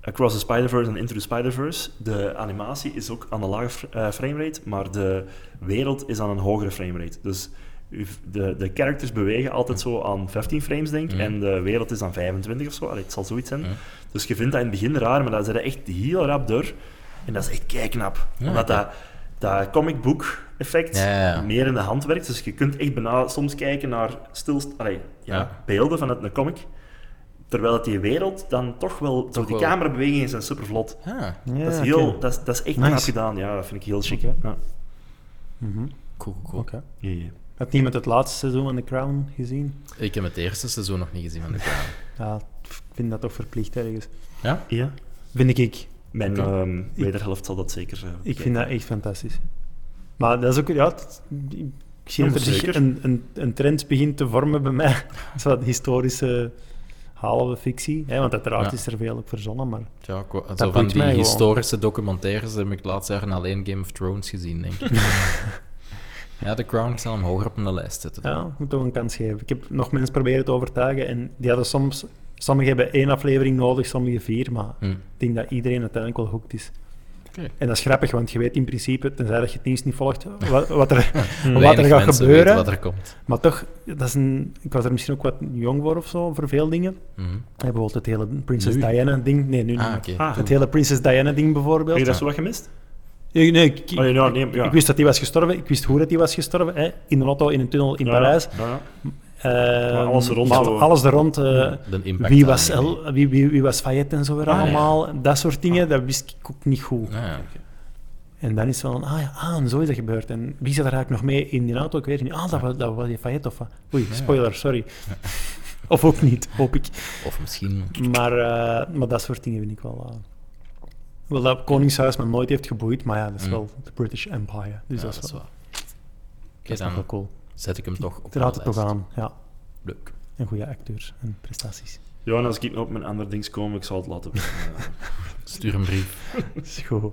[SPEAKER 2] Across the Spider-Verse en Into the Spider-Verse. De animatie is ook aan een lage fr- eh, framerate, maar de wereld is aan een hogere framerate. Dus u- de, de characters bewegen altijd zo aan 15 frames, denk ik,
[SPEAKER 3] Mm.
[SPEAKER 2] en de wereld is aan 25 of zo. Allee, het zal zoiets zijn.
[SPEAKER 3] Mm.
[SPEAKER 2] Dus je vindt dat in het begin raar, maar dat zit er echt heel rap door. En dat is echt keiknap.
[SPEAKER 3] Ja,
[SPEAKER 2] Omdat
[SPEAKER 3] oké.
[SPEAKER 2] dat, dat comic book effect
[SPEAKER 3] Ja, ja, ja.
[SPEAKER 2] meer in de hand werkt. Dus je kunt echt bijna soms kijken naar stilst allee, ja,
[SPEAKER 3] Ja.
[SPEAKER 2] beelden vanuit een comic. Terwijl dat die wereld dan toch wel... Door die
[SPEAKER 3] wel.
[SPEAKER 2] camerabewegingen zijn supervlot.
[SPEAKER 3] Ah,
[SPEAKER 1] Ja,
[SPEAKER 2] dat, is heel,
[SPEAKER 1] oké.
[SPEAKER 2] dat, is, dat is echt
[SPEAKER 1] Nice.
[SPEAKER 2] knap gedaan. Ja, dat vind ik heel chic. hè. Ja.
[SPEAKER 1] Mhm,
[SPEAKER 3] cool, cool.
[SPEAKER 1] oké.
[SPEAKER 2] Ja, ja.
[SPEAKER 1] Had niemand het laatste seizoen van The Crown gezien?
[SPEAKER 3] Ik heb het eerste seizoen nog niet gezien van de Crown.
[SPEAKER 1] Ja, ik vind dat toch verplicht ergens.
[SPEAKER 3] Ja?
[SPEAKER 2] Ja.
[SPEAKER 1] Vind ik. Ik,
[SPEAKER 2] Mijn
[SPEAKER 3] Oké.
[SPEAKER 2] ehm, wederhelft zal dat zeker... eh,
[SPEAKER 1] ik
[SPEAKER 2] kijken.
[SPEAKER 1] vind dat echt fantastisch. Maar dat is ook... Ja, het- ik zie
[SPEAKER 2] Ja,
[SPEAKER 1] dat er zich
[SPEAKER 2] maar zeker.
[SPEAKER 1] een, een, een trend begint te vormen bij mij. Zo dat historische halen we fictie? Hè? Want uiteraard
[SPEAKER 3] Ja.
[SPEAKER 1] is er veel ook verzonnen, maar
[SPEAKER 3] Ja, ik wou- zo van
[SPEAKER 1] boeit
[SPEAKER 3] die
[SPEAKER 1] mij gewoon.
[SPEAKER 3] historische documentaires heb ik het laatste jaar alleen Game of Thrones gezien, denk ik. ja, The Crown ik zal hem hoger op mijn lijst zetten.
[SPEAKER 1] ja, moet toch een kans geven. Ik heb nog mensen proberen te overtuigen en die hadden soms... Sommigen hebben één aflevering nodig, sommigen vier, maar
[SPEAKER 3] Hm.
[SPEAKER 1] ik denk dat iedereen uiteindelijk wel hoekt is.
[SPEAKER 3] Oké.
[SPEAKER 1] En dat is grappig, want je weet in principe, tenzij dat je het nieuws niet volgt, wat, wat er, wat er
[SPEAKER 3] Weinig
[SPEAKER 1] gaat
[SPEAKER 3] mensen weten
[SPEAKER 1] gebeuren.
[SPEAKER 3] wat er komt.
[SPEAKER 1] Maar toch, dat is een, ik was er misschien ook wat jong voor of zo, voor veel dingen.
[SPEAKER 3] Mhm.
[SPEAKER 1] Ja, bijvoorbeeld het hele Princess
[SPEAKER 3] Nu?
[SPEAKER 1] Diana-ding. Nee, nu niet.
[SPEAKER 3] Ah,
[SPEAKER 1] meer.
[SPEAKER 3] oké.
[SPEAKER 2] Ah,
[SPEAKER 1] Het hele Princess Diana-ding bijvoorbeeld.
[SPEAKER 2] Heb je dat zo wat gemist?
[SPEAKER 1] Nee, nee, ik,
[SPEAKER 2] Oh, nee, nou, nee, ja.
[SPEAKER 1] ik wist dat hij was gestorven. Ik wist hoe dat hij was gestorven. Hè? In een auto, in een tunnel in
[SPEAKER 2] Ja,
[SPEAKER 1] Parijs.
[SPEAKER 2] ja, ja.
[SPEAKER 1] Eh,
[SPEAKER 2] Maar alles er rond
[SPEAKER 1] maar
[SPEAKER 2] zo.
[SPEAKER 1] Alles er rond. eh,
[SPEAKER 3] De impact
[SPEAKER 1] wie, was
[SPEAKER 3] daarmee.
[SPEAKER 1] El, wie, wie, wie was Fayette en zo weer
[SPEAKER 3] Ah, ja.
[SPEAKER 1] allemaal. Dat soort dingen, dat wist ik ook niet goed.
[SPEAKER 3] Ah, ja.
[SPEAKER 1] En dan is het van, ah ja, ah, en zo is dat gebeurd. En wie zat er eigenlijk nog mee in die auto? Ik weet het niet. Ah, dat was, dat was die Fayette of wat? Oei,
[SPEAKER 3] Ja.
[SPEAKER 1] spoiler, sorry. Of ook niet, hoop ik.
[SPEAKER 3] Of misschien...
[SPEAKER 1] Maar, eh, maar dat soort dingen vind ik wel. eh, wel dat Koningshuis me nooit heeft geboeid, maar ja, dat is
[SPEAKER 3] Mm.
[SPEAKER 1] wel de British Empire. Dus
[SPEAKER 3] ja,
[SPEAKER 1] dat is wel,
[SPEAKER 3] waar. Oké,
[SPEAKER 1] dat is nog wel
[SPEAKER 3] dan
[SPEAKER 1] cool.
[SPEAKER 3] zet ik hem toch op
[SPEAKER 1] Het raadt het
[SPEAKER 3] mijn
[SPEAKER 1] toch
[SPEAKER 3] lijst.
[SPEAKER 1] aan. Ja.
[SPEAKER 3] Leuk.
[SPEAKER 1] En goede acteurs en prestaties.
[SPEAKER 2] Ja, en als ik nog op mijn andere dings kom, ik zal het laten. weten. Ja.
[SPEAKER 3] Stuur een brief.
[SPEAKER 1] Dat is goed.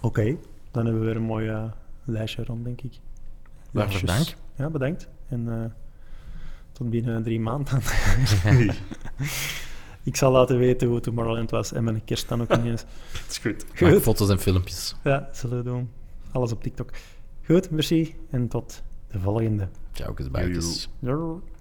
[SPEAKER 1] Oké, dan hebben we weer een mooi eh, lijstje rond, denk ik.
[SPEAKER 3] Waarvoor
[SPEAKER 1] Lijstjes.
[SPEAKER 3] dank.
[SPEAKER 1] Ja, bedankt. En eh, tot binnen drie maanden. ik zal laten weten hoe Tomorrowland was en mijn kerst dan ook ineens.
[SPEAKER 2] Het is goed.
[SPEAKER 3] Maak foto's en filmpjes.
[SPEAKER 1] Ja, zullen we doen. Alles op TikTok. Goed, merci en tot de volgende. dus-
[SPEAKER 3] Ciao, dus. kusbuitjes.
[SPEAKER 1] Doei.